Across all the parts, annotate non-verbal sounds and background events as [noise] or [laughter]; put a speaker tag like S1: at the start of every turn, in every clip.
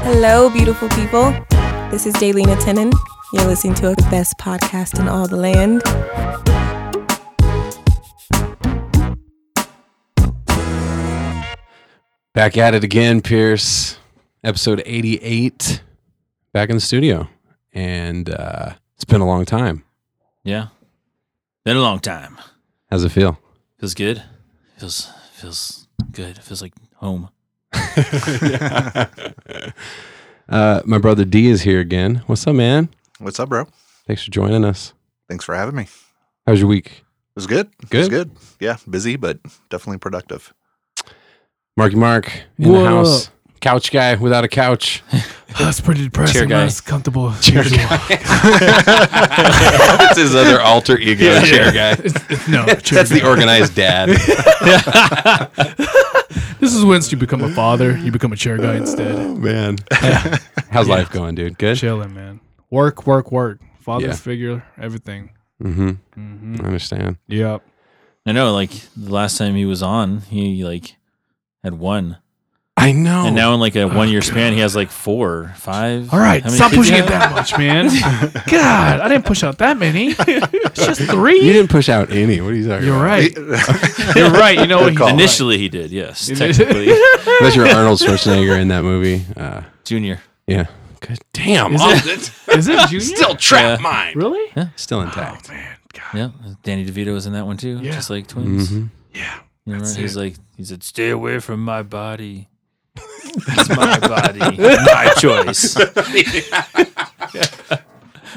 S1: Hello, beautiful people. This is Daylena Tenen. You're listening to the best podcast in all the land.
S2: Back at it again, Pierce. Episode 88. Back in the studio. And uh, it's been a long time.
S3: Yeah. Been a long time.
S2: How's it feel?
S3: Feels good. Feels feels good. Feels like home.
S2: Uh, my brother D is here again. What's up, man?
S4: What's up, bro?
S2: Thanks for joining us.
S4: Thanks for having me. It
S2: How's your week?
S4: was good. It
S2: Good?
S4: was good. Yeah, busy but definitely
S2: [laughs]
S4: productive.
S2: Marky Mark in
S5: What
S2: the house. Couch guy without a [laughs] couch.
S5: [sighs] That's pretty depressing.
S2: Chair
S5: Chair
S2: guy.
S5: Not as comfortable. as usual. [laughs]
S2: That's his other
S4: [laughs]
S2: alter ego, chair [laughs] guy.
S5: no, chair
S2: That's the
S5: guy.
S2: organized dad.
S5: This is once you become a father, you become a chair guy instead.
S2: [laughs] [sighs] Oh, man. How's life going, dude? Good?
S5: Chilling, man. Work, work, work. Father
S2: Yeah.
S5: figure, everything.
S2: Mm-hmm.
S5: Mm-hmm.
S2: I understand.
S5: Yep.
S3: I know, like the last time he was on, he like had one.
S2: I know.
S3: And now in like a one year span he has like four, five.
S5: All right,
S3: How many
S5: stop
S3: kids
S5: pushing
S3: you
S5: it
S3: have?
S5: that much, man. God, I didn't push out that many. It's just three.
S2: you didn't push out any. What are you talking
S5: You're
S2: about?
S5: right.
S4: yeah,
S5: You're right. You know what?
S4: Good call.
S5: he's
S3: Initially he did, yes.
S5: Ini- [laughs]
S3: Technically.
S2: Unless you're Arnold Schwarzenegger in that movie. Uh,
S3: Junior.
S2: yeah. Good. Damn.
S5: Is
S2: Oh,
S5: it-
S2: that's
S5: right. Is [laughs] it junior?
S2: still trap
S3: Yeah.
S2: mine.
S5: really? Oh,
S2: Still
S5: [laughs]
S2: intact.
S5: Man, God.
S3: Yeah. Danny DeVito was in that one too.
S5: Yeah.
S3: Just like twins.
S5: Mm-hmm.
S2: Mhm.
S5: Yeah.
S3: You
S5: That's
S3: remember? He's
S5: it.
S3: like he said, Stay away from my
S5: [laughs]
S3: body. It's my body. my choice.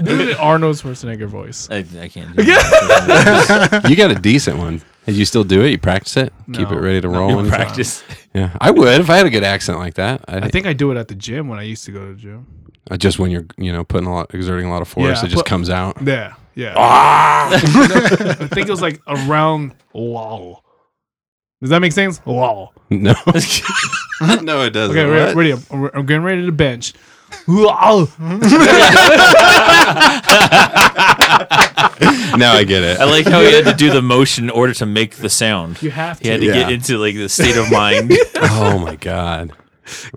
S5: Do the Arnold Schwarzenegger voice.
S3: I, I can't do [laughs] that.
S2: You got a decent one. Did you still do it? You practice it? Keep it
S5: No.
S2: ready to roll?
S3: You
S2: when it's-
S3: practice.
S2: Yeah. I would if I had a good accent like that. I,
S5: I think I do it at the gym when I used to go to the gym.
S2: uh, just when you're, you know, putting a lot, exerting a lot of force,
S5: Yeah,
S2: it just
S5: but-
S2: comes out.
S5: Yeah, yeah.
S3: Ah!
S5: I think it was like around wow. Does that make sense? Wow.
S2: No. no, it doesn't.
S5: Okay, re-
S2: What?
S5: ready. I'm, I'm getting ready to bench. Wow.
S2: now I get it. [laughs]
S3: I like how he had to do
S5: [laughs]
S3: the motion in order to make the sound.
S5: You have
S3: He
S5: to.
S3: had to get
S2: Yeah.
S3: into like the state
S5: [laughs]
S2: [laughs]
S3: of mind.
S2: oh, my God.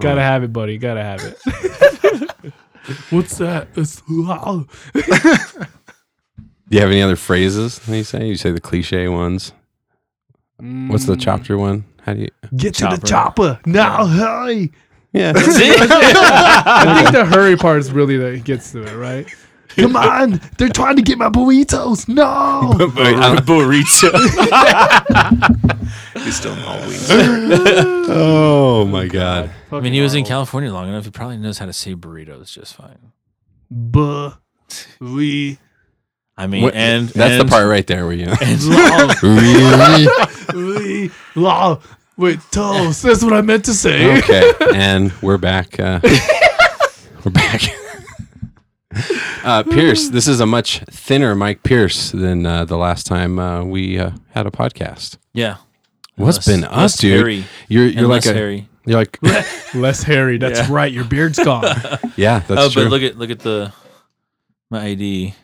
S5: Gotta have it, buddy. Gotta have it. [laughs] What's that? It's wow.
S2: Do you have any other phrases that you say? You say the cliche ones. What's
S3: Mm.
S2: the chopper one? How do you?
S5: Get to
S3: Chopper.
S5: the chopper now. Hurry.
S2: [laughs] Yeah.
S5: I think the hurry part is really that gets to it, right? Come on. They're trying to get my burritos. No.
S3: Burrito.
S4: he's still in all weeds.
S2: oh my god.
S3: [laughs] I mean, he was in California long enough. He probably knows how to say burritos just fine. [laughs]
S5: Burrito.
S3: I mean,
S2: What-
S3: and
S2: that's
S3: and
S2: the part right there where you.
S3: [laughs]
S5: Wow.
S2: [laughs] really?
S5: Lee, [laughs] law, with toes. That's what I meant to
S2: [laughs]
S5: say.
S2: Okay, and we're back. Uh, [laughs] we're back. [laughs] Uh, Pierce, this is a much thinner Mike Pierce than uh, the last time uh, we uh, had a podcast.
S3: Yeah.
S2: What's
S3: Less-
S2: been
S3: less
S2: us, dude?
S3: hairy
S2: You're you're
S3: and
S2: like
S3: less
S2: a
S3: hairy.
S2: you're [laughs] like
S5: Less hairy. That's
S3: Yeah.
S5: right. Your beard's
S2: [laughs]
S5: gone.
S2: yeah. That's
S3: Oh,
S2: true.
S3: but look at look at the my ID.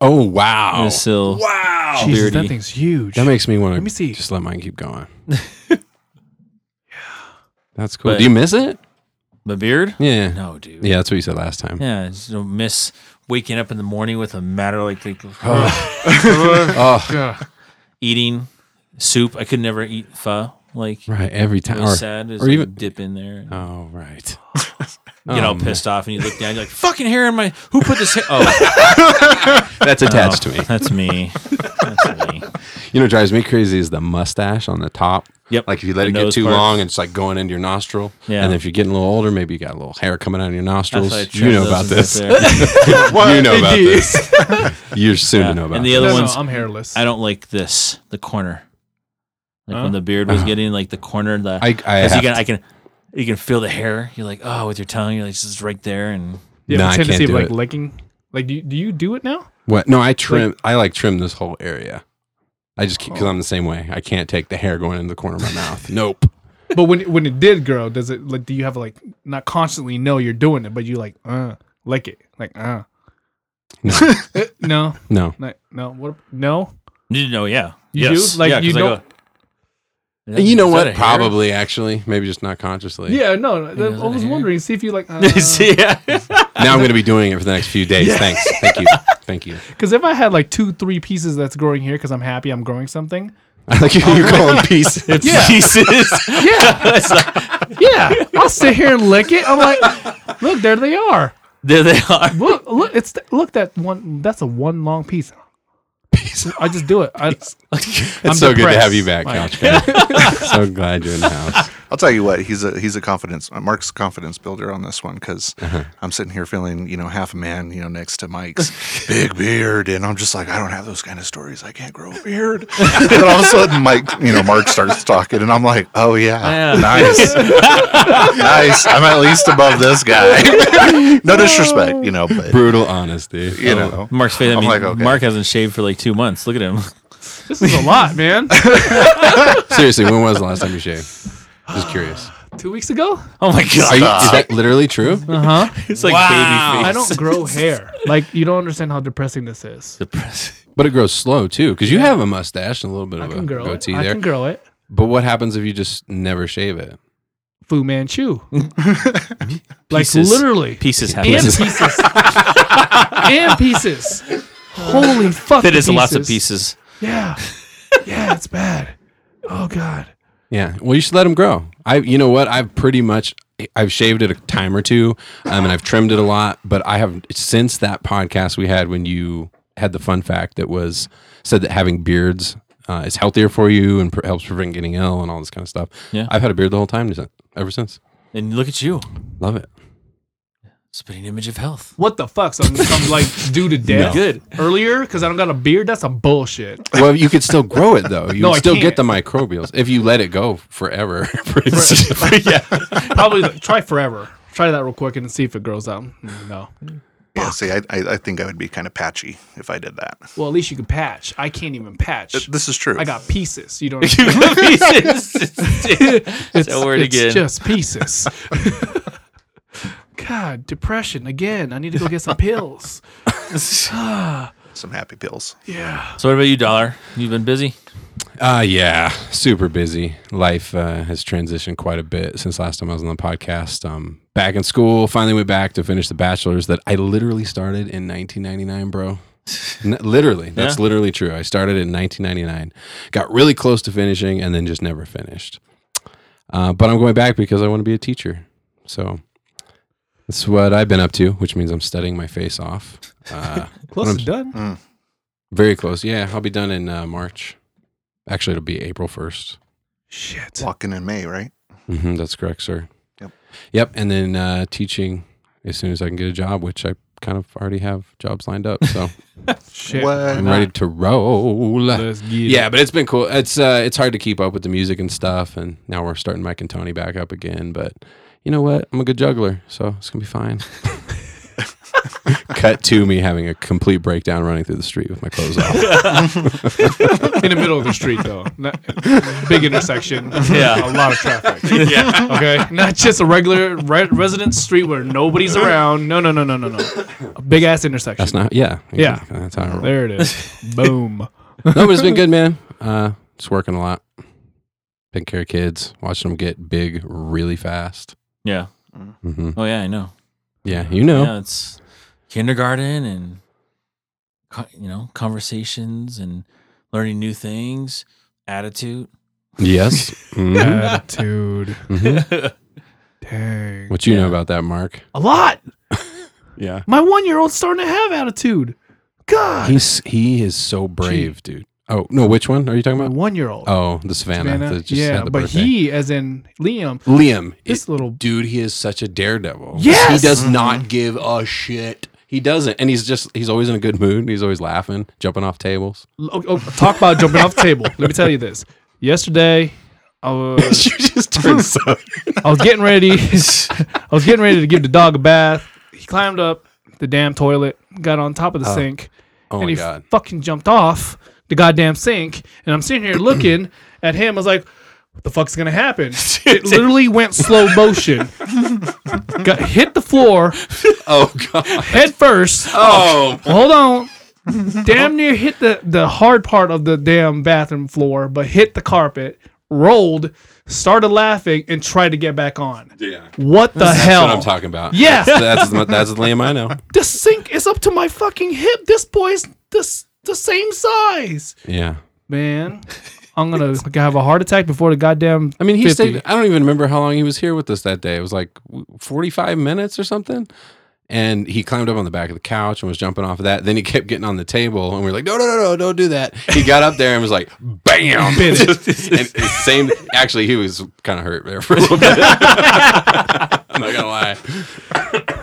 S2: oh wow,
S3: It's still
S2: wow.
S5: Jesus, that
S3: beardy.
S5: thing's huge.
S2: That makes me want to.
S5: Let me see.
S2: Just let mine keep
S3: [laughs]
S2: going. That's cool.
S3: But-
S2: Do you miss it?
S3: my beard.
S2: Yeah.
S3: No, dude.
S2: Yeah, that's what you said last time.
S3: Yeah, I just don't miss waking up in the morning with a matter [laughs]
S5: [sighs]
S3: like, like
S2: Oh,
S5: Yeah.
S3: eating soup. I could never eat pho. Like
S2: right. Every
S3: it
S2: time.
S3: was
S2: Or,
S3: sad. Is
S2: or
S3: like
S2: even-
S3: dip in there.
S2: oh, right.
S3: You get all pissed off and you look down. You're like, "Fucking hair in my who put this hair?" Oh, [laughs]
S2: That's attached to me.
S3: that's me. That's me.
S2: You know what drives me crazy is the mustache on the top.
S3: Yep.
S2: Like if you let
S3: The
S2: it get
S3: nose
S2: too
S3: part.
S2: long, it's like going into your nostril.
S3: Yeah.
S2: And if you're getting a little older, maybe you got a little hair coming out of your
S3: That's
S2: nostrils.
S3: why I
S2: You
S3: trimmed
S2: know
S3: those
S2: about
S3: ones right
S2: this. [laughs]
S3: there.
S2: you know
S5: [laughs]
S2: about
S5: Indeed.
S2: this. You're soon
S3: Yeah.
S2: to know about
S3: And the
S2: this.
S3: other
S5: No, no,
S3: ones,
S5: I'm hairless.
S3: I don't like this. The corner. Like
S5: Huh?
S3: when the beard was
S2: Uh-huh.
S3: getting like the corner. The
S2: I, I
S3: because
S2: have
S3: you can
S2: to-
S3: I can you can feel the hair. You're like, oh, with your tongue, you're like, it's right there, and
S5: You
S2: Nah,
S5: have
S2: I
S5: a tendency
S2: can't
S5: of
S2: do
S5: like
S2: it.
S5: licking. Like, do you, do you do it now?
S2: What? No, I trim. I like trim this whole
S3: Oh. [laughs]
S2: area. I just because I'm the same way. I can't take the hair going into the corner of my mouth. Nope.
S5: but when when it did grow, does it like do you have like not constantly know you're doing it, but you like uh lick it like uh Eh,
S2: No.
S5: [laughs] no
S2: No.
S5: like, no what no
S3: You know, yeah.
S5: You
S3: yes.
S5: do? Like,
S3: yeah, 'cause
S5: you
S3: I
S5: don't-
S3: go,
S2: You know
S3: "Is that
S2: what?
S3: a hair?" [laughs]
S2: Probably, actually, maybe just not consciously.
S5: yeah no I
S3: doesn't
S5: was
S3: hear.
S5: wondering see if you
S2: [laughs]
S5: like uh,
S3: See, yeah.
S2: Now I'm going to be doing it for the next few
S3: [laughs]
S2: days. Thanks. Thank you. Thank you.
S5: Because if I had like two, three pieces that's growing here because I'm happy I'm growing something.
S2: [laughs] I like you, you call them peace.
S3: [laughs]
S5: Yeah.
S2: [laughs]
S3: Jesus. [laughs]
S5: Yeah. yeah. I'll sit here and lick it. I'm like, look, there they are.
S3: there they are.
S5: Look, look, it's look that one. That's a one long piece. I just do it. I,
S2: It's so good to have
S5: depressed.
S2: you back, Couch Guy. [laughs] so glad you're in the house.
S4: I'll tell you what, he's a he's a confidence uh, Mark's a confidence builder on this one because
S2: Uh-huh.
S4: I'm sitting here feeling you know half a man you know next to Mike's big beard and I'm just like I don't have those kind of stories I can't grow a beard [laughs] and then all of a sudden Mike you know Mark starts talking and I'm like oh yeah, [laughs]
S3: Yeah.
S4: nice nice I'm at least above this guy [laughs] no disrespect you know but
S2: Brutal honesty.
S4: you know
S3: Mark's face. I
S4: I'm
S3: mean,
S4: like, okay.
S3: Mark hasn't shaved for like two months. Look at him. [laughs]
S5: this is a lot, man.
S2: Oh. Seriously, when was the last time you shaved? Just curious.
S5: two weeks ago.
S3: Oh my
S2: Are
S3: god.
S2: you, is that literally true?
S5: Uh huh.
S3: It's like baby face.
S5: I don't grow hair. Like you don't understand how depressing this is.
S3: [laughs] Depressing.
S2: But it grows slow too, because you have a mustache and a little bit
S5: I
S2: of a
S5: can grow it.
S2: goatee
S5: I
S2: there.
S5: can grow it.
S2: But what happens if you just never shave it?
S5: Fu
S3: [laughs]
S5: Manchu. like
S3: Pieces.
S5: literally.
S3: Pieces happen. [laughs]
S5: and pieces. and pieces. Holy fuck.
S3: That
S5: the
S3: is lots of pieces.
S5: Yeah. Yeah, it's bad. Oh god.
S2: Yeah. Well, you should let them grow. I, you know what? I've pretty much, I've shaved it a time or two, um, and I've trimmed it a lot. But I have since that podcast we had when you had the fun fact that was said that having beards uh, is healthier for you and pr- helps prevent getting ill and all this kind of stuff.
S3: Yeah.
S2: I've had a beard the whole time since- ever since.
S3: And look at you.
S2: Love it.
S3: Spitting image of
S5: [laughs]
S3: health.
S5: What the fuck? Some some like due [laughs] to death
S3: Good.
S5: earlier because I don't got a beard. That's some bullshit.
S2: Well, you could still grow it though. You
S5: [laughs] No,
S2: would
S5: I
S2: still get
S5: can't.
S2: the microbials if you let it go forever. [laughs] Pretty much.
S5: Probably like, try forever. Try that real quick and see if it grows out. Mm, No.
S4: yeah see I, I I think I would be kind of patchy if I did that
S5: Well, at least you can patch. I can't even patch.
S4: this is true
S5: I got pieces. You don't. It's,
S3: it's that word
S5: it's
S3: again.
S5: just pieces. [laughs] God, depression again. I need to go get some pills.
S4: some happy pills
S5: Yeah.
S3: so what about you, Dollar? You've been busy.
S2: Uh, yeah, super busy. Life uh, has transitioned quite a bit since last time I was on the podcast. Um, back in school, finally went back to finish the bachelor's that I literally started in 1999, bro. N-
S5: [laughs]
S2: literally, that's
S3: Yeah.
S2: literally true. I started in 1999, got really close to finishing, and then just never finished. Uh, but I'm going back because I want to be a teacher. So that's what I've been up to, which means I'm studying my face off. Uh,
S5: [laughs] Close to done.
S2: very close. Yeah, I'll be done in uh, March. Actually, it'll be April 1st.
S5: Shit.
S4: walking in May right
S2: hmm that's correct, sir.
S4: Yep.
S2: Yep. And then uh, teaching as soon as I can get a job, which I kind of already have jobs lined up. So
S5: Shit.
S4: What?
S2: I'm ready to roll.
S5: Let's get
S2: Yeah, but it's been cool. It's uh, it's hard to keep up with the music and stuff, and now we're starting Mike and Tony back up again. But you know what? I'm a good juggler, so it's gonna be fine. Cut to me having a complete breakdown running through the street with my clothes off. [laughs]
S5: [laughs] in the middle of the street though. Not, big intersection.
S3: Yeah.
S5: a lot of traffic.
S3: [laughs]
S2: [laughs]
S5: Yeah. Okay. Not just a regular re- residence street
S2: [laughs]
S5: where nobody's around. No, no, no, no, no, no. A big ass intersection.
S2: That's not. Yeah.
S5: Yeah.
S2: exactly. That's how I roll.
S5: there it
S2: [laughs]
S5: is. Boom.
S2: no, but it's been good, man. Uh, just working a lot, taking care of kids, watching them get big really fast.
S3: Yeah.
S2: hmm
S3: Oh yeah, I know.
S2: Yeah, you know,
S3: Yeah, it's kindergarten and co- you know conversations and learning new things, [laughs] attitude.
S2: yes, Mhm.
S5: Attitude.
S2: Mhm.
S5: Dang.
S2: what you know
S3: Yeah.
S2: about that, Mark?
S5: A lot.
S2: Yeah,
S5: My one year old's starting to have attitude. God.
S2: he's he is so brave, dude. Oh no, which one are you talking
S5: My
S2: about?
S5: one year old.
S2: Oh, the Savannah. that just
S5: yeah,
S2: had the
S5: but
S2: birthday.
S5: he, as in Liam,
S2: Liam,
S5: this
S2: it-
S5: little
S2: dude, he is such a daredevil.
S5: Yes!
S2: he does not give a shit. He doesn't, and he's just—he's always in a good mood. He's always laughing, jumping off tables.
S5: Oh, oh, talk about jumping off the table. Let me tell you this. Yesterday,
S2: [laughs]
S5: I was,
S2: just
S5: [laughs]
S2: turns so
S5: I was getting ready. [laughs] I was getting ready to give the dog a bath. He climbed up the damn toilet, got on top of the sink,
S2: Oh
S5: and
S2: my
S5: he
S2: god! [clears throat]
S5: fucking jumped off the goddamn sink. And I'm sitting here looking at him. I was like, what the fuck's
S2: [laughs]
S5: gonna happen? It literally went slow motion. Got hit the floor
S2: Oh [laughs] god.
S5: head first.
S2: Oh.
S5: Hold on. damn near hit the, the hard part of the damn bathroom floor, but hit the carpet, rolled, started laughing, and tried to get back on.
S2: [laughs] Yeah.
S5: What the hell?
S2: That's what I'm talking about.
S5: Yeah.
S2: That's, that's, the- that's the lame I
S5: [laughs]
S2: know.
S5: the sink is up to my fucking hip. This boy's this the same size.
S2: Yeah.
S5: Man,
S2: [laughs]
S5: I'm gonna have a heart attack before the goddamn.
S2: I mean, he
S5: 50.
S2: stayed. I don't even remember how long he was here with us that day. It was like 45 minutes or something. And he climbed up on the back of the couch and was jumping off of that. Then he kept getting on the table, and we were like, "No, no, no, no, don't do that." He got up there and was like, "Bam!"
S5: [laughs] Bit
S2: Just- [laughs] and it- same. Actually, he was kind of hurt there for a little bit. [laughs] I'm not gonna
S5: [laughs]
S2: lie.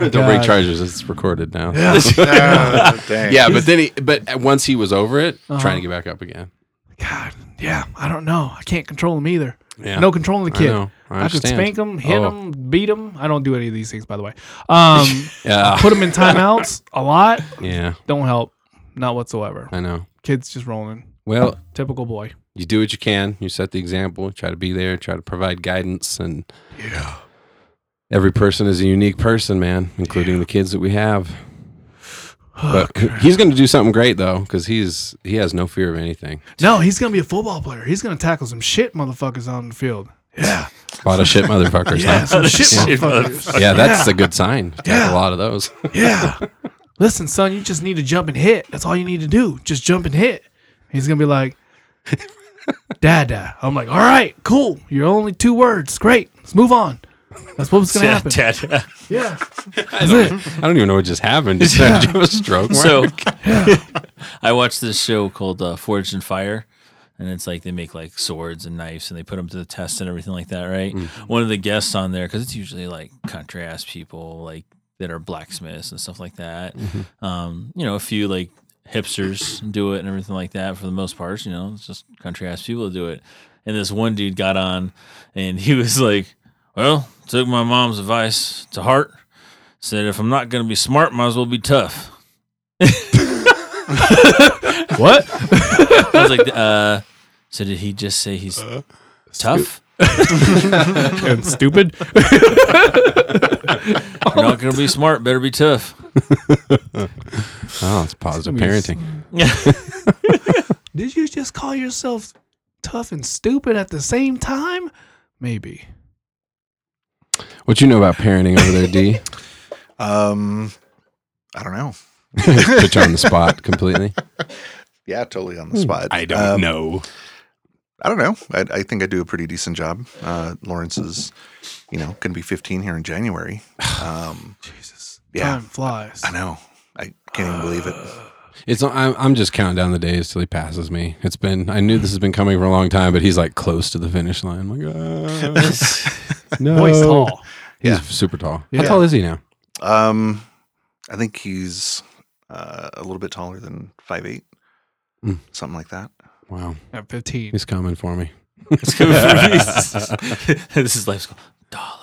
S2: don't break
S5: God.
S2: charges. It's recorded now. Yeah,
S4: Ah, [laughs] dang.
S2: but then he. But once he was over it,
S5: Uh-huh.
S2: trying to get back up again.
S5: God, yeah, I don't know. I can't control him either.
S2: Yeah.
S5: No controlling the
S2: I
S5: kid. I,
S2: know. I
S5: could
S2: understand.
S5: spank him, hit
S2: Oh.
S5: him, beat him. I don't do any of these things, by the way. Um,
S2: [laughs] Yeah.
S5: put him in timeouts a lot.
S2: Yeah,
S5: Don't help, not whatsoever.
S2: I know.
S5: Kids just rolling.
S2: Well,
S5: Typical boy.
S2: you do what you can. You set the example. Try to be there. Try to provide guidance. And yeah, every person is a unique person, man, including the kids that we
S5: [sighs]
S2: have. But he's going to do something great though, because he's he has no fear of anything.
S5: No, he's gonna be a football player. He's gonna tackle some shit motherfuckers on the field.
S2: A lot of shit, motherfuckers.
S5: Yeah,
S2: huh?
S5: [laughs] some shit motherfuckers.
S2: yeah, that's a good sign. Got
S5: Yeah.
S2: a lot of those. [laughs]
S5: Yeah. Listen, son, you just need to jump and hit. That's all you need to do. Just jump and hit. He's gonna be [laughs] like, Dada. I'm like, all right, cool. You're only two words. Great. Let's move on. That's what was gonna happen.
S3: Dad.
S5: Yeah.
S2: I don't, I don't even know what just happened. Just had you have a
S5: [laughs]
S2: stroke.
S3: [laughs] So I watched this show called uh, Forged in Fire, and it's like they make like swords and knives and they put them to the test and everything like that, right? One of the guests on there, because it's usually like country ass people like that are blacksmiths and stuff like that. Um, you know, a few like hipsters do it and everything like that for the most part. You know, it's just country ass people that do it. And this one dude got on and he was like, Well, took my mom's advice to heart. Said, if I'm not going to be smart, might as well be tough.
S5: What?
S2: [laughs]
S3: I was like, uh, so did he just say he's
S5: Uh,
S3: tough?
S5: and stupid.
S3: You're not gonna be smart. Better be tough.
S2: oh, it's positive parenting.
S5: Did you just call yourself tough and stupid at the same time? Maybe.
S2: What you know about parenting over there, D?
S4: Um, I don't know.
S2: Put you on the spot completely.
S4: Yeah, totally on the spot. Um,
S2: know.
S4: I don't know. I, I think I do a pretty decent job. Uh, Lawrence is, you know, going to be 15 here in January. Um,
S5: Jesus.
S4: Yeah.
S5: Time flies.
S4: I know. I can't even believe it.
S2: It's I'm, I'm just counting down the days till he passes me. It's been I knew this has been coming for a long time, but he's like close to the finish line. I'm like, uh, no,
S5: Voice tall.
S2: He's
S4: Yeah.
S2: super tall.
S5: Yeah.
S2: How tall is he now?
S4: Um, I think he's uh, a little bit taller than five eight,
S2: Mm.
S4: something like that.
S2: Wow,
S5: At [laughs] 15.
S2: he's coming for me.
S3: It's coming from me. [laughs] this is life's goal.
S2: [laughs]
S3: dollars.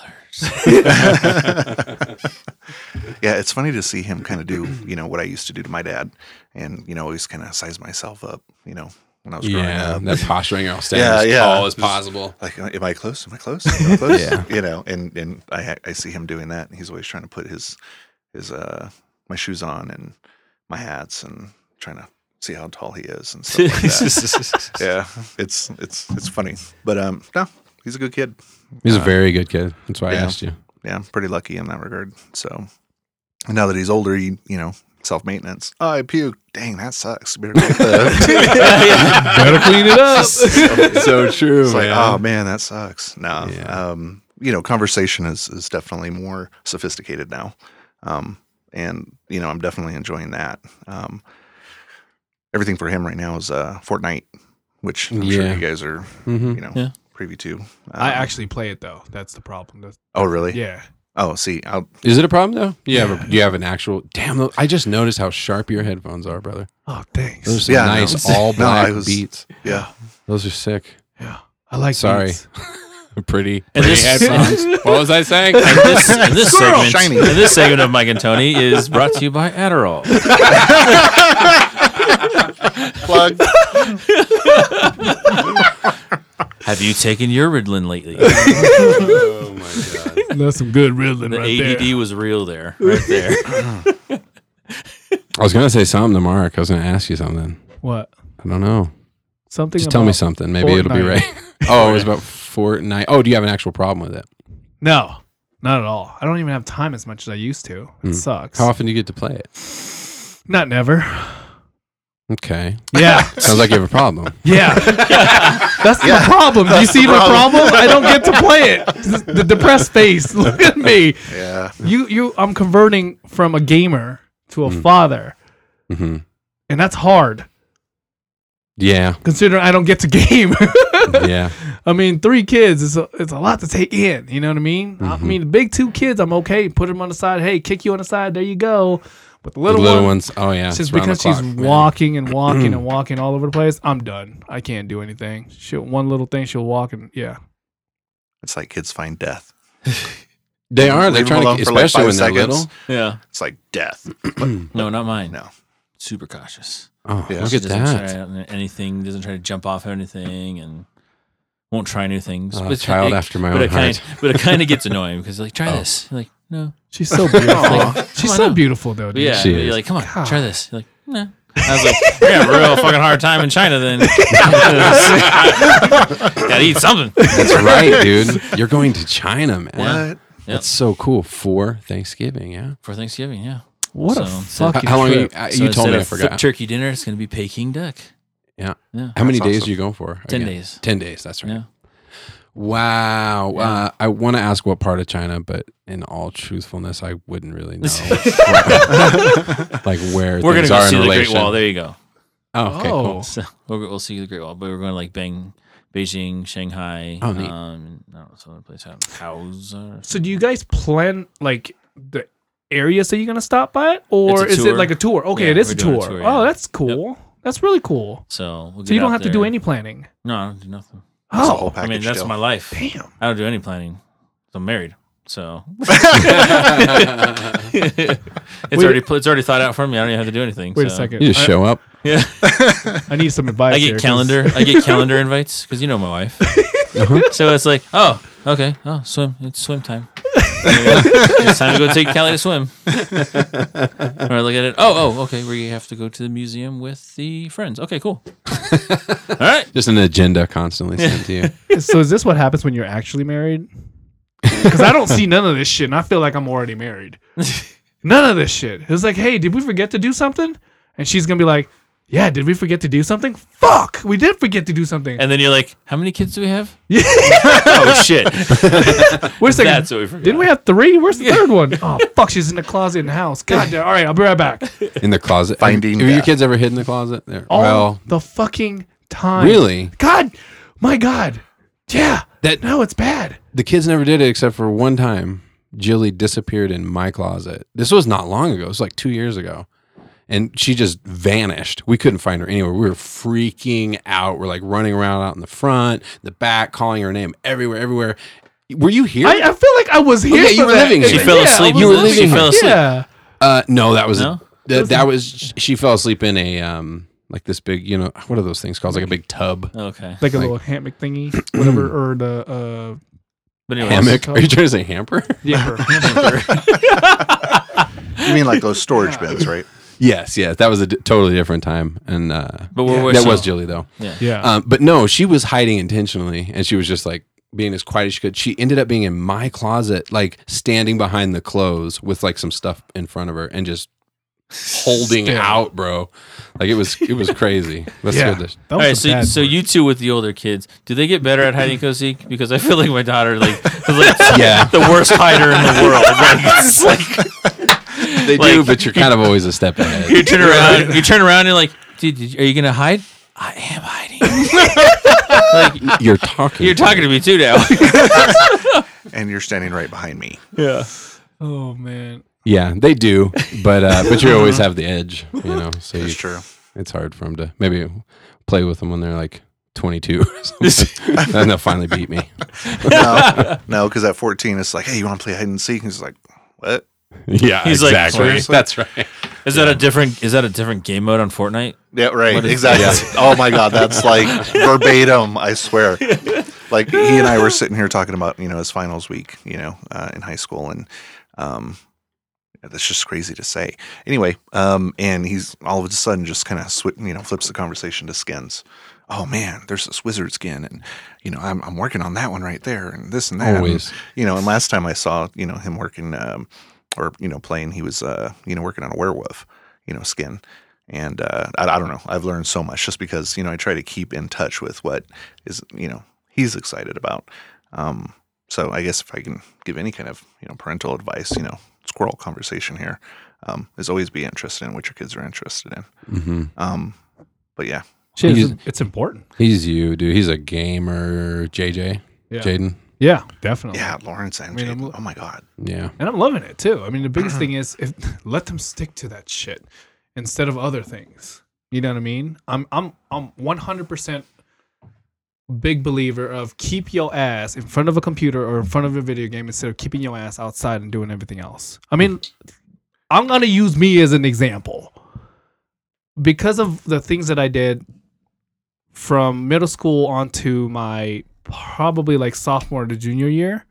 S4: Yeah, it's funny to see him kind of do, you know, what I used to do to my dad, and you know, always kind of size myself up, you know, when I was growing
S2: Yeah,
S4: up.
S2: that posturing.
S4: [laughs]
S2: I'll stand
S4: Yeah,
S2: as
S4: yeah.
S2: tall as possible.
S4: like, uh, am I close? Am I close? Am I close?
S2: Yeah.
S4: you know, and and I ha- I see him doing that. He's always trying to put his his uh my shoes on and my hats and trying to see how tall he is and stuff like that. yeah, it's it's it's funny, but um, no, he's a good kid.
S2: He's a very good kid. That's why I
S4: yeah.
S2: asked
S4: [laughs]
S2: you.
S4: yeah, I'm pretty lucky in that regard. So and now that he's older, he, you know, self maintenance. Oh, I puked. Dang, that sucks. Better get the-
S5: [laughs] Better clean it up.
S2: [laughs]
S4: [laughs]
S2: so true.
S4: it's like, oh man, that sucks. No,
S2: Yeah.
S4: um, you know, conversation is is definitely more sophisticated now, um, and you know, I'm definitely enjoying that. Um, everything for him right now is uh, Fortnite, which I'm sure
S2: Yeah.
S4: you guys are,
S2: hmm
S4: you know,
S3: Yeah.
S4: privy to. Um,
S5: I actually play it though. That's the problem. That's,
S4: Oh, really?
S5: yeah.
S4: Oh, see, I'll,
S2: Is it a problem though? You have a, you have an actual damn. tho- I just noticed how sharp your headphones are, brother.
S5: Oh, thanks.
S2: Those are some
S4: Yeah, I know.
S2: nice all
S4: [laughs] No, I
S2: black
S4: was-
S2: beats.
S4: yeah.
S2: Those are sick.
S5: yeah. I like
S2: Sorry.
S5: beats.
S2: [laughs]
S5: [laughs]
S2: Pretty.
S3: And
S2: pretty [laughs]
S3: this-
S2: headphones. what was I saying?
S3: And this, and this
S4: Squirrel.
S3: segment,
S4: Shiny.
S3: and this segment of Mike and Tony is brought to you by Adderall.
S4: Plug.
S3: Have you taken your Ritalin lately?
S2: [laughs] Oh my god.
S5: That's some good riddling
S3: The
S5: right
S3: ADD
S5: there.
S3: was real
S5: [laughs]
S3: there, right there.
S2: I was gonna say something to Mark. I was gonna ask you something.
S5: What?
S2: I don't know.
S5: Something.
S2: Just tell me
S5: about-
S2: something. Maybe it'll be
S5: Fortnite.
S2: right. [laughs] oh, it was about Fortnite. Oh, do you have an actual problem with it?
S5: No, not at all. I don't even have time as much as I used to. It sucks.
S2: Hmm. How often do you get to play it?
S5: Not never. [laughs]
S2: Okay.
S5: Yeah,
S2: Sounds like you have a problem. [laughs]
S5: [laughs] yeah. That's my problem. Do you see my problem? I don't get to play [laughs] it. The depressed face. [laughs] Look at me.
S4: Yeah.
S5: You, you. I'm converting from a gamer to a father,
S2: hmm
S5: and that's hard.
S2: Yeah.
S5: Considering I don't get to [laughs] game.
S2: Yeah.
S5: I mean, three kids is a, it's a lot to take in. You know what I mean? I
S2: Mm-hmm.
S5: mean, the big two kids, I'm okay. Put them on the side. Hey, kick you on the side. There you go. But the
S2: The
S5: [laughs] little,
S2: little,
S5: one,
S2: ones. Oh yeah.
S5: since
S2: it's around the
S5: because she's
S2: clock, man.
S5: walking and walking
S2: [clears throat]
S5: and walking all over the place, I'm done. I can't do anything. She'll one little thing, she'll walk and yeah,
S4: It's like kids find death.
S2: They are. They're
S4: Leave 'em
S2: trying
S4: alone
S2: to,
S4: for, like,
S2: especially
S4: five
S2: when they're
S4: seconds.
S2: little.
S3: Yeah.
S4: It's like death.
S3: No, not mine.
S4: No.
S3: Super cautious.
S2: Oh,
S4: Yeah.
S2: look
S3: She
S2: at
S3: doesn't
S2: that.
S3: try out anything, doesn't try to jump off anything and won't try new things.
S2: Oh,
S3: But
S2: child
S3: it-
S2: after my
S3: but
S2: own
S3: it
S2: heart.
S3: kind, but it kind of gets annoying because you're like, try this. You're like, no.
S2: [laughs]
S5: she's so beautiful. she's
S3: on
S5: so
S3: now.
S5: beautiful though.
S3: But
S5: Dude.
S3: yeah.
S2: She
S3: but
S2: is.
S3: you're like, come on,
S5: God.
S3: try this. You're like, no. I was like, yeah, real fucking hard time in China then. [laughs] Gotta eat something.
S2: That's [laughs] right, dude. You're going to China, man.
S3: Yeah.
S4: What?
S2: That's so cool for Thanksgiving. Yeah.
S3: For Thanksgiving, yeah.
S5: What a
S3: So- so-
S5: fucking
S2: How long? You,
S5: trip.
S2: uh,
S3: So
S2: you told
S3: instead
S2: me. I
S3: of
S2: forgot.
S3: turkey dinner, it's gonna be Peking duck.
S2: Yeah.
S3: Yeah.
S2: How many
S4: That's
S2: days
S4: awesome.
S2: do you go for?
S3: 10 days.
S2: Ten days. That's right.
S3: Yeah.
S2: Wow. Uh, I want to ask what part of China, but in all truthfulness, I wouldn't really
S3: [laughs]
S2: know. [laughs] like where
S3: We're gonna
S2: things
S3: go
S2: are
S3: see
S2: in
S3: the
S2: relation.
S3: Great Wall. There you go.
S2: Oh, okay.
S5: Oh.
S2: Cool.
S3: So we'll, we'll see the Great Wall, but we're going to like Bang, Beijing, Shanghai.
S2: Oh, neat.
S3: Um, I don't know, some other place out in Kaohsiung.
S5: So do you guys plan like the areas that you're gonna stop by,
S3: It's
S5: or
S3: a
S5: is it
S3: tour.
S5: like a tour? Okay,
S3: Yeah,
S5: it is
S3: we're
S5: a
S3: doing
S5: tour.
S3: a tour, yeah.
S5: Oh, that's cool. That's really cool.
S3: So, we'll
S5: So you
S3: get
S5: don't
S3: out
S5: have to do
S3: there.
S5: any planning.
S3: [laughs] No, I don't do nothing.
S4: It's a whole
S5: Oh,
S4: package
S3: I mean, that's
S4: deal.
S3: my life.
S5: damn.
S3: I don't do any planning. I'm married, so [laughs] it's already pl- it's already thought out for me. I don't even have to do anything.
S5: Wait a
S3: so.
S5: second.
S2: You just show up.
S3: Yeah,
S5: I, I need some
S3: [laughs]
S5: advice.
S3: I
S5: here,
S3: get
S5: 'cause-
S3: calendar. I get calendar invites because you know my wife.
S5: Uh-huh.
S3: So it's like, oh, okay, oh, swim. It's swim
S5: [laughs]
S3: time. it's time to go take Callie to swim. or I look at it. Oh, oh, okay. We have to go to the museum with the friends. Okay,
S5: [laughs]
S3: cool. All right.
S2: Just an agenda constantly sent to
S3: [laughs]
S2: you.
S5: [laughs] so is this what happens when you're actually married? Because I don't see none of this shit, and I feel like I'm
S3: [laughs]
S5: already married. None of this shit. It's like, hey, did we forget to do something? And she's gonna be like, yeah, did we forget to do something? Fuck, we did forget to do something.
S3: And then you're like, how many kids do we have? oh shit.
S5: Wait a second.
S3: That's what we forgot.
S5: Didn't we have three? Where's the third one? [laughs] Oh fuck, she's in the closet in the house. [laughs] God damn. All right, I'll be right back.
S2: In the closet.
S4: Finding
S2: Have, have your
S4: death.
S2: kids ever hid in the closet? They're-
S5: All
S2: well,
S5: the fucking time.
S2: really?
S5: God, my God. Yeah.
S2: That-
S5: no, it's bad.
S2: The kids never did it except for one time. Jilly disappeared in my closet. This was not long ago. It was like two years ago. And she just vanished. We couldn't find her anywhere. We were freaking out. We're like running around out in the front, the back, calling her name everywhere, everywhere. Were you here?
S5: I, I feel like I was here.
S2: Okay, you
S5: for
S2: were
S5: that.
S2: living
S5: Yeah,
S2: here.
S3: She fell
S5: I
S3: asleep.
S5: was
S2: You were
S5: living
S2: living
S3: She
S5: here.
S3: fell asleep.
S5: Yeah.
S2: Uh, no, that was
S3: No?
S2: that, that was she fell asleep in a um like this big you know what are those things called like a big tub
S3: Okay.
S5: like a
S2: Like-
S5: little hammock thingy, whatever, or the uh,
S3: But anyway,
S2: hammock.
S5: tub.
S2: Are you trying to say hamper?
S4: [laughs]
S2: [laughs]
S5: [laughs]
S4: You mean like those storage bins, right?
S2: yes, yes, that was a d- totally different time, and uh,
S3: But where was
S2: that
S3: she?
S2: was Jilly though.
S5: yeah.
S2: Um, but no, she was hiding intentionally, and she was just like being as quiet as she could. She ended up being in my closet, like standing behind the clothes with like some stuff in front of her, and just holding
S5: Still.
S2: out, bro. Like it was, it was crazy. Let's
S5: yeah.
S2: go this.
S5: That
S3: All
S5: was
S3: right,
S5: a
S3: so,
S5: bad
S3: so
S5: one.
S3: you two with the older kids, do they get better at hide and go seek? Because I feel like my daughter, like, is [laughs] like
S2: Yeah.
S3: the worst hider in the world. Like, it's like
S5: [laughs]
S2: They do,
S3: Like-
S2: but you're kind of always a step ahead.
S3: you turn around, you turn around, and you're like, dude, did you- are you gonna hide? I am hiding.
S2: [laughs]
S3: [laughs]
S2: You're talking.
S3: You're talking to me too now. [laughs]
S4: And you're standing right behind me.
S5: oh man,
S2: Yeah, they do, but uh, but you always have the edge, you know. So you,
S4: That's true.
S2: it's hard for them to maybe play with them when they're like 22 or something, [laughs] and they'll finally beat me.
S4: No, no, because at 14, it's like, hey, you want to play hide and seek? And he's like, what?
S2: [laughs] Yeah,
S3: He's like,
S2: exactly.
S3: seriously?
S2: That's right.
S3: Is that a different? Is that a different game mode on Fortnite?
S4: Yeah, right.
S3: What is-
S4: Exactly. [laughs] Oh my God, that's like verbatim. I swear. Like he and I were sitting here talking about you know his finals week, you know, uh, in high school, and um, that's just crazy to say. Anyway, um, and he's all of a sudden just kind of sw- you know flips the conversation to skins. Oh man, there's this wizard skin, and you know I'm I'm working on that one right there, and this and that. and,
S2: Always.
S4: you know, and last time I saw you know him working um, or you know playing, he was uh, you know working on a werewolf, you know, skin. And uh, I, I don't know. I've learned so much just because you know I try to keep in touch with what is you know he's excited about. Um, so I guess if I can give any kind of you know parental advice, you know, squirrel conversation here, um, is always be interested in what your kids are interested in.
S2: hmm
S4: Um, but yeah,
S5: Shit, it's,
S2: He's-
S5: it's important.
S2: He's you, dude. He's a gamer, JJ,
S5: Yeah.
S2: Jaden.
S5: Yeah, definitely.
S4: yeah, Lawrence and
S5: Oh. I mean,
S4: Jade,
S5: I'm-
S4: oh my god,
S2: Yeah.
S5: And I'm loving it too. I mean, the [clears throat] biggest thing is if let them stick to that shit instead of other things. You know what I mean? I'm I'm I'm 100% big believer of keep your ass in front of a computer or in front of a video game instead of keeping your ass outside and doing everything else. I mean, I'm going to use me as an example. Because of the things that I did from middle school onto my probably like sophomore to junior year,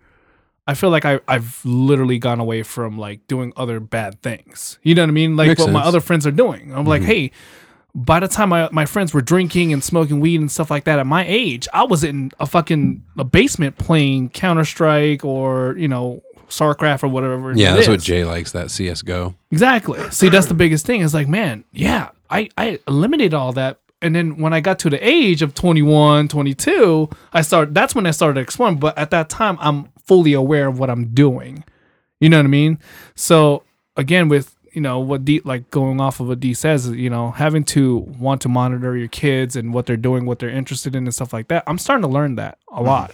S5: I feel like I, I've literally gone away from like doing other bad things. You know what I mean? Like
S2: Makes
S5: what my
S2: sense. Mm-hmm.
S5: other friends are doing. I'm like, hey, by the time my, my friends were drinking and smoking weed and stuff like that at my age, I was in a fucking a basement playing Counter Strike or, you know, StarCraft or whatever. it
S2: Yeah, that's what
S5: is.
S2: Jay likes, that CSGO.
S5: Exactly. See, that's the biggest thing. It's like, man, yeah, I, I eliminated all that. And then when I got to the age of 21, 22, I started, that's when I started exploring. But at that time, I'm fully aware of what I'm doing. You know what I mean? So again, with, you know, what D, like going off of what D says, you know, having to want to monitor your kids and what they're doing, what they're interested in and stuff like that. I'm starting to learn that a [laughs] lot.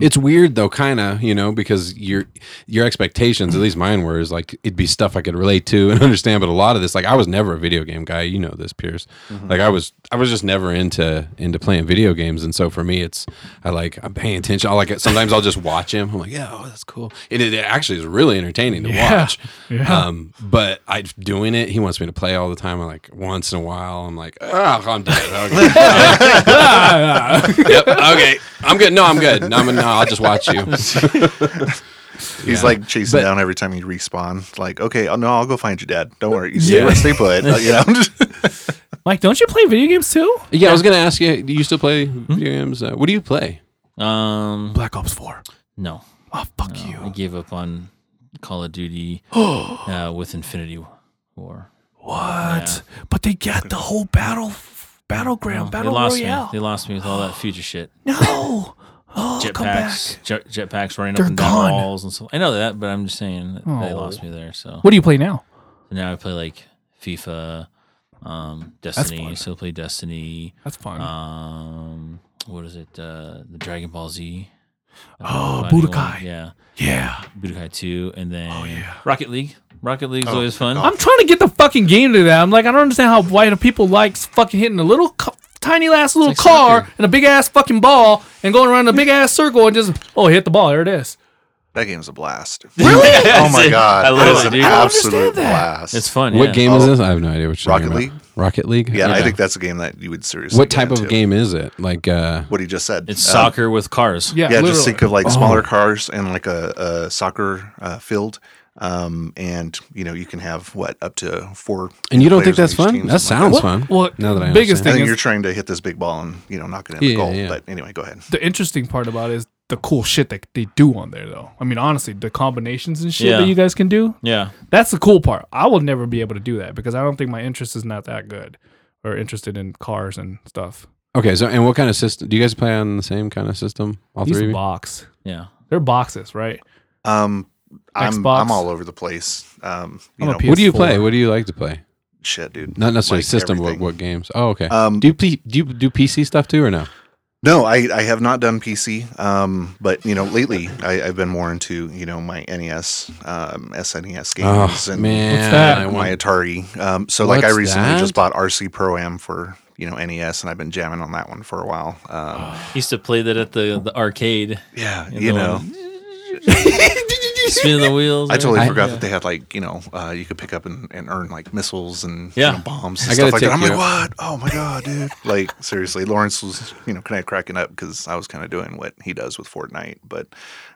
S2: It's weird though, kind of, you know, because your your expectations, at least mine were, is like it'd be stuff I could relate to and [laughs] understand. But a lot of this, like I was never a video game guy, you know this, Pierce. Like I was, I was just never into into playing video games, and so for me, it's I like I'm paying attention. I like it. sometimes I'll just watch him. I'm like, yeah, oh, that's cool. It, it actually is really entertaining to watch. Um, but I doing it, he wants me to play all the time. I like once in a while, I'm like, oh, I'm dead. Okay. yep. Okay. I'm good. No, I'm good. No, I'm, no I'll just watch you.
S4: he's
S2: Yeah.
S4: like chasing down every time you respawn. Like, okay, oh, no, I'll go find your dad. Don't worry, you stay where stay put. Uh, you know, [laughs]
S5: Mike, don't you play video games too?
S2: Yeah, I was gonna ask you. Do you still play
S5: Hmm?
S2: video games? Uh, what do you play?
S3: Um,
S5: Black Ops 4.
S3: no.
S5: Oh, fuck
S3: No,
S5: you.
S3: I gave up on Call of
S5: [gasps]
S3: Duty uh, with Infinity War.
S5: What? But they got the whole battle battleground,
S3: they
S5: battle
S3: lost me.
S5: royale.
S3: They lost me with all that future shit.
S5: no. Oh, come back.
S3: Jetpacks, jet, jetpacks running
S5: They're
S3: up and down
S5: gone.
S3: walls and stuff. I know that, but I'm just saying that they
S5: Oh.
S3: lost me there. So
S5: What do you play now?
S3: now I play like FIFA, um, Destiny. I
S5: fun.
S3: still play Destiny.
S5: That's fun.
S3: Um, what is it? Uh, the Dragon Ball Z. uh,
S5: Oh,
S3: fighting one.
S5: Budokai.
S3: Yeah,
S5: yeah.
S3: Budokai Two, and then Rocket League. Rocket League's always fun.
S5: Oh. I'm trying to get the fucking game to that. I'm like, I don't understand how why do people like fucking hitting a little cu- tiny ass little car and a big ass fucking ball and going around a big ass circle and just oh hit the ball there it is.
S4: that game's a blast. Really? oh my god,
S3: I
S4: that
S3: love
S4: is
S3: it,
S4: an
S3: dude. I don't
S4: absolute
S5: understand that.
S4: blast.
S3: It's fun.
S2: What
S3: yeah.
S2: game is this? I have no idea. What you're talking
S4: Oh. Rocket
S2: about. Rocket League.
S4: yeah, I think that's a game that you would seriously.
S2: What
S4: get
S2: type of
S4: into.
S2: game is it? Like, uh,
S4: What he just said.
S3: It's
S4: Um,
S3: soccer with cars.
S5: Yeah,
S4: yeah,
S5: literally.
S4: just think of
S2: Oh.
S4: like smaller cars and like a, a soccer uh, field. Um, and you know, you can have what up to four.
S2: and you don't think that's
S4: players on each
S2: fun?
S4: team,
S2: That
S4: something like
S2: sounds
S5: What-
S2: fun.
S5: what-
S2: now that I
S5: biggest
S4: that. I
S2: understand.
S5: thing
S4: think
S5: is-
S4: you're trying to hit this big ball and you know knock it in the
S2: Yeah,
S4: goal.
S2: yeah.
S4: But anyway, go ahead.
S5: the interesting part about it is the cool shit that they do on there though. I mean, honestly, the combinations and shit
S3: Yeah.
S5: that you guys can do,
S3: Yeah.
S5: That's the cool part. I will never be able to do that because I don't think my interest is not that good or interested in cars and stuff.
S2: Okay, so and what kind of system? Do you guys play on the same kind of system? All
S5: These
S2: three of you?
S5: box.
S3: Yeah.
S5: They're boxes, right?
S4: Um, I'm
S5: Xbox?
S4: I'm all over the place. Um, you
S5: I'm a
S4: know,
S5: PS-
S2: What do you
S5: PS4.
S2: play? What do you like to play?
S4: shit, dude.
S2: Not necessarily
S4: Like
S2: system. What,
S4: everything.
S2: what games? Oh, okay.
S4: Um,
S2: do you P- do you do PC stuff too or no?
S4: No, I, I have not done PC. Um, but you know, lately I, I've been more into you know my NES, um, SNES games,
S2: Oh
S4: and
S2: man,
S5: What's that?
S2: I
S4: my
S2: want
S4: Atari. Um, so like I
S2: What's
S4: recently
S2: that?
S4: just bought RC Pro Am for you know NES, and I've been jamming on that one for a while. Um,
S5: [laughs]
S3: Used to play that at the, the arcade.
S4: yeah,
S2: [laughs]
S3: And
S4: you
S3: the
S4: know,
S3: one- spin the wheels.
S4: I totally
S2: I-
S4: forgot that they had like you know uh, you could pick up and, and earn like missiles and
S3: Yeah.
S4: you know, bombs and
S2: I gotta
S4: stuff like that.
S2: take
S4: I'm
S2: you
S4: like, what? Oh my god, dude! [laughs] like seriously, Lawrence was you know kind of cracking up because I was kind of doing what he does with Fortnite, but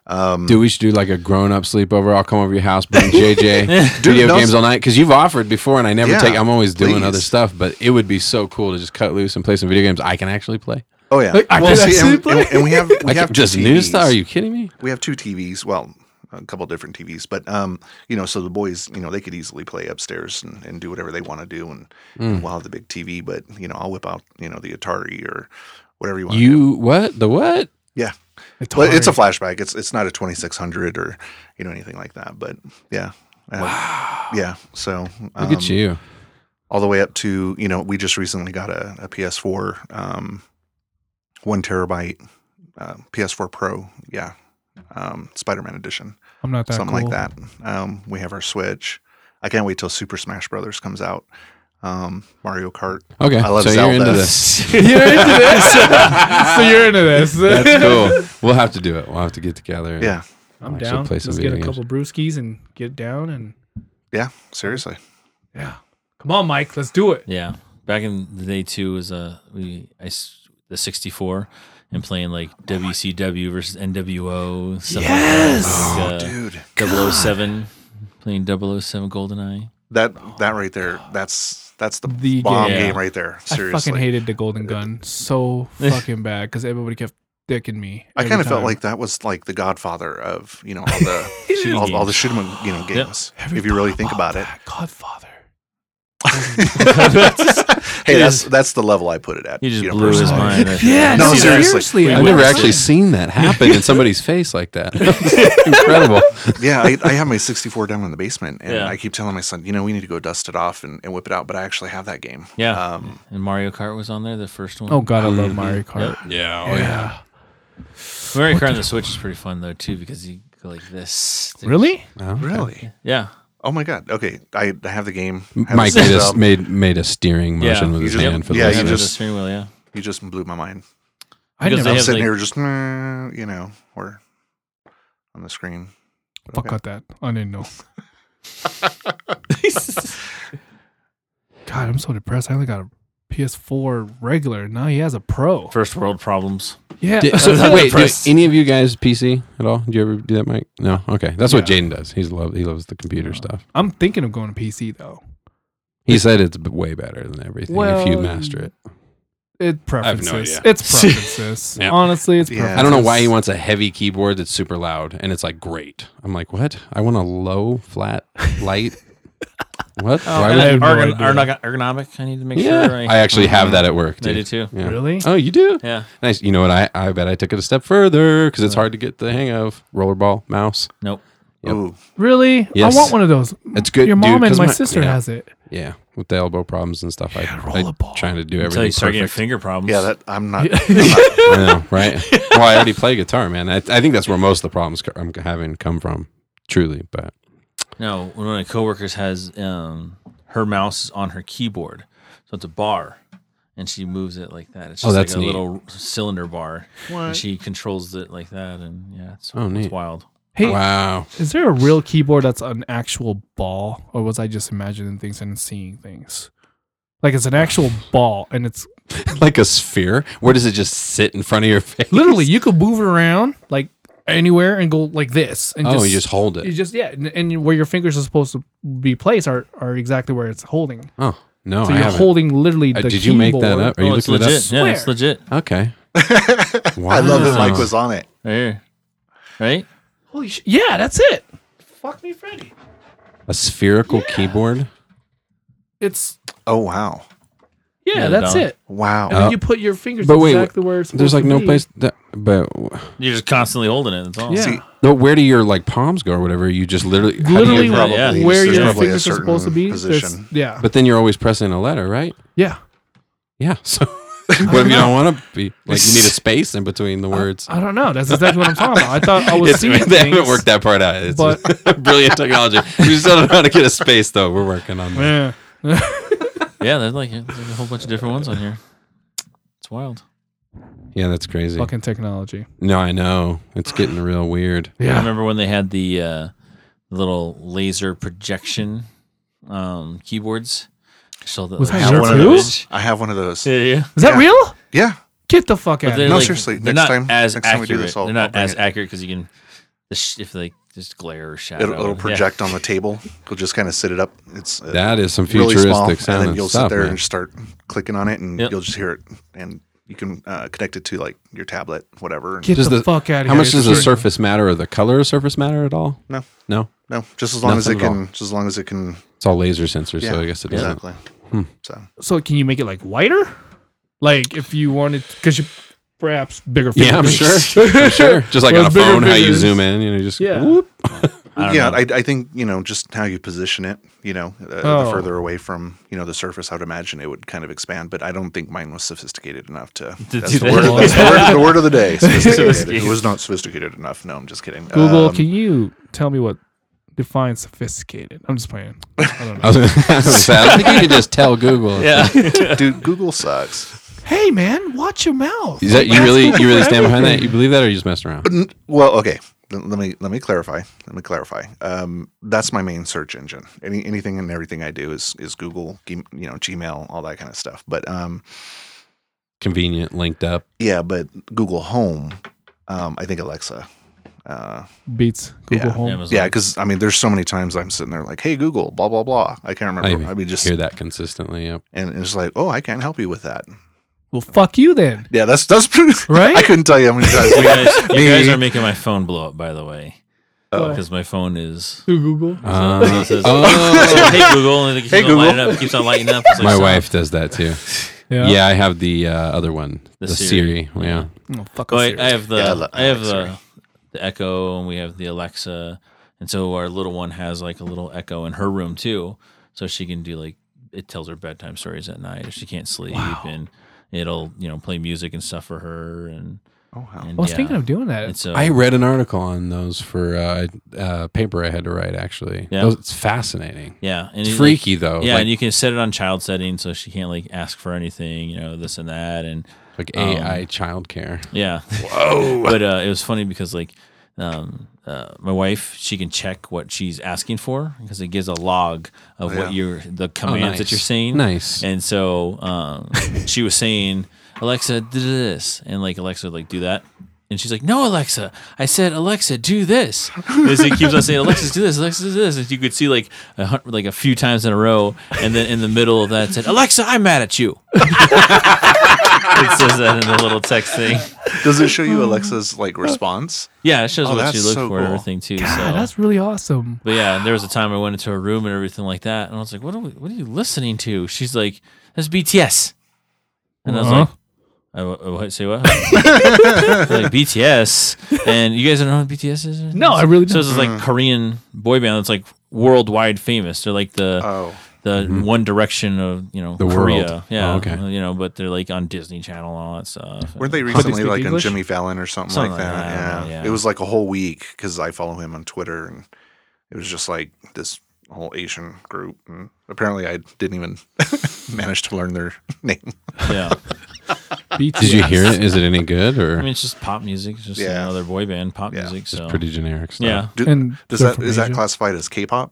S4: um,
S2: Dude, we should do like a grown up sleepover. I'll come over to your house,
S4: [laughs]
S2: bring JJ,
S4: Dude,
S2: video
S4: no-
S2: games all night. Because you've offered before, and I never
S4: Yeah,
S2: take. I'm always doing
S4: please.
S2: other stuff, but it would be so cool to just cut loose and play some video games I can actually play.
S4: oh yeah,
S5: I
S4: well,
S5: could
S4: see, and,
S5: actually
S4: and- and we have we
S2: [laughs] Like
S4: have
S2: just
S4: two
S2: new
S4: TVs.
S2: stuff. Are you kidding me?
S4: we have two TVs. Well, a couple different TVs, but um, you know, so the boys, you know, they could easily play upstairs and, and do whatever they want to do, and,
S2: Hmm.
S4: and we'll have the big TV. But you know, I'll whip out you know the Atari or whatever you want. to do.
S2: You what? The what?
S4: yeah. Well, it's a
S5: Atari.
S4: flashback. It's it's not a 2600 or you know anything like that. But yeah, Uh, yeah. So
S2: Look
S4: um,
S2: at you.
S4: all the way up to you know we just recently got a, a PS4, um, one terabyte uh, PS4 Pro. Yeah, um, Spider Man edition
S5: I'm not that
S4: something
S5: cool.
S4: like that. Um, we have our Switch. I can't wait till Super Smash Brothers comes out. Um, Mario Kart.
S2: Okay,
S4: I love
S2: so
S4: Zelda.
S2: you're into this.
S5: you're into this. [laughs] so you're into
S2: [laughs]
S5: this.
S4: [laughs]
S2: That's cool. We'll have to do it. We'll have to get together. and-
S4: Yeah,
S5: I'm
S2: Actually
S5: down.
S2: play
S5: Let's
S2: some
S5: get a
S2: video
S5: couple brewskis and get down and
S4: yeah. Seriously,
S5: yeah. Come on, Mike. Let's do it.
S3: Yeah, back in the day too was uh we I s- the sixty four and playing like WCW versus NWO. Stuff yes, like, that. like,
S4: dude,
S3: uh, 007, playing 007 GoldenEye.
S4: that
S3: Oh,
S4: that right there. That's that's the,
S5: The
S4: bomb
S3: game.
S4: game right there.
S5: I
S4: Seriously,
S5: fucking hated the golden gun so
S4: [laughs]
S5: fucking bad because everybody kept dicking me.
S4: I
S5: every
S4: kind of felt
S5: time.
S4: like that was like the godfather of you know all
S5: [laughs]
S4: the all, all the shoot 'em up, you know games.
S5: Every
S4: If you really
S5: time
S4: think
S5: [laughs]
S4: about it,
S5: that Godfather.
S4: [laughs] hey, that's that's the level I put it at.
S3: He just
S4: you know,
S3: blew his
S4: personally.
S3: mind.
S5: [laughs]
S3: I
S5: Yeah,
S3: think.
S4: No,
S5: no,
S4: seriously.
S5: seriously.
S2: I've never actually seen that happen in
S4: [laughs]
S2: somebody's face like that. Incredible.
S4: yeah, I, I have my 64 down in the basement, and
S3: Yeah.
S4: I keep telling my son, you know, we need to go dust it off and, and whip it out. But I actually have that game.
S3: Yeah.
S4: Um,
S3: And Mario Kart was on there, the first one.
S5: Oh god, I love Mario Kart.
S2: Yeah.
S5: Yeah.
S3: Mario Kart on the Switch is pretty fun though too because you go like this.
S5: Really?
S4: really?
S3: Yeah.
S4: Oh my god. Okay, I, I have the game. I have
S2: Mike
S4: it
S2: made
S4: set
S2: a,
S4: up.
S2: made made a steering
S3: Yeah.
S2: motion with
S4: You
S2: his
S4: just-
S2: hand for the
S4: yeah, you
S3: Yeah,
S2: listeners.
S3: the
S4: just-
S3: steering wheel. Yeah.
S4: You just blew my mind.
S5: I
S3: Because
S5: never
S3: they
S4: I'm
S3: have-
S4: sitting
S3: like-
S4: here just, "Mm," you know, or on the screen. But
S5: fuck
S4: okay.
S5: out that. I didn't know. [laughs] God, I'm so depressed. I only got a PS4 regular. Now he has a Pro.
S3: First world problems.
S2: [laughs]
S5: Yeah. [laughs]
S2: Did- so,
S3: That's
S2: wait, do
S3: impressive.
S2: any of you guys PC at all? Do you ever do that, Mike? No. Okay, that's what
S5: Yeah.
S2: Jaden does. He's love he loves the computer stuff.
S5: I'm thinking of going to PC though.
S2: He said it's b- way better than everything if you
S5: Well,
S2: master it.
S5: It
S2: have no
S5: preferences.
S2: idea. [laughs]
S5: It's preferences.
S2: Yeah.
S5: Honestly, it's
S4: Yeah.
S5: preferences.
S2: I don't know why he wants a heavy keyboard that's super loud and it's like great. I'm like, what? I want a low, flat, light. [laughs] what? Why
S3: and
S2: would
S5: Oh, I
S2: you-
S5: have no
S3: ergon-
S5: idea.
S3: ergon- ergonomic. I need to make
S2: yeah,
S3: sure. I,
S2: I actually have that at work.
S3: I
S2: Dude.
S3: do too.
S2: Yeah.
S5: Mm-hmm. Really?
S2: Oh, you do?
S3: Yeah.
S2: Nice. You know what? I, I bet I took it a step further because it's hard to get the hang of rollerball mouse.
S3: Nope.
S2: Yep.
S4: Ooh,
S5: Really?
S2: Yes.
S5: I want one of those.
S2: It's good,
S5: Your
S2: dude,
S5: mom and
S2: 'cause
S5: my,
S2: my-
S5: sister
S2: yeah.
S5: has it.
S2: Yeah, with the elbow problems and stuff. I, I
S5: rollerball.
S2: trying to do
S3: Until
S2: everything
S3: you start getting
S2: perfect.
S3: finger problems.
S4: yeah. That I'm not.
S2: I know,
S5: [laughs]
S2: right? well, I already play guitar, man. I, I think that's where most of the problems co- I'm having come from, truly. But
S3: No, one of my coworkers has um, her mouse is on her keyboard, so it's a bar, and she moves it like that. It's
S2: Oh,
S3: just
S2: that's
S3: like a
S2: neat.
S3: little cylinder bar, and
S4: What?
S3: she controls it like that. And yeah, it's,
S2: Oh,
S3: it's
S2: neat.
S3: wild.
S5: Hey,
S2: wow, [laughs]
S5: is there a real keyboard that's an actual ball, or was I just imagining things and seeing things? Like it's
S2: [sighs]
S5: an actual ball, and it's
S2: like a sphere. Where does it just sit in front of your [laughs] face?
S5: [laughs] literally you could move it around like anywhere and go like this. And
S2: oh,
S5: just,
S2: you just hold it.
S5: you just yeah, and, and where your fingers are supposed to be placed are are exactly where it's holding.
S2: oh no,
S5: So
S2: I
S5: you're
S2: haven't.
S5: holding literally the
S2: Uh, did you make that
S5: keyboard.
S2: up? Are you
S3: oh, it's
S2: looking it
S3: legit. Yeah, it's
S5: Swear.
S3: legit.
S2: up? Okay. Wow.
S4: [laughs] I love that Mike was on it.
S3: Right here, right?
S5: Holy shit! Yeah, that's it. Fuck me, Freddy.
S2: a spherical keyboard.
S5: It's
S4: Oh wow,
S5: yeah,
S3: Yeah,
S5: that's
S3: done.
S5: it.
S4: wow.
S5: And
S2: Uh,
S5: you put your fingers
S2: but wait,
S5: exactly where it's.
S2: There's like
S5: supposed to
S2: no
S5: be.
S2: place that, but
S3: You're just constantly holding it. That's all.
S5: Yeah.
S4: Oh, See,
S2: no, where do your like palms go or whatever? You just literally, how do you-
S5: literally
S3: Probably, yeah.
S5: where
S4: There's
S5: your
S4: probably a
S5: fingers are
S4: certain
S5: supposed to be. there's-
S4: position.
S5: Yeah.
S2: but then you're always pressing a letter, right?
S5: yeah.
S2: Yeah. [laughs] So what if you don't want to be like you need a space in between the words?
S5: I don't know. That's exactly what I'm talking about. I
S2: [laughs]
S5: thought I was
S2: It's-
S5: seeing
S2: they haven't
S5: things.
S2: worked that part out. It's [laughs]
S5: but-
S2: brilliant technology. We still don't know how to get a space though. We're working on that.
S5: Yeah.
S3: yeah. There's like, there's like a whole bunch of different ones on here. It's wild.
S2: Yeah, that's crazy.
S5: Fucking technology.
S2: No, I know. It's getting real weird.
S3: I
S5: Yeah.
S3: remember when they had the uh, little laser projection um, keyboards. So that
S6: Was
S3: like,
S6: that
S4: I have
S6: Sure
S4: one of
S6: too?
S4: those. I have one of those.
S3: Yeah, yeah.
S6: Is that
S4: Yeah.
S6: real?
S4: Yeah.
S6: Get the fuck out!
S3: But
S6: of
S3: they're
S6: here.
S4: No,
S3: like,
S4: seriously,
S3: They're
S4: next
S3: not
S4: time-
S3: as
S4: next
S3: accurate.
S4: time we do this, I'll-
S3: they're
S4: I'll
S3: not
S4: bring
S3: as
S4: it.
S3: accurate because you can, the sh- if like just glare or shadow,
S4: It'll, it'll
S3: Yeah.
S4: project on the table. You'll just kind of sit it up. It's uh,
S2: That is some
S4: really
S2: futuristic
S4: small,
S2: sound
S4: and then
S2: and
S4: you'll
S2: stuff,
S4: sit there
S2: man.
S4: and start clicking on it, and
S3: Yep.
S4: you'll just hear it. And you can uh, connect it to like your tablet, whatever. and-
S6: Get
S2: Does
S6: the,
S2: the-
S6: fuck out of here!
S2: How much does the
S6: It's weird.
S2: surface matter or the color of surface matter at all?
S4: No.
S2: No,
S4: no, just as long as it
S2: Nothing at
S4: can. Just as long as it can.
S2: it's all laser sensors,
S4: Yeah,
S2: so I guess it doesn't.
S4: exactly. So
S6: So can you make it like whiter? Like if you wanted, because you perhaps bigger.
S2: Yeah, I'm
S6: fingerprints.
S2: sure. I'm sure. Just like on a
S6: Those bigger
S2: phone, how you
S6: figures.
S2: zoom in, you know, just
S6: Yeah.
S2: whoop. [laughs]
S3: I don't
S4: yeah,
S3: know.
S4: I, I think you know just how you position it. You know, uh,
S6: Oh.
S4: the further away from you know the surface, I would imagine it would kind of expand. But I don't think mine was sophisticated enough to.
S3: To
S4: that's
S3: do
S4: the,
S3: that.
S4: Word, that's the, word, the word of the
S3: [laughs]
S4: day. Sophisticated. it
S3: Sophisticated.
S4: was not sophisticated enough. No, I'm just kidding.
S6: [laughs] Google,
S4: Um,
S6: can you tell me what defines sophisticated? I'm just playing. I don't
S2: [laughs] I
S6: know.
S2: was gonna I was gonna say, I don't think you could just tell Google.
S3: [laughs]
S4: [laughs]
S3: yeah.
S4: dude, Google sucks.
S6: hey man, watch your mouth.
S2: Is that you really you really stand behind
S3: [laughs]
S2: that? You believe that, or you just messing around?
S4: N- Well, okay. L- Let me let me clarify. Let me clarify. Um, that's my main search engine. Any anything and everything I do is is Google, g- you know, Gmail, all that kind of stuff. But um,
S2: Convenient, linked up.
S4: yeah, but Google Home, um, I think Alexa. Uh,
S6: Beats Google
S4: Yeah.
S6: Home.
S3: Amazon.
S4: Yeah, because I mean, there's so many times I'm sitting there like, "Hey Google, blah blah blah." I can't
S2: I
S4: remember. I,
S2: even
S4: mean, just
S2: hear that consistently.
S3: [laughs]
S2: Yep.
S4: and it's like, "Oh, I can't help you with that."
S6: Well, fuck you then.
S4: Yeah, that's that's [laughs]
S6: Right?
S4: I couldn't tell you how
S6: [laughs]
S4: many times.
S3: You
S4: we-
S3: guys, you guys
S4: Me. Oh.
S3: are making my phone blow up, by the way, because my phone
S4: [laughs]
S3: is.
S6: Through Google.
S2: Uh,
S3: [laughs] it says,
S2: oh,
S3: hey Google, and it keeps
S4: Hey,
S3: on lighting
S4: Google.
S3: up, it keeps on lighting up. It's like,
S2: my
S3: stop.
S2: wife does that too. Yeah, I have the uh, other one, the,
S3: The
S2: Siri.
S3: Siri.
S2: Yeah.
S6: Oh, fuck
S3: Oh,
S6: I'm
S3: I,
S6: serious.
S3: I have the
S4: Yeah, I lo-
S3: I have
S4: Alexa.
S3: the the Echo, and we have the Alexa, and so our little one has like a little Echo in her room too, so she can do like it tells her bedtime stories at night if she can't sleep, and it'll you know play music and stuff for her, and
S4: Oh, wow.
S3: and
S6: I was
S3: yeah.
S6: thinking of doing that.
S3: And so
S2: I read an article on those for uh, uh, paper I had to write. Actually,
S3: Yeah.
S2: Those- it's fascinating.
S3: yeah, and
S2: It's
S3: it, like,
S2: freaky though.
S3: yeah,
S2: like,
S3: and you can set it on child settings so she can't like ask for anything, you know, this and that, and
S2: like
S3: um,
S2: AI
S3: [laughs]
S2: childcare.
S3: Yeah.
S4: Whoa.
S3: but uh, it was funny because like um, uh, my wife, she can check what she's asking for because it gives a log of
S4: yeah.
S3: what you're the
S2: Oh,
S3: commands that
S2: nice.
S3: you're saying.
S2: Nice.
S3: And so um, she was saying, Alexa, do this, and like Alexa would like do that. And she's like, "No, Alexa! I said, Alexa, do this." And so it keeps on saying, "Alexa, do this! Alexa, do this!" And you could see like a, hun- like a few times in a row, and then in the middle of that, it said, "Alexa, I'm mad at you." [laughs] it says that in the little text thing.
S4: Does it show
S6: Oh.
S4: you Alexa's like response?
S3: Yeah, it shows
S4: Oh,
S3: what
S4: that's
S3: you look
S4: so
S3: for and
S4: cool.
S3: everything too.
S6: God,
S3: so,
S6: that's really awesome.
S3: but yeah, and there was a time I went into a room and everything like that, and I was like, "What are we, what are you listening to?" She's like, "That's BTS," and I was
S6: Uh-huh.
S3: like. I, wa- I wa- say what? [laughs] like BTS, and you guys don't know what BTS is? or-
S6: No, I really
S3: So this is
S4: Mm-hmm.
S3: like Korean boy band that's like worldwide famous. They're like the
S4: Oh,
S3: the
S6: Mm-hmm.
S3: One Direction of you know
S2: The
S3: Korea.
S2: world.
S3: Yeah,
S2: Oh, okay.
S3: you know, but they're like on Disney Channel and all that stuff.
S4: weren't they
S6: they
S4: recently
S6: speak
S4: like on
S6: English?
S4: Jimmy Fallon or something,
S3: Something
S4: like
S3: like
S4: that?
S3: that,
S4: yeah.
S3: yeah.
S4: it was like a whole week because I follow him on Twitter, and it was just like this whole Asian group. And apparently, I didn't even [laughs] manage to learn their [laughs] name.
S3: Yeah.
S6: BTS.
S2: Did you hear it? Is it any good or
S3: I mean, it's just pop music. It's just
S4: Yeah.
S3: another boy band pop
S4: Yeah.
S3: music. So
S2: pretty generic stuff?
S3: yeah,
S4: Do-
S6: And
S4: does
S6: they're
S4: that
S6: from
S4: is that
S6: Asia.
S4: classified as K-pop?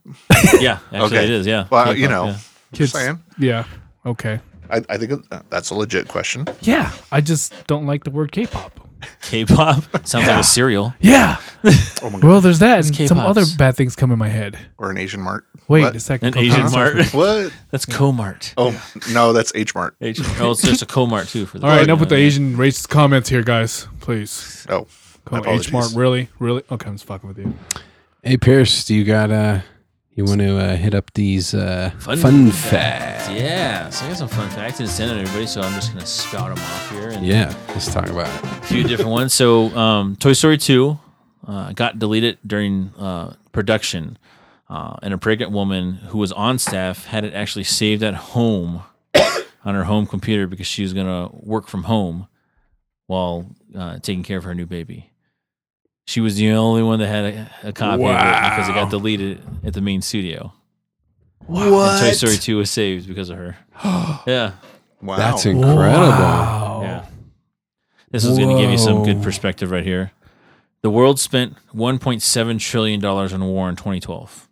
S3: yeah. Actually,
S4: [laughs] Okay.
S3: it is. Yeah.
S4: Well,
S3: K-pop,
S4: you know,
S3: yeah.
S6: Kids-
S4: saying.
S6: Yeah. Okay.
S4: I, I think it- that's a legit question.
S6: Yeah. I just don't like the word K-pop.
S3: K-pop [laughs] sounds like a cereal.
S6: Yeah.
S4: Oh my god,
S6: Well, there's that, and some
S3: K-pops.
S6: other bad things come in my head.
S4: or an Asian mart?
S6: Wait
S4: What?
S6: a second.
S3: An Asian
S6: Huh?
S3: mart.
S4: [laughs] What?
S3: That's Comart.
S4: Oh no, that's H mart.
S3: H- oh, it's just a Comart too. For the
S6: All right,
S2: [laughs]
S3: you
S6: enough
S3: know,
S6: with the
S3: yeah.
S6: Asian racist comments here, guys. Please.
S4: Oh,
S6: Come on,
S4: Apologies.
S6: H Mart, really, really. Okay, I'm just fucking with you.
S2: Hey Pierce, do you got uh you want to uh, hit up these uh, fun,
S3: Fun
S2: facts?
S3: Yeah, so I got some fun facts and send it to everybody. So I'm just gonna spout them off here and
S2: Yeah, let's talk about it.
S3: a few different ones. So um, Toy Story 2 uh, got deleted during uh, production, uh, and a pregnant woman who was on staff had it actually saved at home [coughs] on her home computer because she was gonna work from home while uh, taking care of her new baby. She was the only one that had a, a copy of it because it got deleted at the main studio. And Toy Story 2 was saved because of her. yeah.
S4: wow.
S2: That's
S4: [laughs]
S2: incredible.
S6: Wow.
S5: Oh.
S3: Yeah. This is going to give you some good
S2: Whoa.
S3: perspective right here. The world spent 1.7 trillion dollars on war in 2012.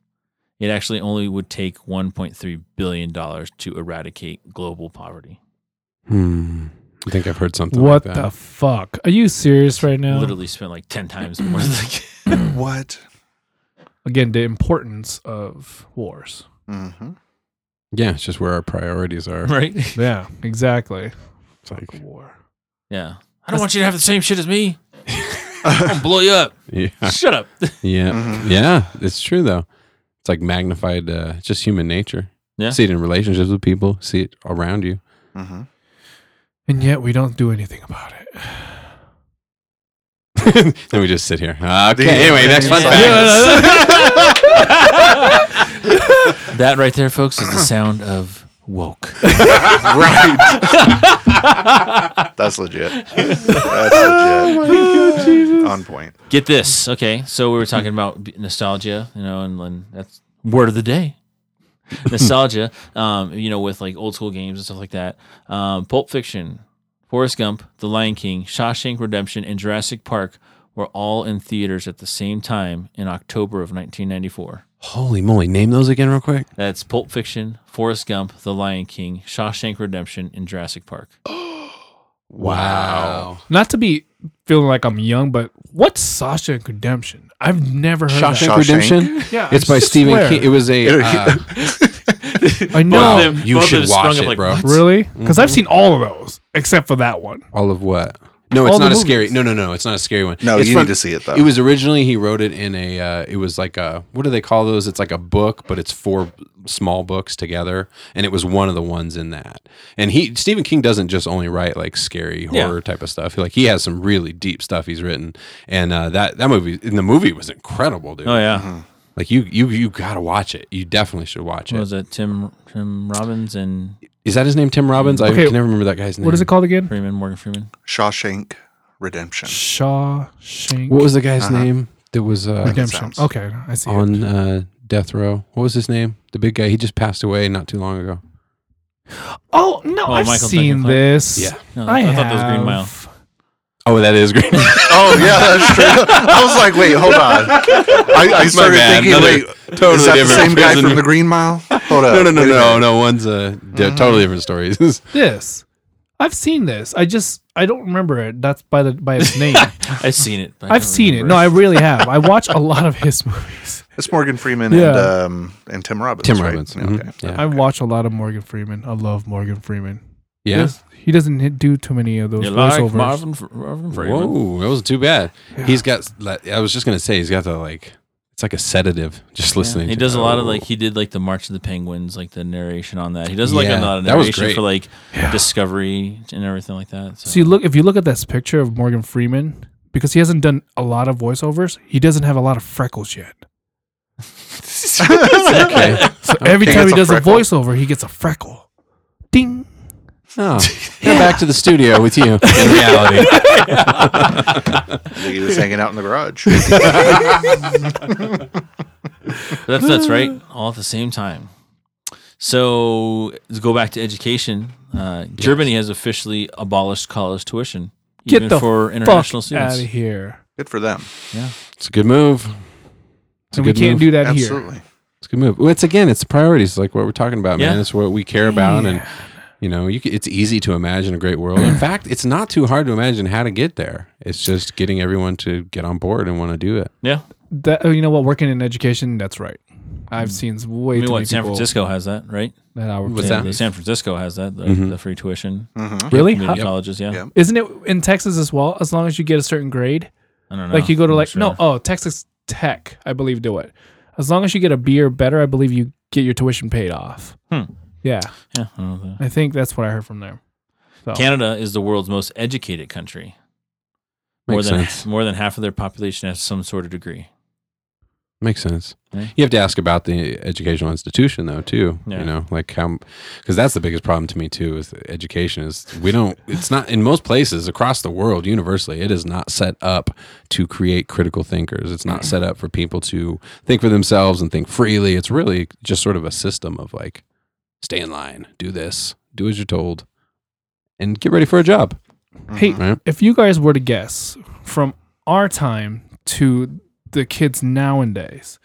S3: It actually only would take 1.3 billion dollars to eradicate global poverty.
S2: Hmm. I think I've heard something
S7: What
S2: like
S7: the
S2: that.
S7: fuck? Are you serious right now?
S3: Literally spent like 10 times more. than the-
S4: What?
S5: Again, the importance of wars.
S4: [laughs] Mm-hmm.
S2: yeah, it's just where our priorities
S3: [laughs]
S2: are.
S3: right?
S5: Yeah, exactly.
S2: It's like,
S5: War.
S3: Yeah. I don't want you to have the same shit as me. I'm
S4: Mm-hmm.
S3: gonna blow you
S2: [laughs]
S3: up.
S2: yeah,
S3: Shut up.
S2: yeah,
S4: Mhm.
S2: yeah. It's true though. It's like magnified. Uh, it's just human nature.
S3: Yeah.
S2: See it in relationships with people. See it around you.
S4: Mm-hmm.
S5: And yet we don't do anything about it.
S2: then we just sit here. Okay. Anyway, next fun
S3: Yeah.
S2: fact. [laughs]
S3: [laughs] That right there, folks, is the sound of woke.
S6: [laughs]
S4: right. [laughs] That's legit.
S6: Oh
S4: That's legit. On point.
S3: Get this. Okay. So we were talking about b- nostalgia, you know, and, and that's word of the day. nostalgia, um, you know, with like old school games and stuff like that. Um, Pulp Fiction, Forrest Gump, The Lion King, Shawshank Redemption, and Jurassic Park were all in theaters at the same time in October of 1994.
S2: Holy moly! Name those again, real quick.
S3: That's Pulp Fiction, Forrest Gump, The Lion King, Shawshank Redemption, and Jurassic Park.
S2: Wow.
S5: Not to be feeling like I'm young, but what's Sasha and Redemption? I've never heard of
S2: Shawshank,
S4: Shawshank?
S2: Redemption.
S5: that. Yeah,
S2: It's
S5: I
S2: by Stephen
S5: swear.
S2: King. It was a. uh,
S5: I
S3: Both
S5: know.
S3: of them-
S2: you
S3: both of
S2: should
S3: them
S2: watch
S3: sprung up
S2: it, bro.
S3: "What?"
S5: Really? Because I've seen all of those except for that one.
S2: All of what? No, it's
S5: All the
S2: not a
S5: movies.
S2: scary. No, no, no. It's not a scary one.
S4: No,
S2: It's
S4: you
S2: from-
S4: need to see it though.
S2: It was originally he wrote it in a. Uh, it was like a. What do they call those? It's like a book, but it's four small books together, and it was one of the ones in that. And he Stephen King doesn't just only write like scary
S3: Yeah.
S2: horror type of stuff. He, like he has some really deep stuff he's written, and uh, that that movie in the movie was incredible, dude.
S3: Oh, yeah.
S2: Like you you you gotta watch it. You definitely should watch
S3: What
S2: it.
S3: was it? Tim Tim Robbins and
S2: Is that his name, Tim Robbins? I
S5: Okay.
S2: can never remember that guy's name.
S5: What is it called again?
S3: Freeman, Morgan Freeman.
S4: Shawshank Redemption.
S5: Shawshank
S2: What was the guy's
S4: Uh-huh.
S2: name that was uh,
S5: Redemption.
S4: sounds-
S5: Okay, I see. it.
S2: on uh, death row? What was his name? The big guy. He just passed away not too long ago.
S5: Oh no,
S3: Oh,
S5: I've
S3: Michael
S5: seen
S3: Duncan.
S5: this.
S2: Yeah.
S3: No,
S5: I,
S3: thought that was Green Mile.
S5: have.
S2: Oh, that is great.
S4: [laughs] Oh yeah, that's true. I was like, wait, hold on. I, I started
S2: bad.
S4: thinking,
S2: Another-
S4: wait,
S2: totally
S4: is that the
S2: different
S4: same guy
S2: prisoner.
S4: from the Green Mile? Hold
S2: [laughs]
S4: up.
S2: no, no, no,
S4: wait a
S2: no,
S4: minute.
S2: no. One's uh, di- totally different stories. [laughs]
S5: This. I've seen this. I just I don't remember it. That's by the by its name.
S3: I've seen it. but I
S5: I've
S3: don't
S5: seen it.
S3: remember
S5: No, I really have. I watch a lot of his movies.
S4: It's Morgan Freeman and
S5: Yeah.
S4: um and Tim Robbins.
S2: Tim
S4: right?
S2: Robbins.
S4: Yeah,
S2: Mhm.
S4: Okay. [laughs]
S2: Yeah.
S5: I watch a lot of Morgan Freeman. I love Morgan Freeman.
S2: Yeah.
S5: Yes. He doesn't hit- do too many of those
S3: You like
S5: voiceovers.
S3: Marvin, Fr- Marvin Freeman?
S2: Whoa, that wasn't too bad.
S5: Yeah.
S2: He's got. like, I was just gonna say he's got the like. It's like a sedative. Just listening.
S3: Yeah. He
S2: to
S3: does a
S2: it.
S3: lot of
S2: Oh.
S3: like he did like the March of the Penguins, like the narration on that. He does like
S2: Yeah,
S3: a lot of
S2: that was
S3: narration
S2: great.
S3: for like
S5: Yeah.
S3: Discovery and everything like that. So,
S5: So
S3: [laughs]
S5: you look if you look at this picture of Morgan Freeman, because he hasn't done a lot of voiceovers, he doesn't have a lot of freckles yet.
S2: [laughs] Okay.
S5: So every
S4: He
S5: time
S4: gets
S5: he
S4: a
S5: does
S4: freckle.
S5: a voiceover, he gets a freckle. Ding.
S2: Oh, now back to the studio with you. In
S5: [laughs]
S2: reality,
S4: He was hanging out in
S2: [laughs]
S4: the garage.
S3: that's that's right, all at the same time. So let's go back to education. Uh, Germany has officially abolished college tuition,
S5: Get
S3: even
S5: the
S3: for international students.
S5: Out of here.
S4: Good for them.
S2: it's a good move. It's a
S5: and we
S2: good
S5: can't
S2: move.
S5: do that here.
S4: Absolutely.
S2: It's a good move. Well, it's again, it's priorities, like what we're talking about, man.
S3: Yeah.
S2: It's what we care about, and you know, you, c- it's easy to imagine a great world. In fact, it's not too hard to imagine how to get there. It's just getting everyone to get on board and want to do it.
S3: yeah,
S5: That, oh, you know what? Working in education, that's right. I've seen way
S3: I mean,
S5: too many
S3: what San
S5: people
S3: Francisco has that, right?
S5: that I
S2: What's
S3: San,
S2: that?
S3: San Francisco has that, the,
S2: Mhm.
S3: the free tuition.
S5: Uh-huh.
S4: Mm-hmm.
S5: Really?
S3: Community
S5: How-
S3: colleges, yeah.
S4: Yeah.
S5: isn't it in Texas as well? As long as you get a certain grade,
S3: I don't know.
S5: like you go to
S3: I'm
S5: like
S3: sure.
S5: no, oh Texas Tech, I believe do it. As long as you get a B or better, I believe you get your tuition paid off.
S3: Hmm.
S5: Yeah,
S3: Yeah, I don't know.
S5: I think that's what I heard from there. So
S3: Canada is the world's most educated country. More
S2: Makes
S3: than
S2: sense.
S3: [laughs] more than half of their population has some sort of degree.
S2: Makes sense.
S3: Yeah.
S2: You have to ask about the educational institution, though, too.
S3: Yeah.
S2: You know, like how, because that's the biggest problem to me too. Is the education is we don't. It's not in most places across the world universally. It is not set up to create critical thinkers. It's not set up for people to think for themselves and think freely. It's really just sort of a system of like, stay in line, do this, do as you're told, and get ready for a job.
S5: hey,
S2: Right?
S5: if you guys were to guess from our time to the kids nowadays,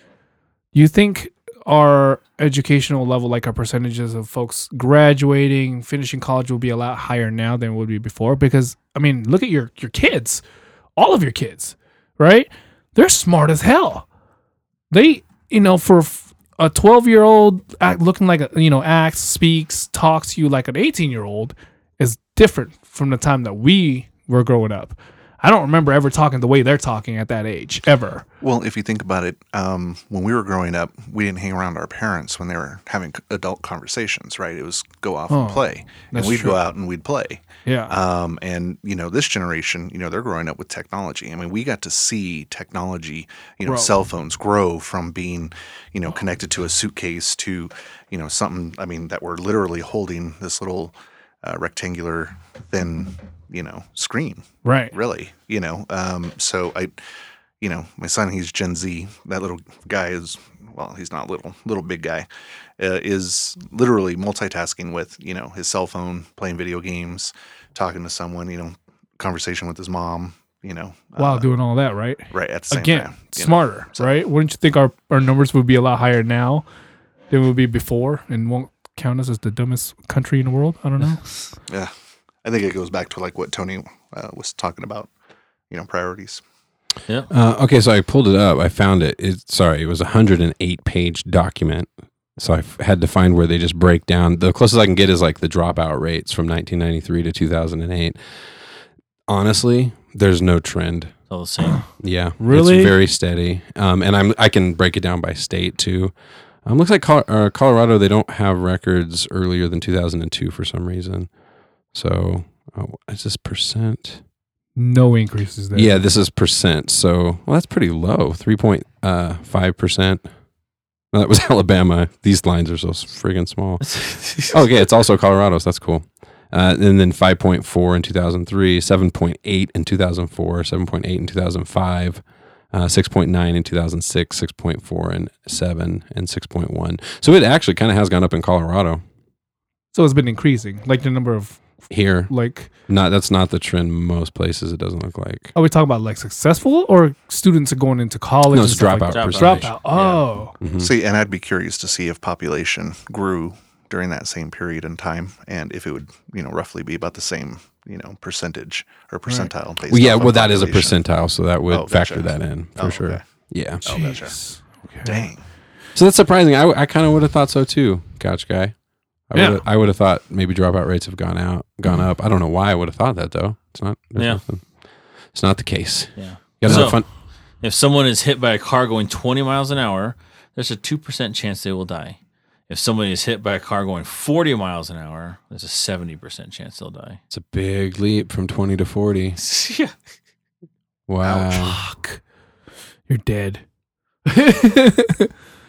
S5: you think our educational level, like our percentages of folks graduating, finishing college, will be a lot higher now than it would be before? Because I mean, look at your your kids, all of your kids, right? They're smart as hell. They, you know, for f- a twelve-year-old act looking like a, you know acts, speaks, talks to you like an eighteen-year-old is different from the time that we were growing up. I don't remember ever talking the way they're talking at that age ever.
S4: Well, if you think about it, um, when we were growing up, we didn't hang around our parents when they were having c- adult conversations, right? It was go off and
S5: Oh,
S4: play, and
S5: that's
S4: we'd go
S5: true.
S4: out and we'd play.
S5: Yeah.
S4: Um, and you know, this generation, you know, they're growing up with technology. I mean, we got to see technology, you know,
S5: Grow.
S4: cell phones grow from being, you know, connected to a suitcase to, you know, something. I mean, that we're literally holding this little uh, rectangular thin, you know, screen
S5: right.
S4: really you know um so i you know my son he's gen z that little guy is well he's not little little big guy uh, is literally multitasking with you know his cell phone playing video games talking to someone you know conversation with his mom you know uh,
S5: While doing all that, right?
S4: right at the same
S5: Again,
S4: time you know.
S5: smarter, right? Wouldn't you think our, our numbers would be a lot higher now than would be before and won't count us as the dumbest country in the world? I
S4: [laughs]
S5: don't know.
S4: yeah i think it goes back to like what tony uh, was talking about you know priorities
S2: Uh, okay, so I pulled it up. I found it. it sorry, it was a 108 page document. So I f- had to find where they just break down. The closest I can get is like the dropout rates from 1993 to 2008. Honestly, there's no trend.
S3: It's all the same.
S2: Yeah,
S5: Really?
S2: it's very steady. Um, and I'm I can break it down by state too. Um, looks like Col- uh, Colorado they don't have records earlier than 2002 for some reason. So oh, is this percent?
S5: no increases there.
S2: Yeah, this is percent. So well, that's pretty low, three point uh, five percent. That was [laughs] Alabama. These lines are so s- friggin'
S5: [laughs]
S2: small. [laughs] okay, it's also Colorado, so that's cool. Uh, and then 5.4 in 2003, 7.8 in 2004, 7.8 in 2005, uh, 6.9 in 2006, 6.4 and 7, and 6.1. So it actually kind of has gone up in Colorado
S5: So it's been increasing. Like the number of,
S2: here.
S5: like,
S2: Not That's not the trend most places, it doesn't look like.
S5: are we talking about like successful or students are going into college?
S2: No,
S5: and
S2: it's
S5: stuff like
S2: dropout
S5: that?
S2: percentage.
S5: Dropout. Oh.
S2: Mhm.
S4: see and i'd be curious to see if population grew during that same period in time and if it would you know roughly be about the same you know percentage or percentile based
S2: Well, yeah,
S4: off of
S2: well, that is a
S4: population.
S2: percentile, so that would
S4: Oh, gotcha.
S2: factor that in for
S4: Oh,
S2: sure.
S4: okay.
S2: Yeah.
S4: Oh, gotcha.
S5: Jeez. Okay.
S4: dang
S2: So that's surprising. I, I kind of would have thought so too, Couch Guy. I
S5: Yeah.
S2: would I would have thought maybe dropout rates have gone out, gone up. I don't know why I would have thought that though. It's not. there's
S3: Mm-hmm. Yeah.
S2: nothing- It's not the case.
S3: Yeah.
S2: You got
S3: So-
S2: enough fun.
S3: If someone is hit by a car going 20 miles an hour, there's a 2% chance they will die. If somebody is hit by a car going 40 miles an hour, there's a 70% chance
S2: [laughs]
S3: they'll die.
S2: It's a big leap from twenty to forty.
S3: yeah.
S4: Um,
S2: Wow.
S5: Fuck. You're dead.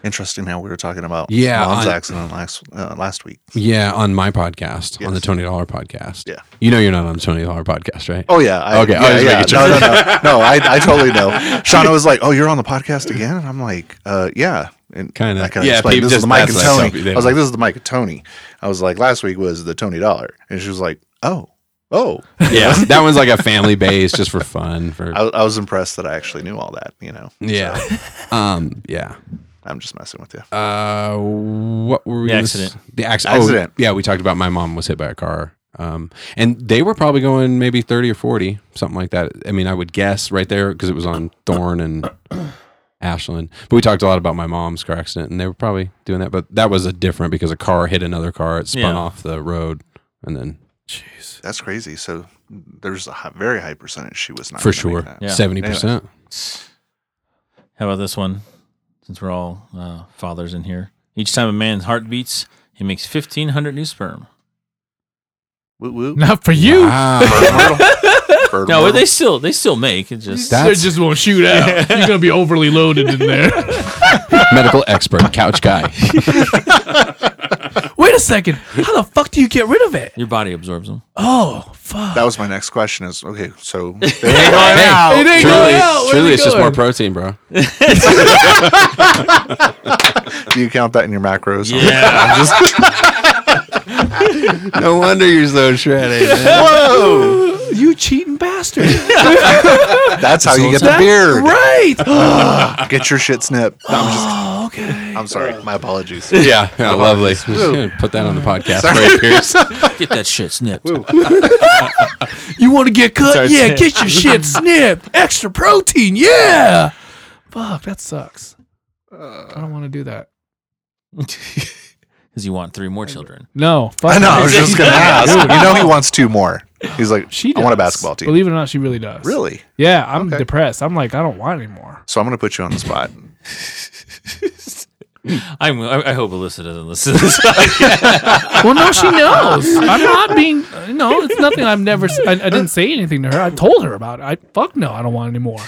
S4: interesting how we were talking about
S2: Yeah,
S4: mom's
S2: I-
S4: accident last uh, last week
S2: Yeah, on my podcast, on the
S4: Yes.
S2: Twenty Dollar Podcast.
S4: Yeah.
S2: you know you're not on the Twenty Dollar Podcast, right?
S4: oh yeah I,
S2: Okay, I
S4: yeah,
S2: was
S4: yeah.
S2: making
S4: no
S2: sure.
S4: no no no I, I totally know [laughs] shauna was like oh you're on the podcast again and i'm like uh yeah and
S2: Kinda.
S4: I kinda
S2: Yeah,
S4: explained,
S2: people
S4: this is
S2: just-
S4: the Mike
S2: that's
S4: and
S2: what I thought we
S4: Tony.
S2: did.
S4: I was like, this is the Mike and Tony. I was like, last week was the Tony Dollar, and she was like, oh, oh,
S2: Yeah, that one's like a
S4: [laughs]
S2: family base, just for fun. For
S4: I, I was impressed that I actually knew all that. You know,
S2: yeah,
S4: [laughs]
S2: um, yeah.
S4: I'm just messing with you.
S2: Uh, what were we?
S3: The
S2: gonna s-
S3: accident.
S2: The acc- oh,
S4: Accident.
S2: yeah, we talked about my mom was hit by a car. Um, and they were probably going maybe thirty or forty, something like that. I mean, I would guess right there because it was on Thorn
S4: [coughs]
S2: and Ashland. But we talked a lot about my mom's car accident, and they were probably doing that. But that was a different because a car hit another car. It spun
S3: Yeah.
S2: off the road, and then
S4: That's crazy. So there's a hi- very high percentage she was not
S2: for
S4: gonna make
S2: sure
S4: that.
S3: Yeah.
S2: seventy percent.
S3: How about this one? Since we're all uh, fathers in here, each time a man's heart beats, he makes 1,500 new sperm.
S4: Woo woo.
S5: Not for
S4: [laughs]
S5: you.
S4: Bird myrtle.
S5: [laughs]
S4: Bird
S3: No,
S4: myrtle.
S3: they still they still make it. Just
S5: They
S2: That's-
S5: just
S4: [laughs]
S5: won't shoot out. You're gonna be overly loaded in there.
S2: medical expert, couch guy.
S5: Wait a second. How the fuck do you get rid of it?
S3: your body absorbs them.
S5: Oh fuck.
S4: That was my next question. Is okay.
S5: [laughs]
S4: So they ain't going out.
S5: It ain't
S2: Truly,
S5: going out. Where's
S2: truly,
S5: it
S2: it's just more
S5: going?
S2: protein, bro.
S4: Do you count that in your macros?
S3: Yeah,
S2: No wonder you're so shredded.
S4: Whoa.
S5: you you
S4: [laughs]
S5: cheating
S4: [laughs]
S5: bastard.
S4: That's how you get the
S5: That's
S4: beard.
S5: Right.
S4: [laughs] Get your shit snipped. No, I'm, just,
S5: Oh, okay.
S4: I'm sorry. My
S5: [laughs]
S4: apologies.
S2: [laughs] Yeah, yeah lovely. Just gonna put that on the podcast. Right, Pierce.
S3: [laughs] Get that shit snipped. [laughs]
S5: You want to get cut?
S3: Sorry,
S5: yeah,
S3: Sam. [laughs]
S5: get your shit snipped. Extra protein. Yeah. Fuck, that sucks. I don't want to do that.
S3: Because you want three more children.
S5: No. Fuck
S4: I know. I
S5: that.
S4: was just gonna ask. You know,
S5: [laughs]
S4: he wants two more. He's like,
S5: She
S4: I want a
S5: does.
S4: basketball team.
S5: Believe it or not, she really does.
S4: really?
S5: Yeah, I'm
S4: Okay.
S5: depressed. I'm like, I don't want anymore.
S4: So I'm gonna put you on the
S5: [laughs]
S4: spot.
S3: I'm, I, I hope Alyssa doesn't listen to this. [laughs]
S5: well, no, [laughs] she knows. I'm not being. No, it's nothing. I've never. s- I, I didn't say anything to her. I told her about it. I fuck no. I don't want any more.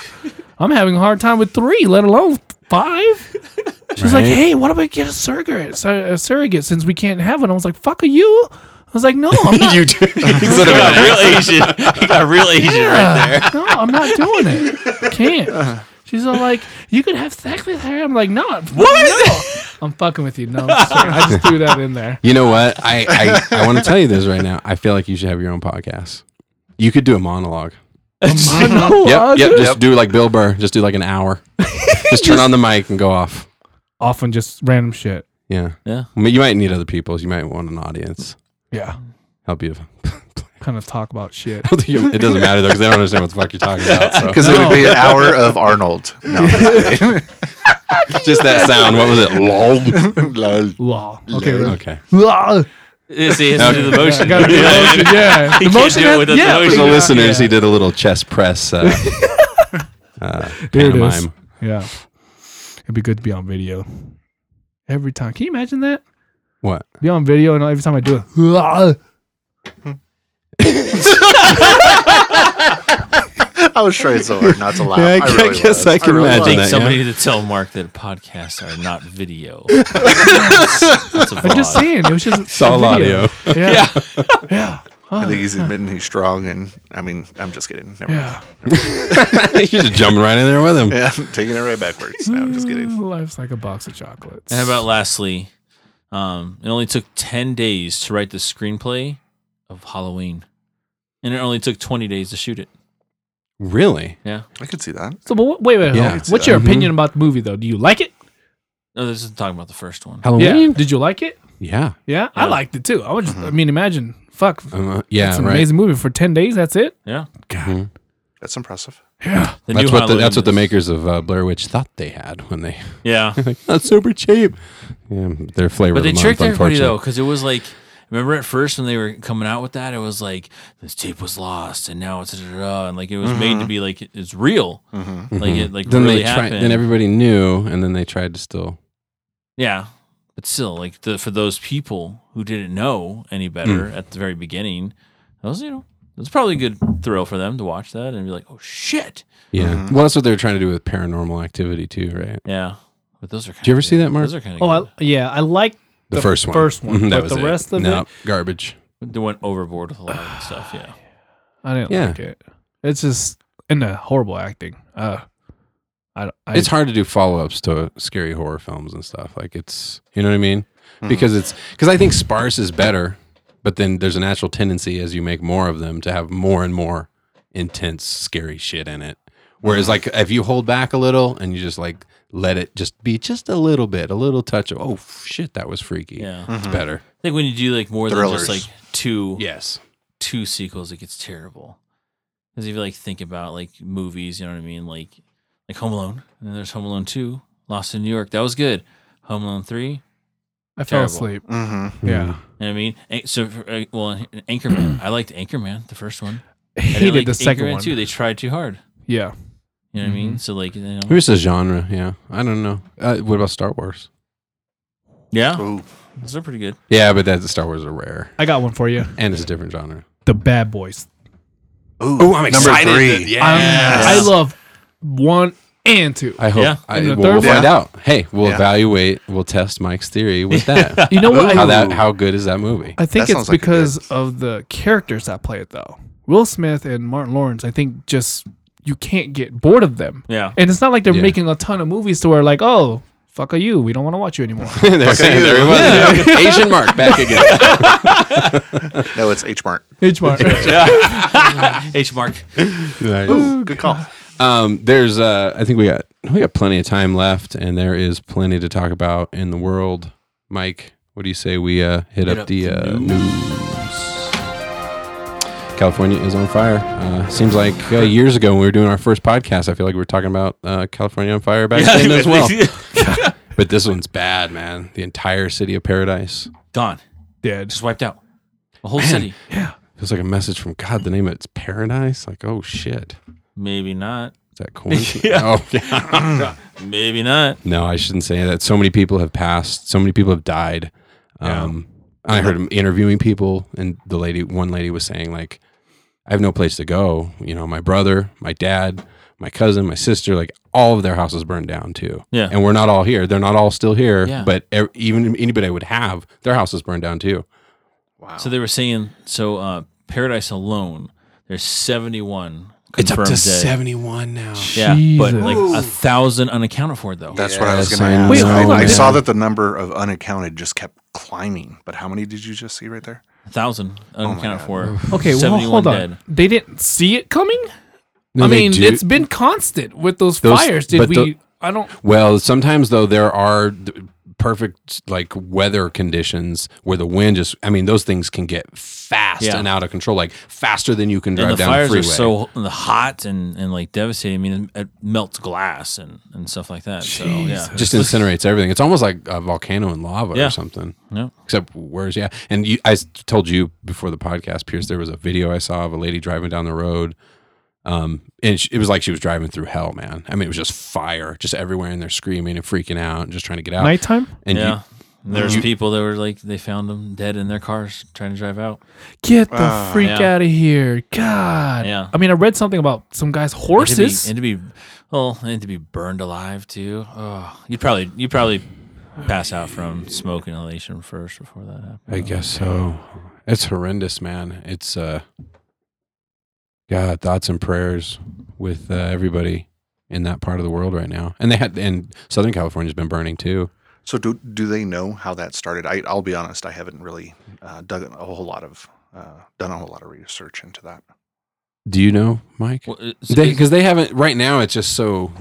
S5: I'm having a hard time with three, let alone five. She's like,
S2: Right.
S5: hey, what about get a surrogate? A, a surrogate since we can't have one. I was like, fuck are you. I was like, no, I'm
S2: [laughs] [laughs]
S5: not.
S2: you do.
S3: you got real Asian. You got real Asian
S5: [laughs]
S3: right there.
S5: no, I'm not doing it. I can't. She's all like, you could have sex with her. I'm like, no. What? No. I'm fucking with you. No, I'm sorry. I just threw that in there.
S2: You know what? I I, I [laughs] want to tell you this right now. I feel like you should have your own podcast. You could do a monologue.
S5: No,
S2: Yep, yep.
S5: Audrey.
S2: Just do like Bill Burr. Just do like an [laughs] hour. just turn on the mic and go off.
S5: Often just random shit.
S2: Yeah.
S3: Yeah.
S2: I mean, you might need other people. You might want an audience.
S5: Yeah.
S2: Help you. [laughs]
S5: Kind of talk about shit.
S2: it doesn't matter though because they don't understand what the fuck you're talking about. So.
S4: Because it would be an hour of Arnold.
S5: [laughs]
S4: No. [laughs]
S2: just that sound. What was it? Lol.
S4: Lol.
S5: [laughs] Law. Okay.
S2: Okay.
S5: Law.
S3: It's the answer to the
S5: [laughs]
S3: motion.
S5: Gotta do the motion,
S3: [laughs]
S5: yeah.
S3: He
S5: The
S3: can't
S5: motion
S3: do it
S5: has-
S3: without the
S5: yeah,
S3: motion.
S2: For the
S3: Yeah.
S2: listeners, he did a little chest press. Uh, uh,
S5: There it is.
S2: pantomime.
S5: Yeah. It'd be good to be on video. Every time. Can you imagine that?
S2: What?
S5: Be on video and every time I do it. "Law."
S4: I was trying so
S2: [laughs]
S4: hard not to laugh.
S2: Yeah, I
S4: I,
S2: ca-
S4: really
S2: guess
S4: was.
S2: I can
S4: really
S2: imagine
S3: I think
S2: that,
S3: somebody needed to tell Mark that podcasts are not video. That's a
S5: I'm just
S3: vlog.
S5: saying. It was just
S2: It's all
S5: a video.
S2: audio.
S5: Yeah. [laughs] Yeah.
S4: I think he's admitting he's strong, and I mean, I'm just kidding. Never mind.
S5: Yeah.
S2: [laughs] You're just jumping right in there with him.
S4: [laughs] Yeah, I'm taking it right backwards. No, I'm just kidding.
S5: Mm, Life's like a box of chocolates.
S3: And how about lastly, um, it only took 10 days to write the screenplay of Halloween. And it only took 20 days to shoot it.
S2: Really?
S3: Yeah.
S4: I could see that.
S5: so, but wait, wait, wait.
S2: Yeah.
S5: What's your
S2: Mhm.
S5: opinion about the movie, though? Do you like it?
S3: No, this is talking about the first one.
S5: Yeah.
S2: Halloween?
S5: Did you like it?
S2: Yeah.
S5: Yeah. I
S3: Yeah. liked
S5: liked it too. I was.
S2: Mm-hmm.
S5: I mean, imagine. Fuck.
S2: Um, uh, yeah.
S5: It's an
S2: right.
S5: amazing movie for ten days. That's it.
S3: Yeah.
S2: Mhm.
S4: That's impressive.
S5: Yeah.
S2: That's
S3: The new
S2: what the,
S3: Halloween
S2: that's what the
S3: is-
S2: makers of uh, Blair Witch thought they had when they [laughs]
S3: Yeah.
S2: like that's super cheap. Yeah, their flavor.
S3: But they
S2: of the
S3: tricked
S2: month,
S3: everybody though,
S2: unfortunately.
S3: because it was like, remember at first when they were coming out with that, it was like this tape was lost, and now it's da, da, da, and like it was made to be like it's real, like it like
S2: Mm-hmm. Then
S3: really
S2: they tried.
S3: happened.
S2: Then everybody knew, and then they tried to still.
S3: yeah, but still, like the, for those people who didn't know any better
S2: Mm.
S3: at the very beginning, that was you know it was probably a good thrill for them to watch that and be like, oh shit,
S2: Yeah. Well, that's what they were trying to do with Paranormal Activity too, right?
S3: yeah. But those are. Kind
S2: Did you ever see that, Mark?
S3: Those are kind of.
S5: Oh, I, yeah. I like
S2: The, first one.
S5: First one.
S2: [laughs] Mhm,
S5: but the rest of
S2: Nope,
S5: it,
S2: garbage.
S3: they went overboard with a lot of stuff. Yeah.
S5: I didn't
S2: Yeah.
S5: like it. It's just and the horrible acting. Uh, I. don't- I
S2: it's hard to do follow-ups to scary horror films and stuff. Like it's, you know what I mean? Because it's because I think sparse is better, but then there's a natural tendency as you make more of them to have more and more intense scary shit in it. Whereas like if you hold back a little and you just like let it just be just a little bit, a little touch of oh shit that was freaky.
S3: Yeah.
S4: Mm-hmm.
S2: It's better.
S3: I think when you do like more
S4: Thrillers.
S3: than just like two.
S2: Yes.
S3: two sequels, it gets terrible. Because if you like think about like movies, you know what I mean, like like Home Alone, and then there's Home Alone Two, Lost in New York, that was good. Home Alone Three,
S5: I fell
S3: terrible.
S5: asleep.
S4: Mm-hmm.
S5: Yeah.
S3: you know what I mean. An- So for, uh, well, An- Anchorman, I liked Anchorman, the first one. I didn't
S5: Hated
S3: like
S5: the second
S3: Anchorman
S5: one.
S3: too. They tried too hard.
S5: Yeah.
S3: You know what I mean? So like, you know,
S2: Maybe it's a genre, yeah. I don't know. Uh, what about Star Wars?
S3: yeah,
S4: Ooh.
S3: those are pretty good.
S2: Yeah, but that's Star Wars are rare.
S5: I got one for you.
S2: And it's a different genre.
S5: The Bad Boys.
S4: Ooh,
S2: I'm
S4: number
S2: excited
S4: three.
S2: Yeah.
S5: I'm- I love one and two.
S2: I hope.
S3: Yeah.
S2: I,
S5: And
S2: we'll
S5: the third
S2: we'll
S5: one-
S2: find out. Hey, we'll
S4: Yeah.
S2: evaluate. We'll test Mike's theory with
S5: [laughs]
S2: that.
S5: You know what?
S2: how
S5: I,
S2: that? How good is that movie?
S5: I think
S4: That
S5: it's
S4: sounds like a good-
S5: because of the characters that play it though. Will Smith and Martin Lawrence, I think just you can't get bored of them.
S3: Yeah,
S5: And it's not like they're
S2: Yeah.
S5: making a ton of movies to where like, oh, fuck are you? We don't want to watch
S2: [laughs]
S5: you anymore.
S2: [laughs] there, there he was. [laughs] Asian Mark back
S5: [laughs]
S2: again.
S4: No, it's H Mart.
S5: H mark.
S3: [laughs] H mark.
S2: Nice.
S4: Good call.
S2: Um, there's, uh, I think we got we got plenty of time left, and there is plenty to talk about in the world. Mike, what do you say we uh, hit, up, the, uh, news? California is on fire. Uh, seems like uh, years ago when we were doing our first podcast, I feel like we were talking about uh, California on fire back
S5: [laughs]
S2: then as well. But this one's bad, man. The entire city of Paradise.
S3: [laughs] Gone.
S5: Dead.
S3: Just wiped out. The whole
S2: Man.
S3: city.
S2: Feels like a message from God. The name of it's Paradise. Like, oh shit,
S3: Maybe not.
S2: is that coincidence?
S3: [laughs] Yeah.
S2: Oh yeah.
S3: Maybe not.
S2: No, I shouldn't say that. So many people have passed. So many people have died. Um, I heard him interviewing people, and the lady, one lady, was saying like, "I have no place to go." You know, my brother, my dad, my cousin, my sister, like all of their houses burned down too.
S3: Yeah.
S2: and we're not all here. They're not all still here.
S3: Yeah.
S2: But ev- even anybody I would have, their houses burned down too.
S3: So they were saying so uh Paradise alone, there's seventy one confirmed dead.
S2: seventy-one now.
S3: Yeah, but
S5: Jesus.
S3: like a thousand unaccounted for though.
S4: That's what I was
S2: Yes,
S4: going to
S2: I
S4: ask.
S5: know,
S4: I, I
S5: man.
S4: saw that the number of unaccounted just kept climbing, but how many did you just see right there?
S3: A thousand unaccounted
S2: Oh
S4: God.
S3: for.
S5: Okay, well,
S3: 71
S5: hold on.
S3: dead.
S5: They didn't see it coming.
S2: No,
S5: I
S2: they
S5: mean,
S2: do-
S5: it's been constant with those,
S2: Those-
S5: fires. Did
S2: but
S5: we?
S2: the-
S5: I don't.
S2: Well, sometimes though there are th- perfect like weather conditions where the wind just I mean those things can get fast
S3: Yeah.
S2: and out of control like faster than you can drive
S3: And the
S2: down
S3: fires
S2: the freeway.
S3: are so and the hot and, and like devastating. I mean, it melts glass and, and stuff like that. So yeah,
S2: just incinerates everything. It's almost like a volcano in lava
S3: Yeah.
S2: or something.
S3: Yeah.
S2: Except where's yeah. And you, I s- told you before the podcast, Pierce, there was a video I saw of a lady driving down the road. Um, and she, it was like she was driving through hell, man. I mean, it was just fire, just everywhere, and they're screaming and freaking out and just trying to get out.
S5: Nighttime?
S2: And you-
S3: yeah. And there's people that were like they found them dead in their cars trying to drive out.
S5: Get the freak
S3: Yeah.
S5: out of here. God.
S3: Yeah.
S5: I mean, I read something about some guy's
S3: And to be-
S5: horses.
S3: and to be, well, and to be burned alive too. Oh, you'd probably you'd probably pass out from smoke inhalation first before that happened.
S2: I guess so. It's horrendous, man. It's uh God, thoughts and prayers with uh, everybody in that part of the world right now. And they had and Southern California's been burning too.
S4: So do do they know how that started? I, I'll be honest, I haven't really uh, dug a whole lot of uh, done a whole lot of research into that.
S2: Do you know, Mike?
S3: Well, uh, it's-
S2: They
S3: it's-
S2: cuz they haven't right now it's just so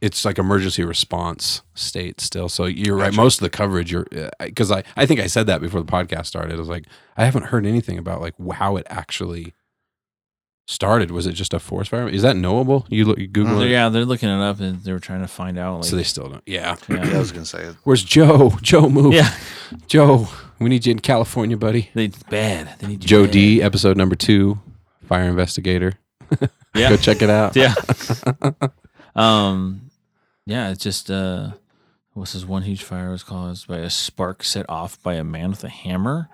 S2: it's like emergency response state still. So you're right.
S4: Gotcha.
S2: Most of the coverage, you're because I I think I said that before the podcast started. I was like, I haven't heard anything about like wh- how it actually started. Was it just a forest fire? Is that knowable? You look, you Google
S3: they're-
S2: it.
S3: yeah, they're looking it up and they were trying to find out. Like,
S2: So they still don't. Yeah.
S3: yeah.
S4: Yeah, I was going to say
S2: Where's Joe? Joe, move.
S3: [laughs] Yeah.
S2: Joe, we need you in California, buddy.
S3: They bad. They need you
S2: Joe
S3: bad.
S2: D, episode number two, fire investigator. [laughs]
S3: Yeah.
S2: Go check it out.
S3: yeah. um, yeah, it's just uh, what's this one huge fire was caused by a spark set off by a man with a hammer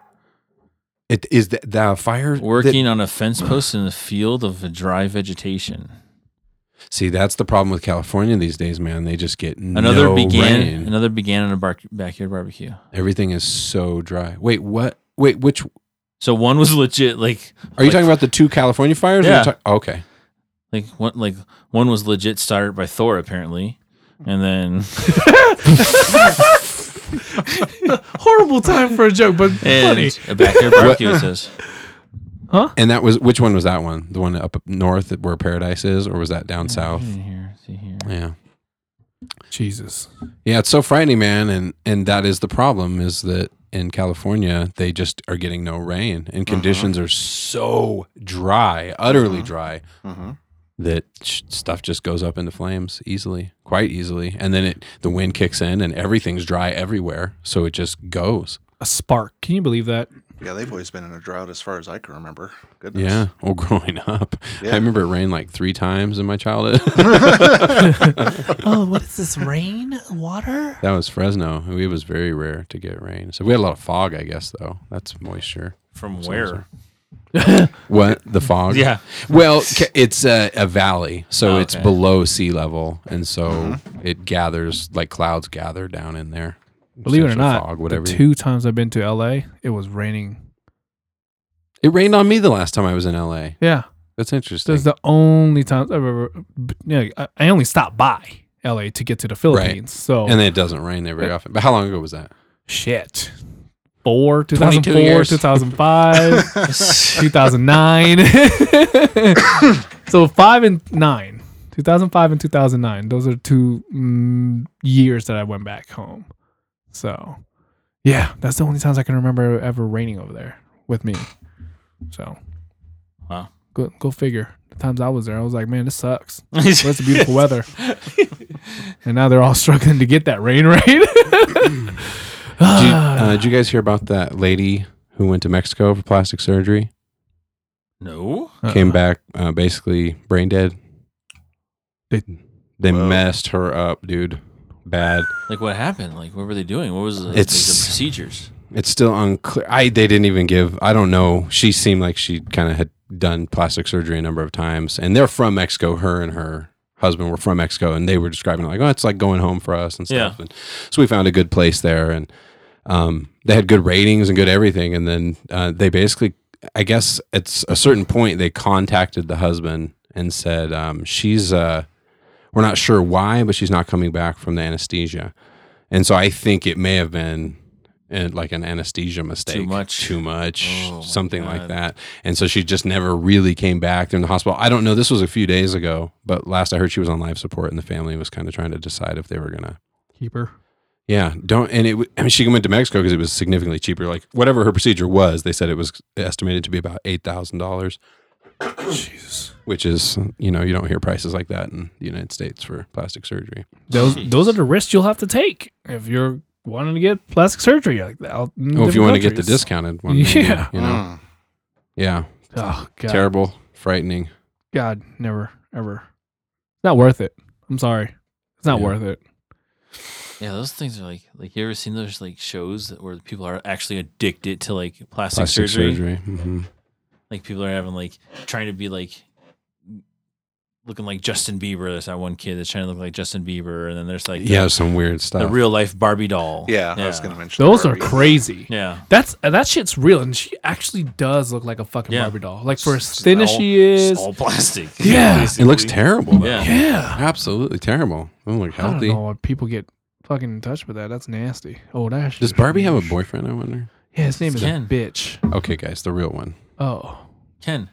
S2: It is the, the fire that-
S3: working on a fence post in the field of a dry vegetation.
S2: see, that's the problem with California these days, man. They just get
S3: Another
S2: no
S3: began.
S2: rain.
S3: Another began in a bar- backyard barbecue.
S2: Everything is so dry. Wait, what? Wait, which are
S3: So one was [laughs] legit. Like,
S2: you
S3: like-
S2: talking about the two California fires? or you're
S3: Yeah.
S2: talk- okay.
S3: Like one, like one was legit started by Thor apparently, and then
S5: [laughs]
S3: [laughs]
S5: Horrible time for a joke, but funny.
S3: [laughs] and a backyard barbecue it says.
S2: And that was which one was that one? The one up north where paradise is, or was that down south?
S3: Here, see here.
S2: Yeah.
S5: Jesus.
S2: Yeah, it's so frightening, man, and and that is the problem is that in California they just are getting no rain, and
S3: Uh-huh.
S2: conditions are so dry, utterly dry,
S4: Mhm.
S2: that sh- stuff just goes up into flames easily, quite easily, and then it the wind kicks in and everything's dry everywhere, so it just goes.
S5: A spark. Can you believe that?
S4: Yeah, they've always been in a drought as far as I can remember. Goodness.
S2: Yeah, [laughs] well, growing up, I
S4: Yeah.
S2: remember it rained like three times in my childhood. [laughs]
S6: [laughs] Oh, what is this? Rain? Water?
S2: that was Fresno. It was very rare to get rain, so we had a lot of fog, I guess. Though that's moisture.
S3: From where?
S2: What the fog?
S3: [laughs]
S5: [laughs]
S3: Yeah.
S2: Well, ca- it's a, a valley, so
S3: Oh,
S2: it's
S3: okay.
S2: below sea level, and so
S5: Uh-huh.
S2: it gathers like clouds gather down in there.
S5: Believe it or
S2: Essential
S5: not,
S2: fog,
S5: the
S2: whatever. you-
S5: two times I've been to LA, it was raining.
S2: it rained on me the last time I was in LA.
S5: Yeah.
S2: That's
S5: That's
S2: interesting.
S5: uh, the only time I've ever. Yeah, I I only stopped by. LA to get to the Philippines. So
S2: And it doesn't rain there very often. But how long ago was that?
S5: shit. Four,
S2: 22
S5: 2004,
S2: years. [laughs]
S5: 2005, 2009. [laughs] so five and nine. 2005 and 2009. Those are two mm, years that I went back home. So, yeah, that's the only times I can remember ever raining over there with me. So,
S3: Wow.
S5: Go, go figure. The times I was there, I was like, man, this sucks.
S3: [laughs]
S5: Well, it's beautiful weather. and now they're all struggling to get that
S2: [laughs]
S5: rain right.
S2: Did you, uh, did you guys hear about that lady who went to Mexico for plastic surgery?
S3: no.
S5: Uh-uh.
S2: Came back uh, basically brain dead.
S5: They-
S2: They messed her up, dude. Bad.
S3: Like what happened? Like what were they doing? What was the, like, the
S2: It's-
S3: procedures?
S2: It's still unclear. I they didn't even give. I don't know. She seemed like she kind of had done plastic surgery a number of times, and they're from Mexico. Her and her husband were from Mexico, and they were describing it like, "Oh, it's like going home for us and stuff." And so we found a good place there, and um, they had good ratings and good everything. And then uh, they basically, I guess, at a certain point, they contacted the husband and said, um, "She's uh, we're not sure why, but she's not coming back from the anesthesia." And so I think it may have been and like an anesthesia mistake,
S3: much.
S2: too much,
S3: Oh, my
S2: something like
S3: God.
S2: that. And so she just never really came back during the hospital. I don't know. This was a few days ago, but last I heard, she was on life support, and the family was kind of trying to decide if they were gonna
S5: Keeper.
S2: yeah, don't. And it. w- I mean, she went to Mexico because it was significantly cheaper. Like whatever her procedure was, they said it was estimated to be about eight thousand dollars. Jesus. Which is, you know, you don't hear prices like that in the United States for plastic surgery.
S5: Those those are the risks you'll have to take if you're wanting to get plastic surgery like that. out in
S2: Well, Oh, if you
S5: different
S2: want to get the
S5: countries.
S2: discounted one,
S5: Yeah.
S2: you know,
S4: Mm.
S2: yeah,
S5: Oh god,
S2: terrible, frightening.
S5: God, never, ever. It's not worth it. I'm sorry, it's not
S2: Yeah.
S5: worth it.
S3: Yeah, those things are like like you ever seen those like shows that where people are actually addicted to like plastic,
S2: Plastic
S3: surgery?
S2: surgery. Mhm.
S3: Like people are having like trying to be like looking like Justin Bieber. There's that one kid that's trying to look like Justin Bieber, and then there's like the-
S2: yeah, some weird
S3: the,
S2: stuff.
S3: real life Barbie doll.
S4: Yeah,
S3: yeah.
S4: I was gonna mention
S5: Those
S4: that
S5: are
S4: earlier.
S5: crazy.
S4: [laughs]
S3: yeah.
S5: That's uh, that shit's real, and she actually does look like a fucking
S3: Yeah.
S5: Barbie doll. Like for as
S3: Just
S5: thin as
S3: all-
S5: she
S3: just
S5: is,
S3: all plastic.
S5: Yeah.
S2: it looks terrible. Though.
S3: Yeah.
S5: yeah.
S2: absolutely terrible. Don't look
S5: I don't
S2: healthy.
S5: know why people get fucking in touch with that. That's nasty. Oh, that's
S2: Does Barbie have a boyfriend? I wonder.
S5: Yeah, his name is
S3: Ken.
S5: bitch.
S2: Okay, guys, the real one.
S3: [laughs]
S5: Oh,
S3: Ken.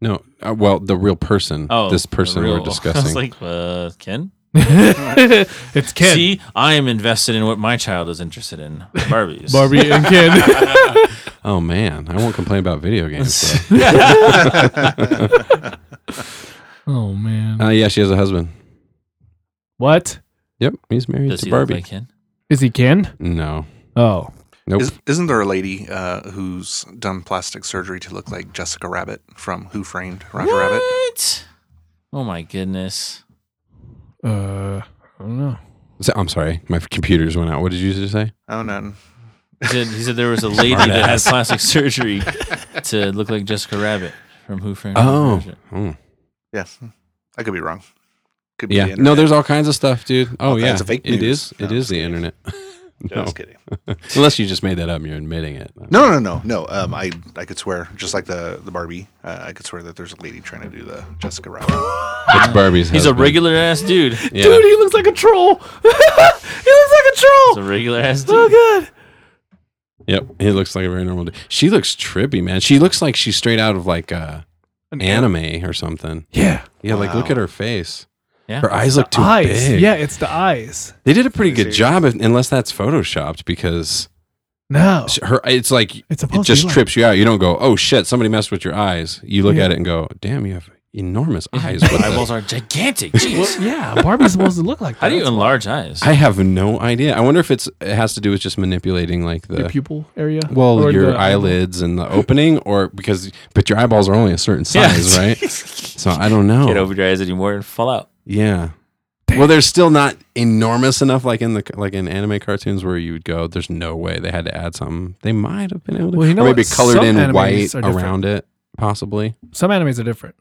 S2: No, uh, well, the real person.
S3: Oh,
S2: this person
S3: the
S2: we're
S3: real- [laughs] I was
S2: discussing.
S3: like, uh, Ken.
S5: it's Ken.
S3: See, I am invested in what my child is interested in.
S2: [laughs]
S3: Barbies.
S5: Barbie and Ken.
S3: [laughs]
S2: oh man, I won't complain about video games.
S5: oh man.
S2: though. uh, yeah, she has a husband.
S5: what?
S2: Yep, he's married
S3: Does
S2: to
S3: he
S2: Barbie.
S3: look like Ken?
S5: Is he Ken?
S2: no,
S5: Oh.
S2: nope.
S4: Is, isn't there a lady uh, who's done plastic surgery to look like Jessica Rabbit from Who Framed Roger Rabbit?
S3: What? Oh my goodness.
S5: Uh I don't know.
S2: So- I'm sorry, my computers went out. What did you just say?
S4: Oh, none.
S3: He said, he said there
S2: [laughs]
S3: was a lady that had plastic surgery to look like Jessica Rabbit from Who Framed Roger
S2: Oh,
S3: Rabbit.
S2: Hmm.
S4: Yeah, I could be wrong. Could be
S2: yeah.
S4: the
S2: no,
S4: internet.
S2: there's all kinds of stuff, dude. Oh yeah,
S4: kinds of fake
S2: it is.
S4: news.
S2: It
S4: [laughs] No,
S2: is the internet. no.
S4: Just kidding.
S2: unless you just made that up, and you're admitting it.
S4: No, no, no, no. Um, I I could swear, just like the the Barbie, uh, I could swear that there's a lady trying to do the Jessica Rabbit.
S2: it's Barbie's.
S3: He's a
S2: husband.
S3: regular
S2: [laughs]
S3: ass dude.
S2: Yeah.
S5: Dude, he looks like a troll. [laughs] he looks like a
S3: He's a
S5: troll.
S3: regular ass
S5: Oh
S3: dude.
S5: god.
S2: Yep, he looks like a very normal dude. She looks trippy, man. She looks like she's straight out of like uh, anime or something.
S5: Yeah.
S2: Yeah, like look
S4: Wow.
S2: at her face.
S3: Yeah.
S2: Her eyes look too
S5: eyes.
S2: big.
S5: Yeah, it's the eyes.
S2: They did a pretty good job, if- unless that's photoshopped because
S5: No.
S2: sh- her. It's like
S5: It's
S2: it
S5: supposed to
S2: just
S5: be like-
S2: trips you out. You don't go, oh shit, somebody messed with your eyes. You look
S5: Yeah.
S2: at it and go, damn, you have
S5: [laughs]
S2: enormous eyes.
S3: His
S2: What the-
S3: eyeballs are gigantic. Jeez.
S5: Yeah, Barbie's supposed to look like that.
S3: How do you enlarge eyes?
S2: I have no idea. I wonder if it's it has to do with just manipulating like
S5: your
S2: the
S5: pupil area?
S2: well
S5: Or
S2: your
S5: the-
S2: eyelids and the opening, or because but your eyeballs are only a certain size,
S5: [laughs]
S2: right?
S3: [laughs]
S2: Oh. So I don't know.
S3: Get over your eyes anymore and
S2: [laughs]
S3: fall out.
S2: Yeah. Well, they're still not enormous enough, like in the like in anime cartoons where you would go. There's no way they had to add something. They might have been able to,
S5: Well, you know
S2: or maybe
S5: what?
S2: colored
S5: Some
S2: in
S5: animes
S2: white
S5: are different.
S2: around it, possibly.
S5: Some animes are different.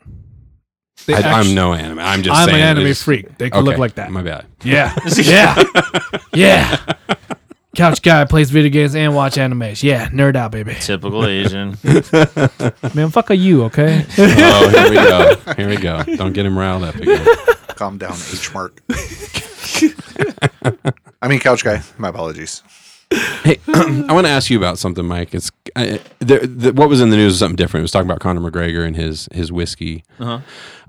S5: They
S2: I,
S5: actu-
S2: I'm no anime. I'm just.
S5: I'm an
S2: saying, they
S5: anime
S2: just-
S5: freak. They could
S2: okay,
S5: look like that.
S2: My bad. [laughs]
S5: Yeah. [laughs] Yeah. yeah. Couch guy plays video games and watch animes. Yeah, nerd out, baby.
S3: Typical Asian.
S5: [laughs] Man, fuck are you, okay?
S2: Oh, here we go. Here we go. Don't get him riled up again.
S4: calm down, H Mark. [laughs] I mean, Couch Guy. My apologies.
S2: Hey, I want to ask you about something, Mike. It's I, there, the, what was in the news was something different. It was talking about Conor McGregor and his his whiskey.
S3: Uh-huh.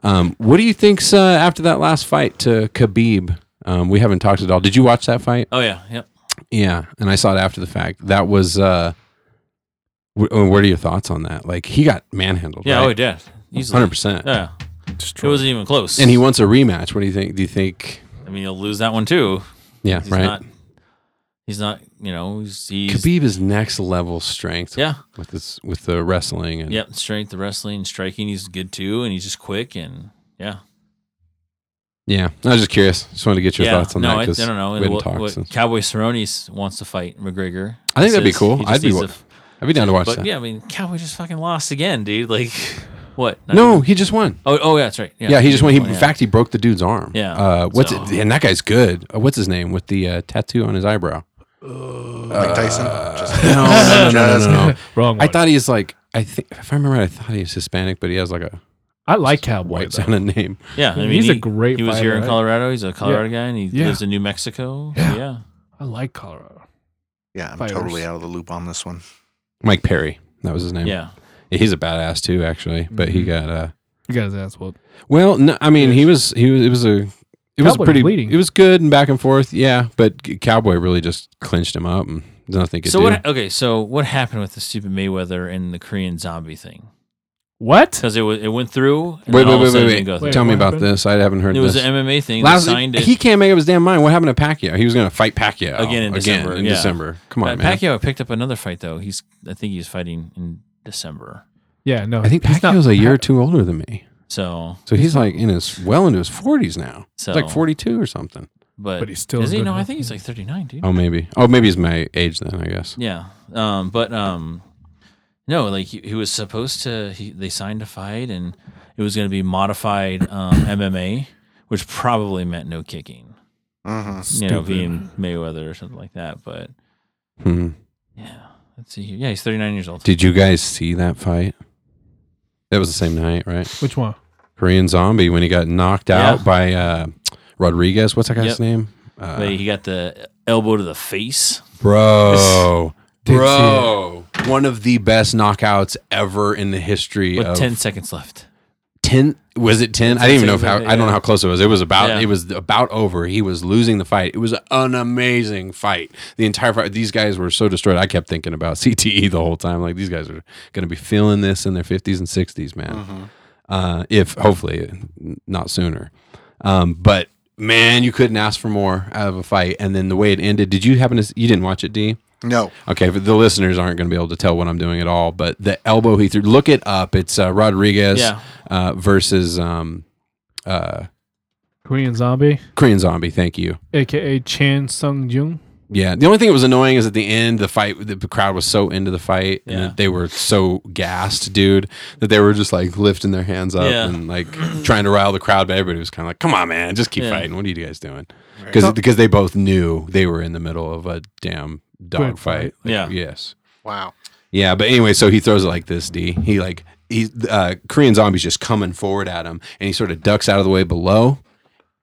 S2: Um, what do you think's uh, after that last fight to Khabib? Um, we haven't talked at all. Did you watch that fight?
S3: Oh yeah, yep.
S2: Yeah, and I saw it after the fact. That was. Uh, wh- uh, what are your thoughts on that? Like he got manhandled.
S3: Yeah, oh,
S2: right?
S3: it did. Easily.
S2: hundred percent.
S3: Yeah. It wasn't even close.
S2: And he wants a rematch. What do you think? Do you think?
S3: I mean, he'll lose that one too.
S2: Yeah,
S3: He's
S2: right.
S3: not He's not, you know, he's, he's
S2: Khabib is next level strength.
S3: yeah.
S2: with this with the wrestling and
S3: Yep, strength, the wrestling, striking, he's good too, and he's just quick and yeah,
S2: yeah. I was just curious. Just wanted to get your
S3: yeah.
S2: thoughts on
S3: no,
S2: that
S3: I, I
S2: because
S3: don't know.
S2: we
S3: And
S2: didn't
S3: what-
S2: talk.
S3: what
S2: since-
S3: Cowboy Cerrone wants to fight McGregor.
S2: I think that'd be
S3: Says
S2: cool.
S3: he just
S2: I'd be
S3: needs
S2: wa-
S3: to f-
S2: I'd be down to watch
S3: But
S2: that.
S3: yeah, I mean, Cowboy just fucking lost again, dude. [laughs] Like, what? Not
S2: no,
S3: even-
S2: he just won.
S3: Oh, oh, yeah, that's right.
S2: Yeah, he just won. He,
S3: yeah.
S2: in fact, he broke the dude's arm.
S3: Yeah.
S2: Uh, what's
S3: So-
S2: it, and that guy's good. Uh, what's his name with the uh, tattoo on his
S3: [laughs]
S2: eyebrow?
S4: Mike Tyson. Just-
S2: No, no, no, no,
S4: Just-
S2: no, no.
S5: [laughs] Wrong.
S2: [laughs]
S5: One.
S2: I thought he's like I think if I remember right, I thought he was Hispanic, but he has like a
S5: I like Cowboy.
S2: white
S5: though.
S2: sounding name.
S3: Yeah, I mean,
S5: He's a
S3: he-
S5: great
S3: He was
S5: fighter,
S3: here in
S5: right?
S3: Colorado. He's a Colorado guy, and he
S5: Yeah.
S3: lives in New Mexico.
S5: Yeah.
S3: Yeah.
S5: I like Colorado.
S4: Yeah, I'm
S5: Fighters.
S4: totally out of the loop on this one.
S2: Mike Perry, that was his name.
S3: yeah, Mhm.
S2: Yeah, he's a badass too, actually. But he got uh,
S5: You got his ass whooped.
S2: Well, no, I mean, he was he was it was a it was
S5: Cowboy was
S2: pretty
S5: bleeding.
S2: it was good and back and forth, yeah. But G- Cowboy really just clinched him up and there's nothing he could
S3: So
S2: do.
S3: what? Okay, so what happened with the stupid Mayweather and the Korean zombie thing?
S5: What?
S3: Because it was it went through. And
S2: wait, wait,
S3: then all of a
S2: wait,
S3: sudden it
S2: wait,
S3: didn't go
S2: wait.
S3: through.
S2: Tell me
S5: What
S2: about
S5: happened?
S2: this. I haven't heard
S3: It
S2: this.
S3: was an MMA thing.
S2: Last-
S3: they signed it.
S2: he can't make up his damn mind. What happened to Pacquiao? He was going to fight Pacquiao
S3: Again in December,
S2: in
S3: yeah.
S2: December. Come on,
S3: Pa-
S2: man.
S3: Uh, Pacquiao picked up another fight though. He's I think he's fighting in December.
S5: Yeah, no.
S2: I think
S5: he's not-
S2: Pacquiao's a year or two older than me,
S3: So
S2: so he's like in his well into his forties now.
S3: so
S2: He's like forty two or something.
S3: but,
S5: but he's still
S3: is
S5: in
S3: he?
S5: good
S3: No, I
S5: health.
S3: think he's like thirty nine, dude.
S2: Oh, maybe. Oh, maybe he's my age then. I guess.
S3: Yeah. Um. But um. No, like he, he was supposed to. He, they signed a fight, and it was going to be modified um, [laughs] MMA, which probably meant no kicking.
S4: hmm
S3: You know,
S5: Stupid.
S3: being Mayweather or something like that. But
S2: Hmm.
S3: yeah, let's see here. Yeah, he's 39 years old.
S2: Did you guys see that fight? That was the same night, right?
S5: Which one?
S2: Korean Zombie when he got knocked
S3: Yeah.
S2: out by uh, Rodriguez. What's that guy's
S3: Yep.
S2: name? Uh,
S3: But he got the elbow to the face. [laughs]
S2: bro,
S5: Did see
S2: bro, one of the best knockouts ever in the history
S3: With
S2: of
S3: 10 seconds left.
S2: 10 was it 10 i didn't even know if how, i don't know how close it was it was about
S3: Yeah.
S2: it was about over he was losing the fight it was an amazing fight the entire fight these guys were so destroyed i kept thinking about [laughs] cte the whole time like these guys are going to be feeling this in their 50s and 60s man uh, if hopefully not sooner um, but man you couldn't ask for more out of a fight and then the way it ended did you happen to s- you didn't watch it d
S4: No,
S2: Okay, but the listeners aren't going to be able to tell what I'm doing at all. But the elbow he threw, look it up. It's uh, Rodriguez
S3: Yeah.
S2: uh, versus um, uh,
S5: Korean Zombie,
S2: Korean Zombie. Thank you.
S5: aka Chan Sung Jung.
S2: Yeah. The only thing that was annoying is at the end, the fight, the crowd was so into the fight, and
S3: Yeah.
S2: that they were so gassed, dude, that they were just like lifting their hands up
S3: Yeah.
S2: and like [clears throat] trying to rile the crowd. But everybody was kind of like, "Come on, man, just keep
S3: Yeah.
S2: fighting. What are you guys doing?" Because because they both knew they were in the middle of a damn dog fight.
S5: fight.
S2: Like,
S3: Yeah.
S2: Yes.
S4: wow.
S2: Yeah, but anyway, so he throws it like this, D. He like he uh Korean zombie's just coming forward at him and he sort of ducks out of the way below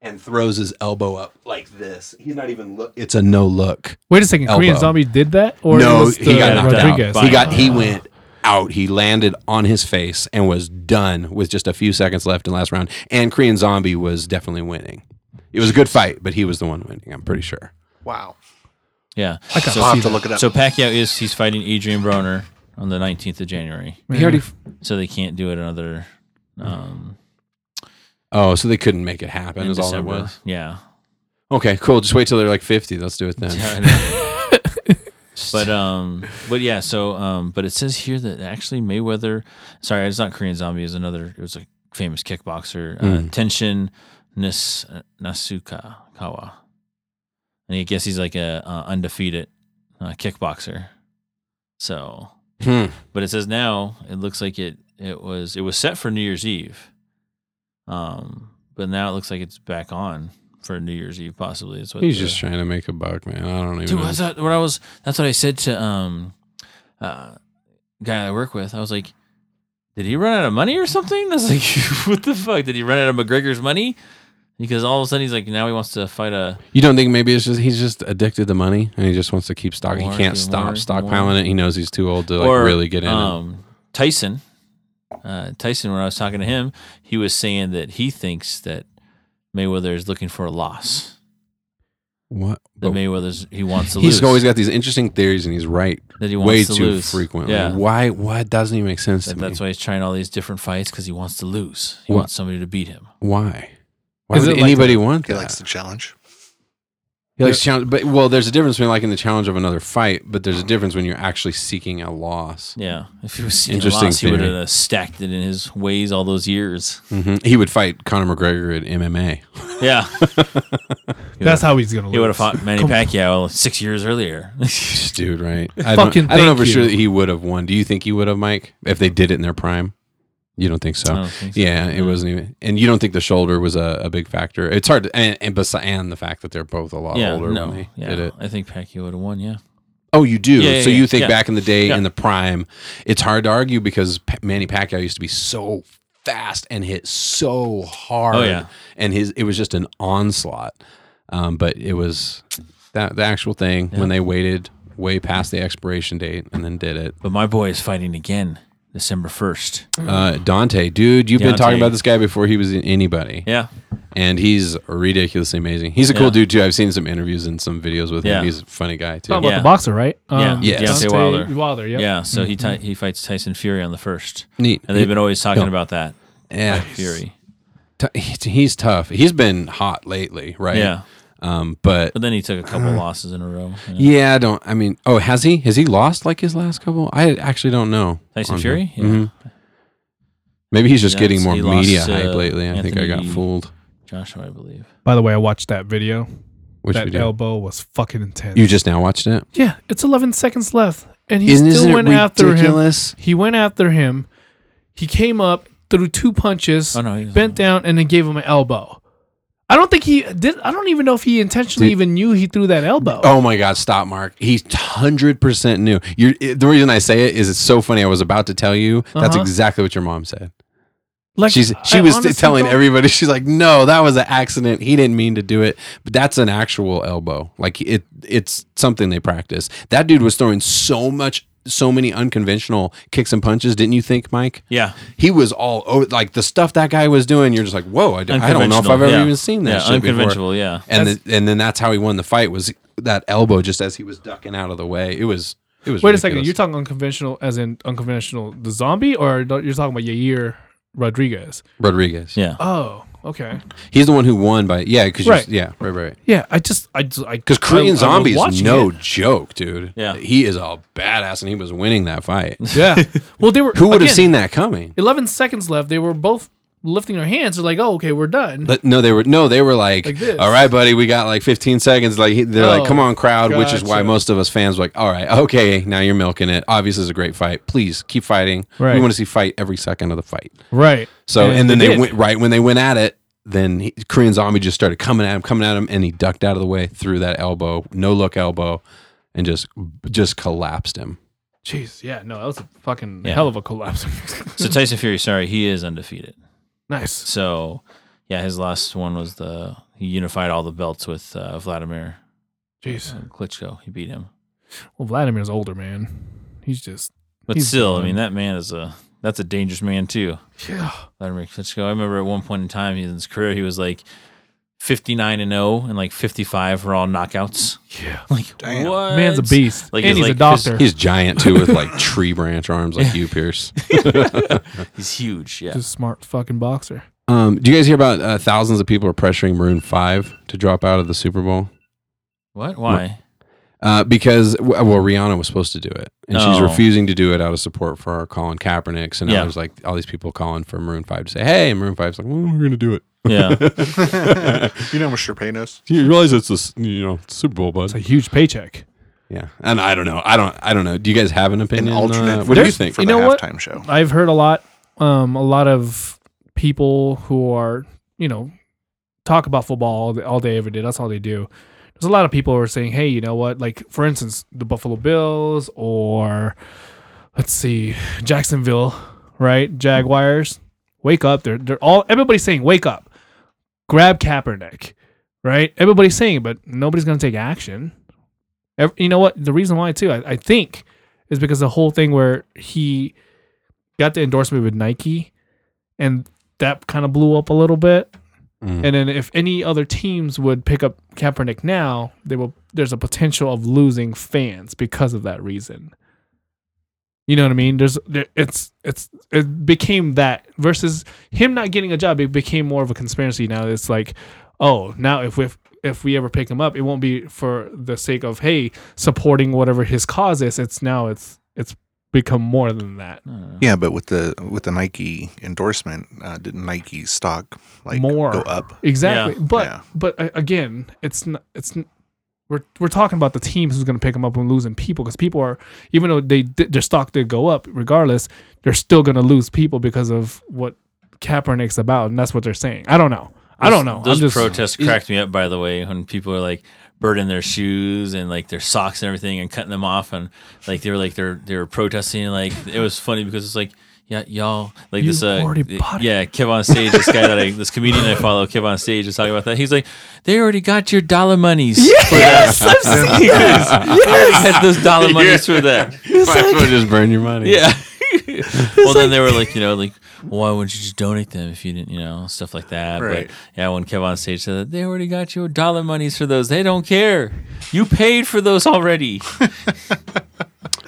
S2: and throws his elbow up like this. He's not even look it's a no look.
S5: Wait a second. Korean
S2: Elbow.
S5: Zombie did that, or it
S2: no,
S5: was
S2: he
S5: the
S2: got knocked
S5: Rodriguez?
S2: out. He got he went out. He landed on his face and was done with just a few seconds left in the last round. And Korean Zombie was definitely winning. It was a good fight, but he was the one winning, I'm pretty sure.
S4: Wow.
S3: Yeah.
S5: got-
S4: I'll
S3: So,
S4: have to look it up.
S3: so Pacquiao is, he's fighting Adrian Broner on the 19th of January.
S2: He already
S3: So they can't do it another. Um,
S2: Oh, so they couldn't make it happen
S3: in
S2: is all it
S3: December.
S2: was.
S3: Yeah.
S2: Okay, cool. Just wait till they're like 50. Let's do it then.
S3: [laughs] but um but yeah so um but it says here that actually mayweather sorry it's not korean zombie it was another it was a famous kickboxer uh,
S2: Mm.
S3: tenshin Nas, nasuka kawa and i guess he's like a uh, undefeated uh, kickboxer so
S2: Hmm.
S3: but it says now it looks like it it was it was set for new year's eve um but now it looks like it's back on for new year's eve possibly is what
S2: He's
S3: the-
S2: just trying to make a buck, man. I don't even
S3: Dude,
S2: know.
S3: I thought when I was that's what I said to um uh guy I work with. I was like, [laughs] did he run out of money or something? I was like, what the fuck? Did he run out of McGregor's money? because all of a sudden he's like now he wants to fight a
S2: You don't think maybe it's just he's just addicted to money and he just wants to keep stock.
S3: More,
S2: he can't
S3: do
S2: stop
S3: more,
S2: stockpiling
S3: more.
S2: it. He knows he's too old to like really get in. it.
S3: Um, Tyson, uh, Tyson. When I was talking to him, he was saying that he thinks that Mayweather is looking for a loss.
S2: what?
S3: That
S2: But
S3: Mayweather's he wants to
S2: Oh. he's
S3: lose.
S2: always got these interesting theories and he's right
S3: that he wants
S2: way
S3: to
S2: too
S3: lose.
S2: frequently.
S3: Yeah,
S2: Why? Why doesn't he make sense
S3: that,
S2: to
S3: that's
S2: me?
S3: why he's trying all these different fights because he wants to lose. He
S2: What?
S3: wants somebody to beat him.
S2: Why? Why
S5: Is
S2: would
S5: it like
S2: anybody want
S4: He
S2: that?
S4: likes the challenge.
S2: He likes challenge, but well, there's a difference between liking the challenge of another fight, but there's a difference when you're actually seeking a loss.
S3: Yeah, if he was seeing a
S2: Interesting
S3: loss, he would
S2: theory.
S3: have uh, stacked it in his ways all those years.
S2: hmm He would fight Conor McGregor at MMA.
S3: Yeah,
S5: That's how he's gonna.
S3: he would
S2: [laughs]
S3: have fought Manny
S5: Come-
S3: Pacquiao six years earlier.
S2: Dude, right? I
S5: Fucking
S2: don't, I don't know
S5: thank
S2: for sure
S5: you.
S2: that he would have won. Do you think he would have, Mike, if they did it in their prime? You don't think so?
S3: [laughs] I don't think so.
S2: Yeah, it wasn't even. And you don't think the shoulder was a, a big factor? It's hard. To, and, and besi- and the fact that they're both a lot older
S3: no,
S2: when they
S3: yeah.
S2: did it.
S3: I think Pacquiao would have won. Yeah,
S2: Oh, you do.
S3: Yeah, yeah,
S2: so
S3: yeah,
S2: you think
S3: yeah.
S2: back in the day
S3: Yeah.
S2: in the prime, it's hard to argue because Pa- Manny Pacquiao used to be so fast and hit so hard.
S3: Oh, yeah.
S2: and his it was just an onslaught. Um, but it was that the actual thing
S3: Yeah.
S2: when they waited way past the expiration date and then did it.
S3: but my boy is fighting again December first.
S2: Uh, Dante, dude, you've been
S3: Deontay.
S2: talking about this guy before he was in anybody,
S3: Yeah,
S2: and he's ridiculously amazing. He's a cool
S3: Yeah.
S2: dude too. I've seen some interviews and some videos with
S3: Yeah.
S2: him. He's a funny guy too.
S5: Talking about
S3: Yeah.
S5: the boxer, right?
S3: Um,
S5: Um,
S3: Yeah.
S2: Yes.
S3: Deontay Wilder. Mm-hmm.
S5: Wilder. Yep.
S3: yeah. So he ty- he fights Tyson Fury on the first,
S2: Neat.
S3: and they've been always talking
S2: Yeah.
S3: about that
S2: yeah.
S3: Fury.
S2: T- he's- he's tough. He's been hot lately, right?
S3: Yeah,
S2: Um, but
S3: but then he took a couple losses in a row. you know.
S2: yeah, I don't. I mean, oh, has he? Has he lost like his last couple? I actually don't know.
S3: Tyson
S2: on him.
S3: Fury. Yeah.
S2: Mhm. Maybe he's just
S3: Yeah,
S2: getting
S3: so
S2: more
S3: he lost,
S2: media
S3: uh,
S2: hype lately. I think I got
S3: Anthony-
S2: fooled.
S3: Joshua, I believe.
S5: By the way, I watched that video.
S2: Which
S5: that
S2: video?
S5: elbow was fucking intense.
S2: you just now watched it?
S5: yeah, it's 11 seconds left, and he
S2: Isn't,
S5: still
S2: isn't it
S5: went after him.
S2: ridiculous?
S5: He went after him. He came up, threw two punches,
S3: Oh no, he was
S5: bent down, and then gave him an elbow. I don't think he did. I don't even know if he intentionally
S2: Did-
S5: even knew he threw that elbow.
S2: Oh my God! Stop, Mark. He's hundred percent new. You're, it, the reason I say it is it's so funny. I was about to tell you. That's
S5: Uh-huh.
S2: exactly what your mom said.
S5: like
S2: She's she
S5: I
S2: was
S5: honestly
S2: telling
S5: don't-
S2: everybody she's like, no, that was an accident. He didn't mean to do it, but that's an actual elbow. Like it, it's something they practice. That dude was throwing so much, so many unconventional kicks and punches. Didn't you think, Mike?
S3: Yeah,
S2: He was all over like the stuff that guy was doing. You're just like, whoa, I, d- I don't know if
S3: Unconventional,
S2: I've ever
S3: yeah.
S2: even seen that.
S3: yeah,
S2: shit before."
S3: unconventional. Yeah,
S2: And the, and then that's how he won the fight was that elbow just as he was ducking out of the way. It was it was.
S5: Wait a second.
S2: ridiculous.
S5: You're talking unconventional, as in unconventional, the zombie, or don't- you're talking about Yair Rodriguez?
S2: Rodriguez.
S3: yeah.
S5: Oh, okay.
S2: he's the one who won by yeah because
S5: Right.
S2: yeah right right.
S5: Yeah, I just, I, just, I
S2: Because
S5: I- I
S2: Korean
S5: was
S2: Zombie is
S5: watching
S2: no
S5: it.
S2: joke, dude.
S3: Yeah.
S2: He is a badass and he was winning that fight.
S5: Yeah. Well, they were.
S2: [laughs] Who would have
S5: again,
S2: seen that coming?
S5: 11 seconds left. They were both lifting their hands. They're like, oh, okay, we're done.
S2: But no, they were no, they were like,
S5: Like this.
S2: "All right, buddy, we got like 15 seconds." Like he- they're
S5: Oh,
S2: like, "Come on, crowd," which is why
S5: gotcha.
S2: most of us fans were like, "All right, okay, now you're milking it. Obviously, it's a great fight. Please keep fighting.
S5: Right.
S2: We want to see fight every second of the fight."
S5: right.
S2: So
S5: And
S2: and, then
S5: they
S2: they,
S5: did.
S2: went right when they went at it. Then he, Korean Zombie just started coming at him, coming at him, and he ducked out of the way, threw that elbow, no look elbow, and just just collapsed him.
S5: Jeez. Yeah, no, that was a fucking
S3: Yeah.
S5: hell of a collapse.
S3: [laughs]
S5: [laughs]
S3: So Tyson Fury, sorry, he is undefeated.
S5: nice.
S3: So, yeah, his last one was the he unified all the belts with uh, Vladimir
S5: Jeez.
S3: Klitschko. He beat him,
S5: Well, Vladimir's older, man. He's just.
S3: but
S5: He's
S3: still,
S5: gone.
S3: I mean, that man is a that's a dangerous man too.
S5: Yeah.
S3: Vladimir Klitschko. I remember at one point in time in his career, he was like fifty nine and zero, and like fifty five were all knockouts.
S5: Yeah.
S3: Like
S4: Damn.
S3: what?
S5: Man's a beast.
S3: Like,
S5: and
S3: he's
S5: he's a
S3: like-
S5: doctor.
S2: He's giant too, with like tree branch arms, like you, Pierce.
S3: [laughs] He's huge. Yeah.
S5: just a smart fucking boxer.
S2: Um, do you guys hear about uh, thousands of people are pressuring Maroon Five to drop out of the Super Bowl
S3: what? Why?
S2: uh, because w- well, Rihanna was supposed to do it, and she's
S3: Oh.
S2: refusing to do it out of support for Colin Kaepernick. So now
S3: Yeah.
S2: there's like all these people calling for Maroon Five to say, "Hey, Maroon 5's like, well, we're going to do it."
S5: [laughs]
S3: Yeah.
S4: You know, Mr. Panos.
S2: Do [laughs] you realize it's the you know Super Bowl, bud?
S5: It's a huge paycheck.
S2: yeah, and I don't know. I don't. I don't know. Do you guys have an
S4: An
S2: opinion? on
S4: alternate.
S2: that? uh, what do you
S4: for-
S2: think?
S4: for
S5: You
S4: the
S5: know what?
S4: halftime show?
S5: I've heard a lot, um, a lot of people who are, you know, talk about football all, day, all day, every day. That's all they do. There's a lot of people who are saying, hey, you know what? Like, for instance, the Buffalo Bills or let's see, Jacksonville, right? Jaguars, wake up. They're, they're all, everybody's saying, wake up. grab Kaepernick, right? Everybody's saying it, but nobody's going to take action. Ev- You know what? The reason why, too, I, I think, is because the whole thing where he got the endorsement with Nike and that kind of blew up a little bit.
S2: Mm.
S5: And then if any other teams would pick up Kaepernick now, they will there's a potential of losing fans because of that reason. You know what I mean? There's there, it's it's it became that versus him not getting a job, it became more of a conspiracy now. It's like, oh, now if we if we ever pick him up, it won't be for the sake of hey, supporting whatever his cause is. It's now it's it's become more than that.
S4: Yeah, but with the with the Nike endorsement, uh, didn't Nike stock like
S5: More.
S4: go up?
S5: Exactly. But
S4: Yeah.
S5: but uh, again, it's not, it's n- we're we're talking about the teams who's going to pick them up and losing people because people are even though they did, their stock did go up regardless, they're still going to lose people because of what Kaepernick's about and that's what they're saying. I don't know. I don't know.
S3: Those
S5: I'm just,
S3: protests cracked me up, by the way, when people are like burning their shoes and like their socks and everything and cutting them off, and like they were like they're they were protesting. and, Like it was funny because it's like. Yeah, y'all like
S5: You
S3: this. Uh,
S5: already
S3: th-
S5: bought it.
S3: yeah, Kev on stage. This guy that I, this comedian I follow, Kev on stage, is talking about that. He's like, they already got your dollar monies.
S1: Yes, I've
S3: [laughs]
S1: seen this.
S3: I had those dollar monies for that.
S2: Might as well just burn your money.
S3: Yeah. [laughs] well, then they were like, you know, like, well, why wouldn't you just donate them if you didn't, you know, stuff like that.
S4: Right.
S3: But yeah, when Kev on stage said that, they already got you dollar monies for those. They don't care. You paid for those already.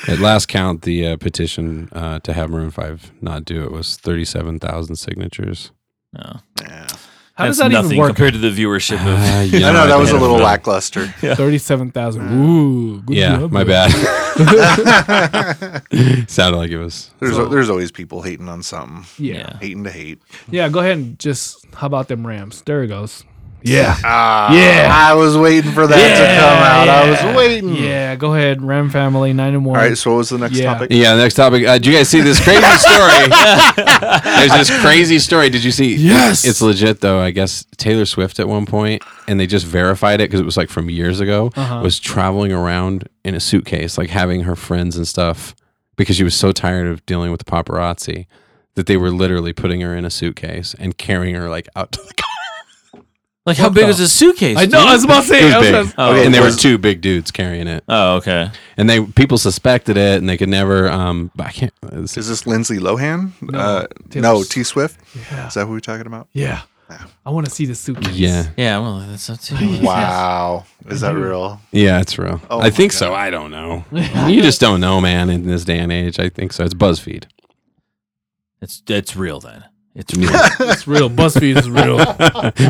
S2: At last count, the uh, petition uh, to have Maroon Five not do it was thirty-seven thousand signatures.
S3: No.
S4: Yeah.
S5: how
S3: That's
S5: does that even
S3: nothing
S5: work?
S3: compared to the viewership of.
S5: Ah,
S2: Uh, you
S4: I know that was
S2: [laughs]
S4: a
S2: yeah.
S4: little lackluster.
S5: Thirty-seven thousand. Ooh, good
S2: Yeah,
S5: job,
S2: my
S5: bro.
S2: bad. [laughs]
S4: [laughs]
S2: Sounded like it was.
S4: There's there's always people hating on something,
S5: Yeah,
S4: hating to hate.
S5: yeah. Go ahead and just how about them Rams? There it goes.
S4: Ah,
S5: Yeah.
S4: I was waiting for that to come out. I was waiting.
S5: Yeah, go ahead, Ram family nine and one.
S4: All right. So what was the next
S5: Yeah.
S4: topic?
S2: Yeah, next topic. Uh, do you guys see this crazy story? There's this crazy story. Did you see?
S5: Yes.
S2: It's legit, though. I guess Taylor Swift at one point, and they just verified it because it was like from years ago, was traveling around in a suitcase, like having her friends and stuff because she was so tired of dealing with the paparazzi that they were literally putting her in a suitcase and carrying her like out to the car.
S3: Like, how big was the suitcase?
S5: I know.
S3: dude?
S5: I was about to say.
S2: [laughs] It
S5: I was
S2: was
S5: about
S2: big.
S5: to-
S3: Oh,
S2: and there were
S4: was-
S2: two big dudes carrying it.
S3: Oh, okay.
S2: And they people suspected it and they could never um but I can't it's-
S4: Is this Lindsay Lohan? No, uh,
S5: Taylor
S4: no
S5: S-
S4: T Swift.
S5: yeah.
S4: Is that who we're talking about?
S5: Yeah. I want to see the suitcase.
S2: yeah.
S3: Yeah, well, that's [laughs] up to you.
S4: Wow, is that real?
S2: Yeah, it's real.
S4: Oh
S2: I
S4: my
S2: think
S4: God.
S2: so. I don't know. you just don't know, man, in this day and age. I think so. It's BuzzFeed. [laughs]
S3: It's, it's real then. It's [laughs] real.
S5: [laughs] It's real. BuzzFeed is real.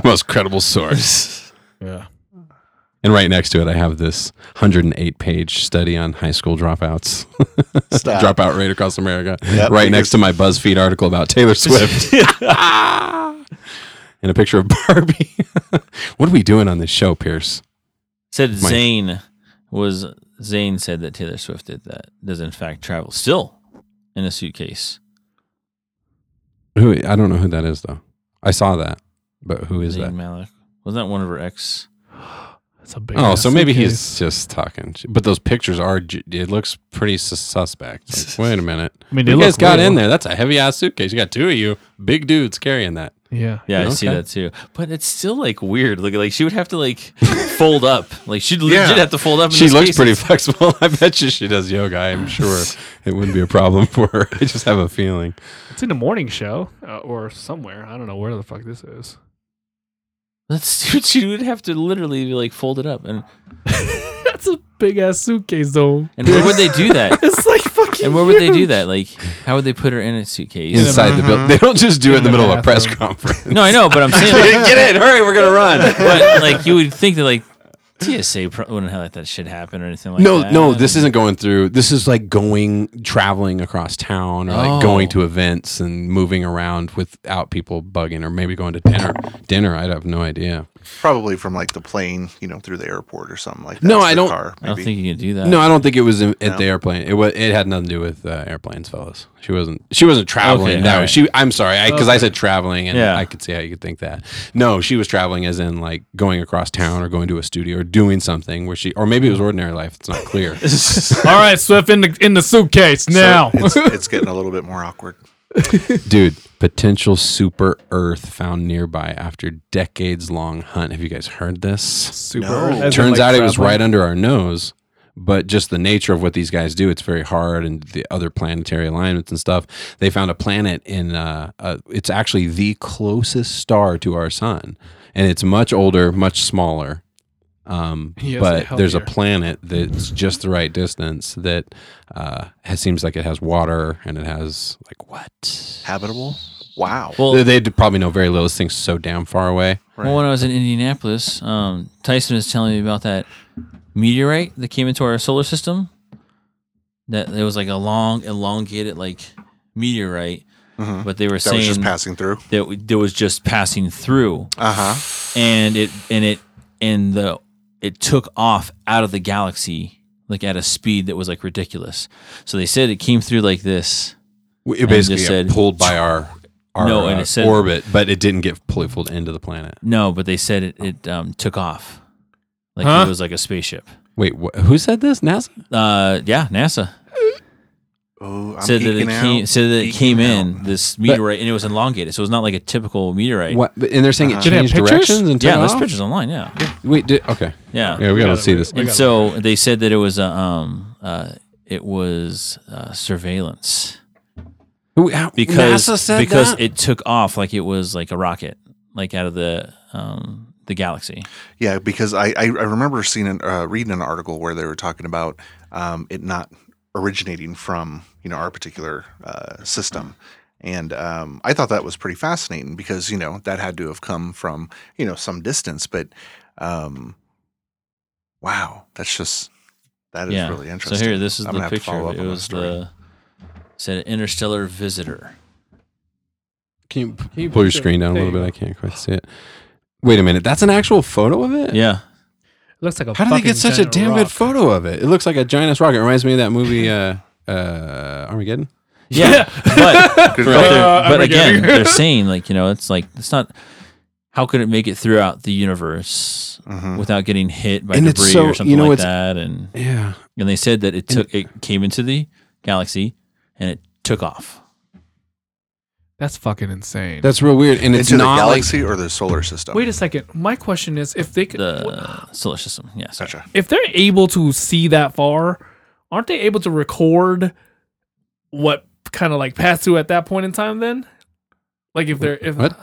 S5: [laughs]
S2: Most credible source.
S5: Yeah.
S2: And right next to it, I have this 108 page study on high school dropouts, [laughs]
S4: Stop.
S2: dropout rate across America.
S4: Yep,
S2: right
S4: because-
S2: next to my BuzzFeed article about Taylor
S3: [laughs]
S4: [laughs]
S2: Swift. and a picture of Barbie. [laughs] what are we doing on this show, Pierce?
S3: said
S2: Mike.
S3: Zayn was Zayn said that Taylor Swift did that does in fact travel still in a suitcase.
S2: Who I don't know who that is though. I saw that, but who is
S3: Zayn
S2: that?
S3: Malik wasn't that one of her ex?
S5: It's a big.
S2: Oh,
S5: ass
S2: so maybe
S5: suitcase.
S2: he's just talking. sh- But those pictures are. j- It looks pretty sus-
S4: [laughs]
S2: suspect. Like, wait a minute.
S5: I mean, they
S2: You guys
S5: look
S2: got
S5: real.
S2: in there. That's a heavy ass suitcase. You got two of you, big dudes carrying that.
S5: Yeah.
S3: Yeah, I see
S2: Okay.
S3: that too. But it's still like weird. Like like she would have
S2: [laughs]
S3: to like fold up. Like she'd
S4: Yeah.
S3: legit have to fold up. in
S2: She
S3: those
S2: looks
S3: cases.
S2: pretty flexible. [laughs] I bet you she does yoga. I'm
S3: [laughs]
S2: sure it wouldn't be a problem for her. I just have a feeling.
S5: It's in the morning show uh, or somewhere. I don't know where the fuck this is.
S3: That's dude. [laughs] She would have to literally be like fold it up. And
S5: [laughs] That's a big ass suitcase, though.
S3: and where would
S2: [laughs]
S3: they do that?
S5: [laughs] It's like fucking.
S3: And where would they do
S5: huge.
S3: that? Like how would they put her in a suitcase?
S2: Inside the
S3: Mm-hmm.
S2: building, they don't just do it in the middle of a press conference.
S3: No,
S2: [laughs]
S3: I know, but I'm saying like,
S2: Get in, hurry, we're gonna run.
S3: [laughs] but like you would think that like TSA pro- wouldn't have let that shit happen or anything like
S2: No,
S3: that.
S2: no, this isn't going through. This is like going traveling across town or like going
S3: Oh.
S2: to events and moving around without people bugging or maybe going to dinner. Dinner, I'd have no idea.
S4: Probably from like the plane, you know, through the airport or something like that.
S2: No,
S4: to
S2: I
S4: the
S2: don't-
S4: Car,
S3: I don't
S4: maybe.
S3: think you can do that.
S2: No, I don't think it was in, at
S4: No.
S2: the airplane. It was. It had nothing to do with uh, airplanes, fellas. She wasn't. She wasn't traveling.
S3: Okay,
S2: no,
S3: alright.
S2: she. I'm sorry, because I, 'cause I said traveling, and
S3: Yeah.
S2: I could see how you could think that. No, she was traveling as in like going across town or going to a studio or doing something where she, or maybe it was ordinary life. It's not
S3: [laughs]
S2: clear.
S5: [laughs] All right, Swift in the in the suitcase
S4: So
S5: [laughs] now.
S4: it's, it's getting a little bit more awkward.
S2: dude Potential super Earth found nearby after decades long hunt. Have you guys heard this?
S5: Super.
S4: No.
S5: As in,
S2: Turns
S5: like,
S2: out it was
S5: traveling.
S2: right under our nose, but just the nature of what these guys do, it's very hard and the other planetary alignments and stuff. They found a planet in, uh, uh, it's actually the closest star to our sun, and it's much older, much smaller. Um,
S5: [laughs] Yes,
S2: but
S5: hell
S2: there's a
S5: yeah.
S2: planet that's just the right distance that uh, has, seems like it has water and it has like what?
S4: Habitable? Wow.
S3: Well,
S2: They- They'd probably know very little. This thing's so damn far away.
S3: well, when I was in Indianapolis, um, Tyson was telling me about that meteorite that came into our solar system. That it was like a long, elongated, like meteorite,
S4: Mhm.
S3: but they were
S4: That was
S3: saying
S4: just passing through.
S3: that w- that was just passing through,
S4: Uh huh.
S3: and it and it and the it took off out of the galaxy like at a speed that was like ridiculous. So they said it came through like this.
S2: We- It
S3: And
S2: basically
S3: just
S2: got
S3: said-
S2: pulled by our, our
S3: [laughs] No, and
S2: uh,
S3: it said-
S2: orbit, but it didn't get pulled pulled into the planet.
S3: No, but they said it, it um, took off, like
S5: Huh?
S3: it was like a spaceship.
S2: Wait, wh- who said this? NASA?
S3: Uh, yeah, NASA
S4: Oh, I'm
S3: said that it
S4: geeking out.
S3: came said that it
S4: Geeking
S3: came
S4: out.
S3: in this meteorite and it was elongated, so it's not like a typical meteorite.
S2: What? but- And they're saying
S4: Uh-huh.
S2: it
S4: Did
S5: it have
S2: changed
S5: pictures?
S2: directions and
S3: Yeah,
S2: turned
S3: there's
S2: off?
S3: pictures online. Yeah,
S2: Wait, did, okay.
S3: yeah.
S2: Yeah, we gotta
S5: gotta
S2: see
S5: wait.
S2: this.
S5: We
S3: And
S5: gotta
S3: so they said that it was a um uh it was uh, surveillance
S2: Who- how-
S3: because
S2: NASA said
S3: because
S2: that?
S3: it took off like it was like a rocket like out of the um the galaxy.
S4: Yeah, because I, I, I remember seeing an, uh, reading an article where they were talking about um, it not originating from you know our particular uh, system, and um, I thought that was pretty fascinating because you know that had to have come from you know some distance, but um, wow, that's just that is
S3: yeah.
S4: really interesting.
S3: So here, this is
S4: I'm gonna
S3: the
S4: have to
S3: picture.
S4: follow up
S3: It
S4: on that
S3: was
S4: story.
S3: the said interstellar visitor.
S2: Can you p-
S5: Can you
S2: pull your
S5: picture-
S2: screen down a
S5: there
S2: little bit? I
S5: you
S2: can't quite see it. Wait a minute. That's an actual photo of it?
S3: Yeah.
S5: looks like a
S2: How did they get
S5: fucking
S2: such a
S5: giant
S2: damn
S5: rock.
S2: good photo of it? It looks like a giant rock. It reminds me of that movie uh, uh, Armageddon.
S3: Yeah.
S2: [laughs]
S3: but but, they're- but
S5: Armageddon.
S3: again, they're saying like, you know, it's like it's not how could it make it throughout the universe
S4: Mhm.
S3: without getting hit by
S2: Mm. And it's
S3: debris
S2: so-
S3: or something
S2: you know,
S3: like
S2: it's-
S3: that? And
S2: Yeah.
S3: and they said that it took it came into the galaxy and it took off.
S5: [laughs] That's fucking insane.
S2: That's real weird. And it's
S4: into the
S2: not like
S4: galaxy or the solar system.
S5: Wait a second. My question is, if they could,
S3: The solar system. Yeah. Sorry.
S4: Gotcha.
S5: if they're able to see that far, aren't they able to record what kind of like passed through at that point in time? Then, like if they're if
S2: what?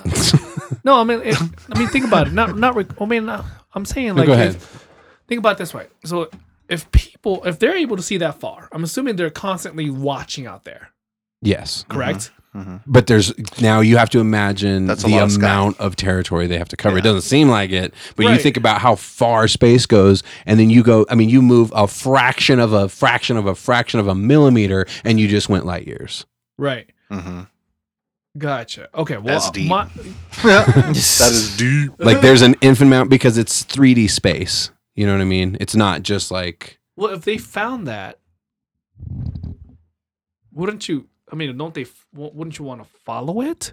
S2: [laughs]
S5: no, I mean, if, I mean, think about it. Not not. Rec- I mean, no, I'm saying
S2: No,
S5: like
S2: go
S5: if-
S2: ahead.
S5: think about it this way. So if people, if they're able to see that far, I'm assuming they're constantly watching out there.
S2: Yes.
S5: Correct.
S2: But there's now you have to imagine
S4: That's a
S2: the
S4: lot of sky.
S2: amount of territory they have to cover. It doesn't seem like it, but you
S5: Right.
S2: think about how far space goes, and then you go. I mean, you move a fraction of a fraction of a fraction of a millimeter, and you just went light years.
S5: Right.
S4: hmm
S5: Gotcha. Okay. Well, uh,
S4: That's deep.
S5: my-
S4: That is deep.
S2: Like there's an infinite amount because it's 3D space. You know what I mean? It's not just like
S5: Well, if they found that, wouldn't you? I mean, don't they? f- w- Wouldn't you want to follow it?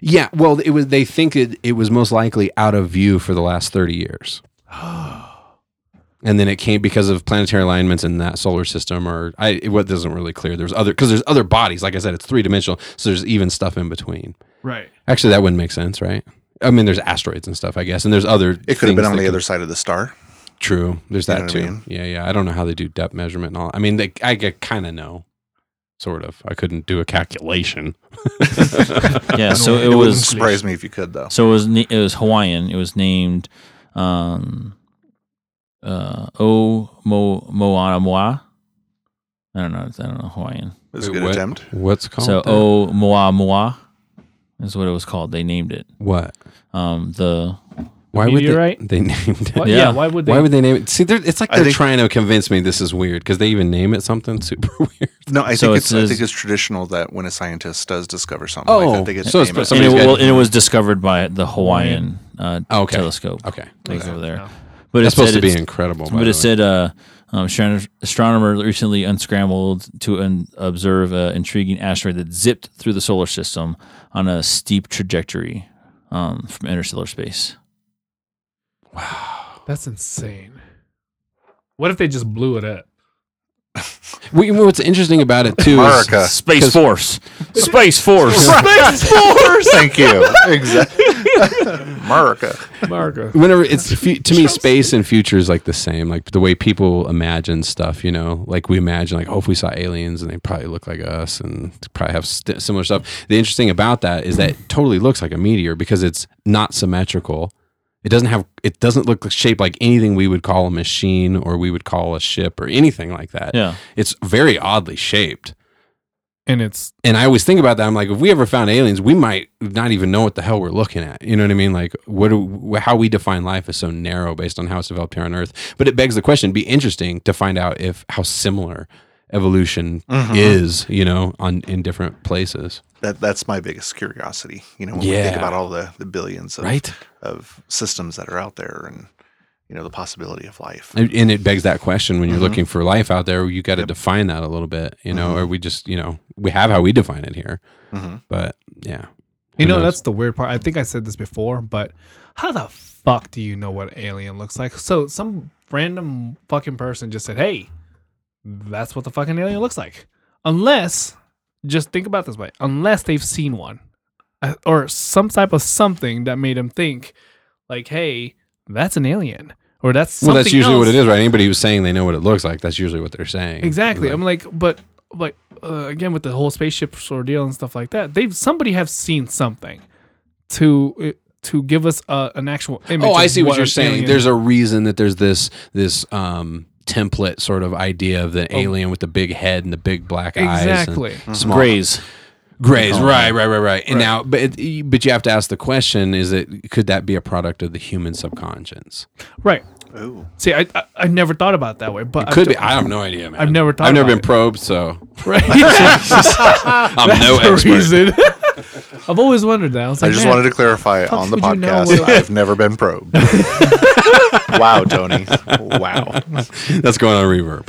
S2: yeah. Well, it was. They think it it was most likely out of view for the last 30 years.
S5: [gasps]
S2: and then it came because of planetary alignments in that solar system or i it what doesn't really clear there's other because there's other bodies like i said it's three-dimensional so there's even stuff in between
S5: right.
S2: actually that wouldn't make sense right i mean there's asteroids and stuff i guess and there's other
S4: It could have been
S2: things
S4: on
S2: that
S4: the
S2: could-
S4: other side of the star.
S2: true there's
S4: You
S2: that
S4: know what I
S2: too
S4: mean?
S2: yeah yeah i don't know how they do depth measurement and all i mean they, i kind of know sort of i couldn't do a calculation
S4: [laughs]
S3: Yeah. So
S4: It,
S3: it
S4: wouldn't
S3: was
S4: surprise me if you could though.
S3: so it was na- it was Hawaiian. It was named um uh O Mo Moana Moa. I don't know. I don't know Hawaiian.
S4: It was a
S2: Wait,
S4: good
S2: what-
S4: attempt.
S2: what's it called
S3: So
S2: that?
S3: O Moa Moa is what it was called. They named it.
S2: what
S3: Um, the
S2: why would they,
S5: meteorite?
S2: they [laughs] named it
S5: Why,
S3: Yeah.
S5: yeah. Why would they?
S2: why would they name it see they're- it's like
S4: I
S2: they're
S4: think-
S2: trying to convince me this is weird because they even name it something [laughs] super weird
S4: No, I
S3: So it
S4: think it's I
S3: says-
S4: think it's traditional that when a scientist does discover something like
S2: Oh,
S4: that, they get
S2: so
S4: to
S2: it's
S4: name it.
S2: supposed- Somebody's
S3: and it,
S2: got- Oh,
S3: well, and it was discovered by the Hawaiian uh,
S2: Okay.
S3: telescope.
S2: okay
S3: Things over there,
S5: No.
S3: but
S2: That's
S3: it said
S2: supposed to be
S3: it's-
S2: incredible. by
S3: But
S2: the way.
S3: it said, uh, um, astron- astronomer recently unscrambled to un- observe an intriguing asteroid that zipped through the solar system on a steep trajectory um, from interstellar space.
S5: That's insane. What if they just blew it up?
S2: Well, you know what's interesting about it too
S4: America.
S2: is
S3: Space Force. [laughs] Space Force.
S6: Space Force.
S4: [laughs] Thank you.
S3: [laughs]
S4: exactly. America.
S5: America.
S2: whenever it's fu- to me space and future is like the same like the way people imagine stuff you know like we imagine like oh if we saw aliens and they probably look like us and probably have st- similar stuff the interesting about that is that it totally looks like a meteor because it's not symmetrical it doesn't have it doesn't look shaped like anything we would call a machine or we would call a ship or anything like that
S3: Yeah.
S2: it's very oddly shaped
S5: [laughs] And it's
S2: and I always think about that. I'm like, if we ever found aliens, we might not even know what the hell we're looking at. You know what I mean? Like, what do, how we define life is so narrow based on how it's developed here on Earth. But it begs the question: it'd be interesting to find out if how similar evolution
S5: Mm-hmm.
S2: is, you know, on in different places,
S4: That that's my biggest curiosity. You know, when we think
S2: Yeah.
S4: about all the, the billions of,
S2: right?
S4: of systems that are out there and you know the possibility of life.
S2: And and it begs that question when you're
S5: Mm-hmm.
S2: looking for life out there. You got to define that a little bit, you know, or we just, you know, we have how we define it here.
S4: Mhm.
S2: But yeah, Who
S5: You know,
S2: knows?
S5: that's the weird part. I think I said this before, but how the fuck do you know what alien looks like? So some random fucking person just said, "Hey, that's what the fucking alien looks like." Unless, just think about it this way: unless they've seen one, Uh, or some type of something that made them think, like, "Hey, that's an alien," or that's something
S2: well, that's usually what
S5: else.
S2: it is, right? Anybody who's saying they know what it looks like, that's usually what they're saying.
S5: Exactly.
S2: Like,
S5: I'm like, but like uh, again with the whole spaceship ordeal and stuff like that, they've somebody have seen something to uh, to give us uh, an actual image.
S2: Oh, I
S5: of
S2: see what, you're
S5: an
S2: saying.
S5: alien-
S2: There's a reason that there's this this um template sort of idea of the alien with the big head and the big black eyes. and
S5: Oh.
S2: Hmm.
S5: exactly.
S2: Small
S3: Grays.
S2: Grays, right, right, right, right. And now, but it, but you have to ask the question: Is it could that be a product of the human subconscious?
S5: Right.
S4: Ooh.
S5: See, I, I I never thought about it that way, but I
S2: Could
S5: do- [laughs]
S2: be. I have no idea, man.
S5: I've never thought
S2: I've never
S5: about
S2: been probed,
S5: [laughs]
S2: so [laughs]
S5: Right.
S2: I'm no
S5: That's the
S2: expert. [laughs]
S5: reason. I've always wondered that. I was
S4: I
S5: like,
S4: just
S5: "Man,
S4: wanted to clarify
S5: fuck
S4: on the
S5: would you know
S4: podcast.
S5: what-
S4: I've never
S2: [laughs]
S4: been probed. wow, Tony. Wow.
S2: That's going on reverb.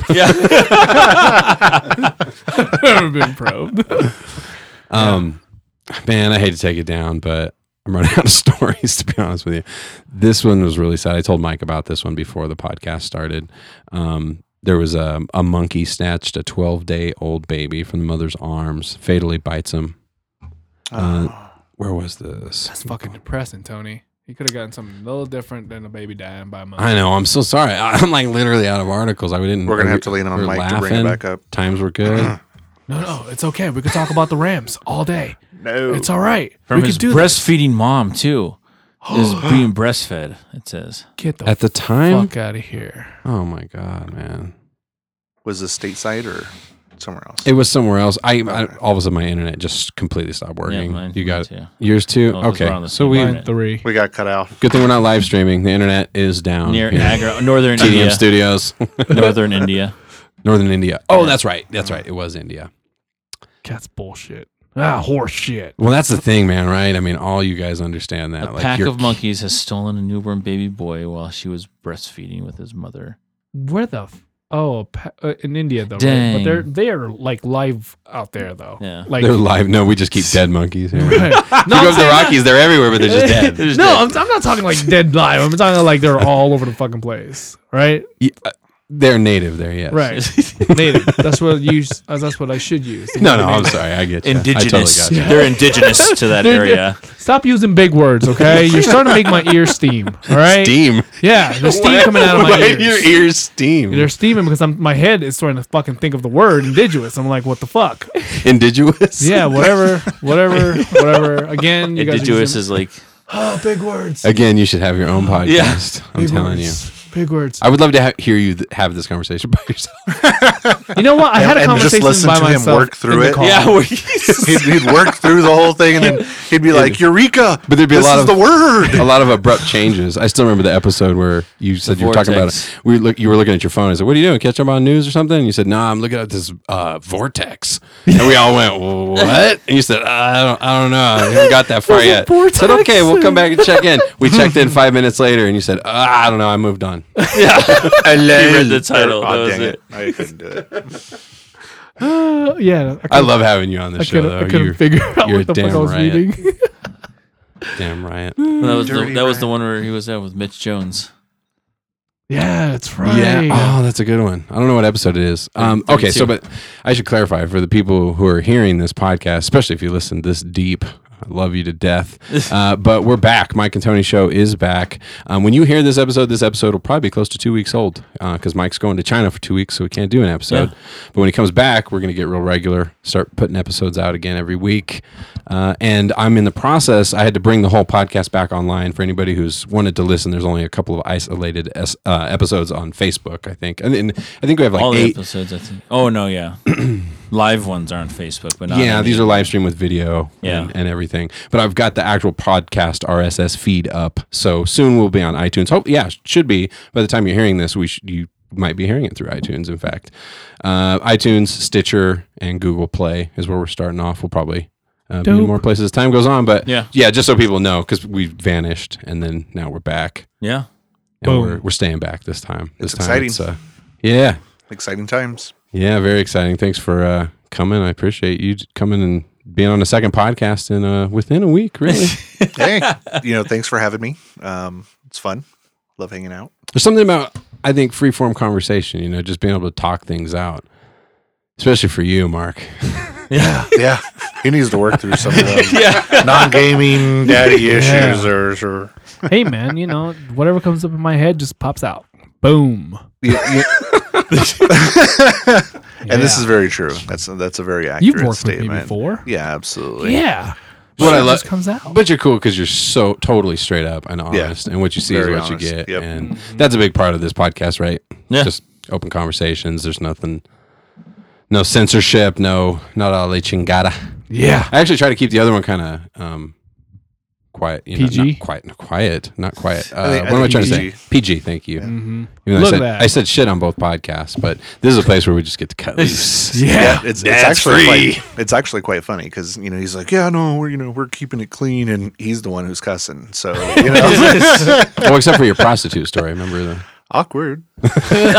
S5: [laughs] I've never been probed.
S2: [laughs] Um, man, I hate to take it down, but I'm running [laughs] out of stories to be honest with you. This one was really sad. I told Mike about this one before the podcast started. Um, there was a, a monkey snatched a 12 day old baby from the mother's arms, fatally bites him. Uh, Where was this?
S5: That's fucking depressing, Tony. You could have gotten something a little different than a baby dying by a month.
S2: I know. I'm so sorry. [laughs] I'm like literally out of articles. I didn't.
S4: We're gonna have to lean on
S2: we're
S4: Mike to bring it
S2: laughing.
S4: back up.
S2: Times were good.
S5: No, no, it's okay. We could talk about the Rams all day.
S4: [clears throat] No.
S5: It's all right.
S3: From
S5: we
S3: his
S5: could do this.
S3: breastfeeding mom, too,
S2: [gasps]
S5: [gasps]
S3: is being breastfed, it says.
S5: Get the
S2: At the time.
S5: fuck out of here.
S2: Oh my god, man.
S4: Was this stateside or somewhere else?
S2: It was somewhere else. I, I all of a sudden my internet just completely stopped working.
S3: mine-
S2: you got
S3: mine too.
S2: yours too.
S3: Oh, 'cause we're on
S2: okay,
S3: the
S2: so
S3: same
S2: we
S3: internet.
S5: Three.
S4: we got cut out.
S2: good thing we're not live streaming. The internet is down
S3: Near
S2: here.
S3: Agra, northern
S2: TDM
S3: India.
S2: Studios, [laughs]
S3: [laughs] Northern India.
S2: Northern India. Oh, that's right. That's right. It was India.
S5: That's bullshit. Ah, horse shit.
S2: Well, that's the thing, man. Right? I mean, all you guys understand that.
S3: A pack
S2: you're-
S3: of monkeys has stolen a newborn baby boy while she was breastfeeding with his mother.
S5: Where the f- oh pa- uh, in India though, right? but
S3: Dang.
S5: they're they're like live out there though.
S3: Yeah.
S5: like
S2: [laughs] [laughs]
S5: [laughs]
S2: They're live. No, we just keep dead monkeys here.
S5: Right. no,
S2: Here
S5: I'm
S2: goes the
S5: saying
S2: Rockies. They're everywhere, but they're
S5: [laughs]
S2: just
S5: that-
S2: dead.
S5: no, I'm, I'm not talking like dead live. I'm talking like they're all over the fucking place, right?
S2: Yeah, uh, they're native there, yes.
S5: Right. Native. That's what you. s- uh, That's what I should use.
S2: [laughs]
S5: You
S2: No,
S5: know
S2: no,
S5: what I
S2: I'm
S5: mean?
S2: sorry. I get you. I totally
S3: Indigenous.
S2: got you.
S3: [laughs] They're indigenous to [laughs] that
S5: They're-
S3: area.
S5: Stop using big words, okay? You're starting to make my ears steam. All right.
S2: Steam.
S5: Yeah, there's steam coming out of
S2: [laughs]
S5: my
S2: Why do
S5: ears.
S2: Your ears steam.
S5: They're steaming because I'm, my head is starting to fucking think of the word indigenous. I'm like, what the fuck?
S2: Indigenous.
S5: [laughs] Yeah, whatever, whatever, whatever. Again, you guys are
S3: Indigenous
S5: using-
S3: is [laughs] like
S5: oh, [laughs] big words.
S2: Again, you should have your own podcast. I'm
S5: big
S2: telling you.
S5: words, big words.
S2: I would love to ha- hear you th- have this conversation [laughs] by yourself.
S5: You know what? I had a
S4: and just
S5: conversation
S4: listen
S5: by
S4: to him
S5: myself.
S4: work through
S5: in the
S4: it.
S5: car.
S4: Yeah, [laughs]
S2: Um,
S4: he'd, he'd work through the whole thing and then he'd be like, Eureka!
S2: But there'd be a
S4: this
S2: lot
S4: is
S2: of- [laughs]
S4: the word.
S2: a
S4: Oh,
S2: lot of abrupt changes. I still remember the episode where you said you were talking about
S3: vortex.
S2: it. We were look, you were looking at your phone. I said, "What are you doing? Catch up on news or something?" And you said, "No, I'm looking at this uh, vortex." And we all went, "What?" And you said, "I don't, I don't know. I haven't got that far yet." I said, "Okay, we'll come back and check in." We checked in five minutes later, and you said, "Ah, "I don't know. I moved on." [laughs]
S4: Hello.
S3: read the title,
S4: Oh,
S3: that was
S4: dang
S3: it.
S4: [laughs] I couldn't do it.
S5: Uh, [laughs] yeah,
S2: I love having you on the
S5: I
S2: show.
S5: couldn't, I
S2: Though.
S5: couldn't
S2: You're
S5: figure out
S2: you're
S5: what the fuck I
S2: damn
S5: was
S2: right.
S5: reading.
S2: damn right.
S3: that was the,
S4: Dirty
S3: that was the
S4: Ryan.
S3: one where he was at with Mitch Jones.
S5: [laughs] Yeah, uh, that's right.
S2: Yeah. Oh, that's a good one. I don't know what episode it is. Um, okay, so but I should clarify for the people who are hearing this podcast, especially if you listen this deep. I love you to
S3: [laughs]
S2: death. Uh, but we're back. Mike and Tony show is back. Um, when you hear this episode, this episode will probably be close to two weeks old because Mike's going to China for two weeks, so we can't do an episode. But when he comes back, we're going to get real regular, start putting episodes out again every week. Uh, and I'm in the process. I had to bring the whole podcast back online for anybody who's wanted to listen. There's only a couple of isolated es- uh, episodes on Facebook, I think. And, and I think we have like
S3: All the
S2: eight.
S3: episodes, I think. Oh no, yeah. [clears throat] Live ones are on Facebook, but not
S2: Yeah,
S3: on
S2: these
S3: the-
S2: are live stream with video
S3: Yeah.
S2: and, and everything. But I've got the actual podcast RSS feed up, so soon we'll be on iTunes. Hope, yeah, should be by the time you're hearing this. We sh- you might be hearing it through iTunes. In fact, uh, iTunes, Stitcher, and Google Play is where we're starting off. We'll probably. Uh, be in
S5: Dope.
S2: more places as time goes on, but
S3: Yeah.
S2: yeah, just so people know, because we vanished and then now we're back
S3: yeah.
S2: and
S5: Boom.
S2: we're, we're staying back this time. This
S4: It's
S2: time
S4: exciting.
S2: it's, uh, yeah,
S4: Exciting times.
S2: yeah, very exciting. Thanks for uh, coming. I appreciate you coming and being on a second podcast in uh, within a week.
S4: [laughs]
S2: Really,
S4: Hey, you know, thanks for having me. Um, it's fun. Love hanging out.
S2: there's something about I think free form conversation. You know, just being able to talk things out, especially for you, Mark.
S4: Yeah, he needs to work through some of
S5: [laughs]
S4: those non-gaming daddy issues or, or
S5: hey man, you know whatever comes up in my head just pops out. Boom.
S4: Yeah, yeah. and this
S5: Yeah.
S4: is very true. That's that's a very accurate
S5: You've worked with
S4: statement.
S5: me before.
S4: Yeah, absolutely.
S5: Yeah.
S2: What I
S5: Shit
S2: lo-
S5: just comes out.
S2: But you're cool because you're so totally straight up and honest, and what you see
S4: Very
S2: is what
S4: honest.
S2: you get.
S4: Yep.
S2: And that's a big part of this podcast, right?
S3: Yeah.
S2: Just open conversations. There's nothing, no censorship, no not all the chingada.
S5: yeah.
S2: I actually try to keep the other one kind of um, quiet. You know,
S5: PG?
S2: Not quiet. Not quiet. Not quiet. Uh,
S4: I think- I
S2: what am I
S4: think
S2: trying
S4: PG.
S2: to say? PG. Thank you.
S5: Mm-hmm.
S2: Even though
S5: Look
S2: I
S5: at
S2: said,
S5: that.
S2: I said shit on both podcasts, but this is a place where we just get to cut loose. [laughs]
S4: Yeah,
S5: [laughs] Yeah.
S4: [laughs] it's, it's
S2: That's
S4: actually
S2: free.
S4: quite, it's actually quite funny because you know he's like, yeah, no, we're you know we're keeping it clean, and he's the one who's cussing. So you know,
S5: [laughs]
S2: oh, except for your prostitute story. Remember the
S4: awkward.
S2: yeah,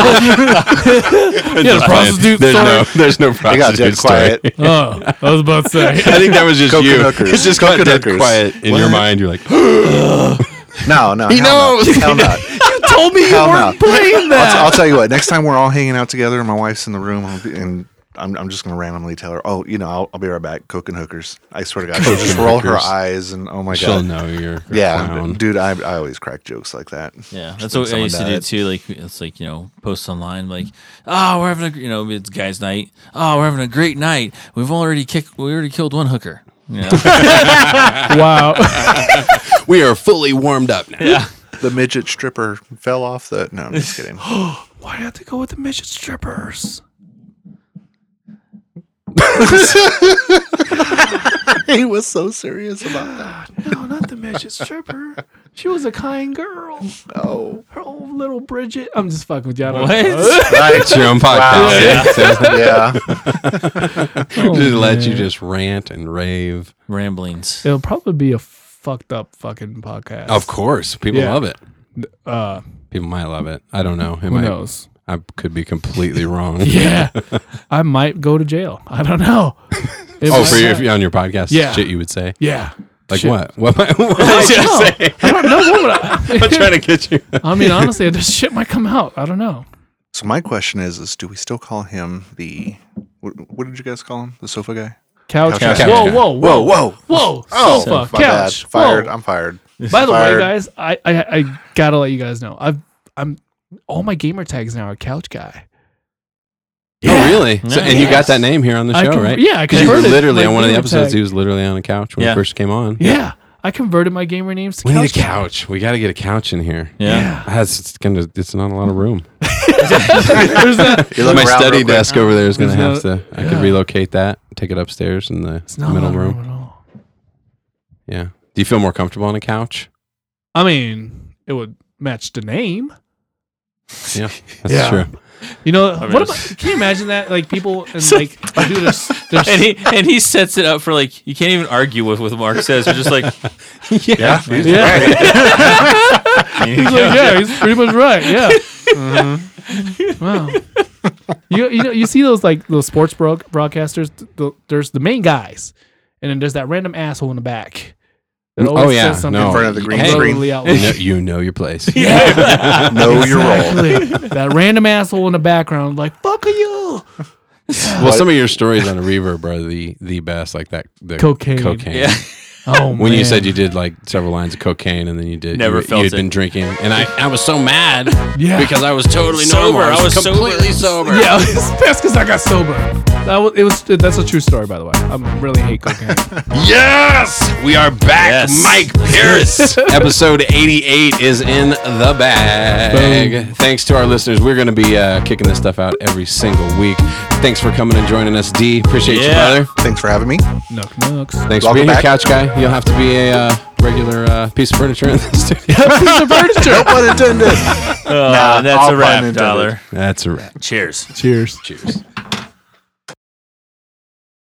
S2: [laughs]
S5: prostitute
S2: there's
S5: story.
S2: No, [laughs] there's no
S4: I
S2: prostitute
S4: got dead
S2: story.
S4: quiet.
S5: Oh, I was about to say.
S2: [laughs] I think that was just
S4: Coke and
S2: you.
S4: hookers.
S2: It's just
S4: Coke
S2: got
S4: and
S2: dead
S4: hookers.
S2: quiet in your
S4: What?
S2: mind. You're like,
S4: No, no,
S2: He
S4: hell
S2: [laughs] knows.
S4: No, hell no.
S5: you
S2: [laughs]
S5: told me you
S4: Hell weren't no.
S5: playing
S4: I'll, t- I'll tell you what. Next time we're all hanging out together, and my wife's in the room, I'll be, and I'm, I'm just gonna randomly tell her, "Oh, you know, I'll, I'll be right back." Coke and hookers. I swear to God, she'll just roll her
S2: hookers.
S4: eyes, and oh my
S2: she'll
S4: god,
S2: know you're a
S4: yeah,
S2: clown.
S4: dude, I, I always crack jokes like that.
S3: Yeah, that's
S4: when
S3: what I
S4: someone
S3: used to do
S4: died.
S3: too. Like it's like you know, post online like, oh, we're having a gr- you know, it's guys' night. Oh, we're having a great night. We've already kicked, we already killed one hooker. You know? [laughs]
S2: [laughs]
S5: Wow. [laughs]
S2: We are fully warmed up now.
S4: The midget stripper fell off the. No, I'm just kidding.
S5: Why have to go with the midget strippers?
S4: [laughs] he was so serious about that.
S5: No, not the midget stripper. She was a kind girl.
S4: Oh,
S5: Her old little Bridget. I'm just fucking with you. I don't [laughs]
S3: what?
S2: It's your own podcast.
S4: yeah. [laughs]
S5: know.
S2: Just let you just rant and rave.
S3: Ramblings.
S5: It'll probably be a fucked up fucking podcast.
S2: Of course, people
S5: Yeah.
S2: love it.
S5: Uh,
S2: People might love it. I don't know. It
S5: who
S2: might-
S5: knows?
S2: I could be completely wrong.
S5: [laughs] Yeah. I might go to jail. I don't know. It
S2: [laughs] Oh,
S5: might
S2: for your, if
S5: not.
S2: you're on your podcast,
S5: Yeah.
S2: shit you would say.
S5: Yeah.
S2: Like
S5: Shit.
S2: what? What, am I- [laughs] what am I
S5: I
S2: gonna say?
S5: don't know what would I-
S2: [laughs] I'm trying to get you.
S5: [laughs]
S2: Oh,
S5: I mean, honestly, this shit might come out. I don't know.
S4: So my question is: Is do we still call him the? What, what did you guys call him? The sofa guy?
S5: Couch.
S4: Couch.
S5: Whoa, whoa, whoa, whoa,
S4: whoa!
S5: whoa.
S4: Oh,
S5: sofa,
S4: my
S5: couch.
S4: bad. Fired.
S5: Whoa.
S4: I'm fired.
S5: By the way,
S4: Fired.
S5: guys, I, I I gotta let you guys know. I've I'm all my gamer tags now are couch guy.
S2: Oh, really? So, and you got
S5: Yes.
S2: that name here on the
S5: I
S2: show,
S5: con-
S2: right? [laughs]
S5: Yeah, I
S2: 'Cause you were
S5: converted.
S2: literally
S5: my
S2: on one of the
S5: gamer
S2: episodes.
S5: tag-
S2: He was literally on a couch when
S3: Yeah.
S2: he first came on.
S5: yeah, I converted my gamer names to
S2: We
S5: couch.
S2: need a
S5: guy.
S2: couch. We got to get a couch in here.
S3: Yeah.
S2: That's it's gonna. It's not a lot of room. [laughs]
S5: There's not-
S4: You look
S2: My
S4: around
S2: study
S4: real quick.
S2: desk over there is gonna have
S5: There's
S2: to. I could
S5: yeah.
S2: relocate that. Take it upstairs in the
S5: it's not
S2: middle
S5: a lot of
S2: room.
S5: at all.
S2: Yeah. Do you feel more comfortable on a couch?
S5: I mean, it would match the name. [laughs]
S2: Yeah, that's
S5: Yeah.
S2: true.
S5: You know,
S3: mean,
S5: what
S3: it's-
S5: about, can you imagine that? Like
S2: [laughs]
S5: people and like they do this. There's,
S3: And he and he sets it up for like you can't even argue with what Mark says. You're just like, [laughs]
S2: Yeah.
S5: yeah,
S3: [laughs]
S5: he's like, yeah, he's pretty much right.
S2: [laughs]
S5: Yeah. Wow. [laughs] You you know you see those like those sports bro- broadcasters. th- th- there's the main guys, and then there's that random asshole in the back It
S2: Oh,
S5: always
S2: yeah,
S5: says something
S2: no.
S4: In front of the green
S5: totally
S4: screen.
S5: out-
S2: You know, you know your
S5: [laughs]
S2: place.
S4: [laughs] know your role.
S5: Exactly. that random asshole in the background, like fuck are you?
S2: Well, some of your stories on a reverb are the the best, like that the
S5: Cocaine.
S2: Cocaine.
S3: Yeah.
S5: Oh,
S2: When you said
S5: man.
S2: you did like several lines of cocaine and then you did
S3: Never
S2: you,
S3: felt
S2: you had
S3: it.
S2: been drinking and I, I was so mad
S5: Yeah.
S2: because I was totally
S3: Sober.
S2: normal. I
S3: I
S2: was,
S3: was sober.
S2: completely sober.
S5: Yeah, [laughs] it's best because I got sober. That was, it was. That's a true story, by the way. I am really hate [laughs] cocaine.
S2: Yes, we are back.
S3: Yes.
S2: Mike Pierce, [laughs] episode 88 is in the bag. Thanks to our listeners. We're going to be uh, kicking this stuff out every single week. Thanks for coming and joining us, D. Appreciate
S3: Yeah.
S2: you, brother.
S4: Thanks for having me.
S5: Nook nooks.
S2: Thanks
S4: Welcome
S2: for being
S4: back.
S2: here, couch guy. You'll have to be a uh, regular uh, piece of furniture in this studio. [laughs]
S4: No pun intended.
S3: Uh, that's
S4: all
S3: a
S4: pun
S3: wrap,
S4: intended.
S3: dollar.
S2: That's a wrap.
S3: Cheers.
S5: Cheers.
S2: Cheers.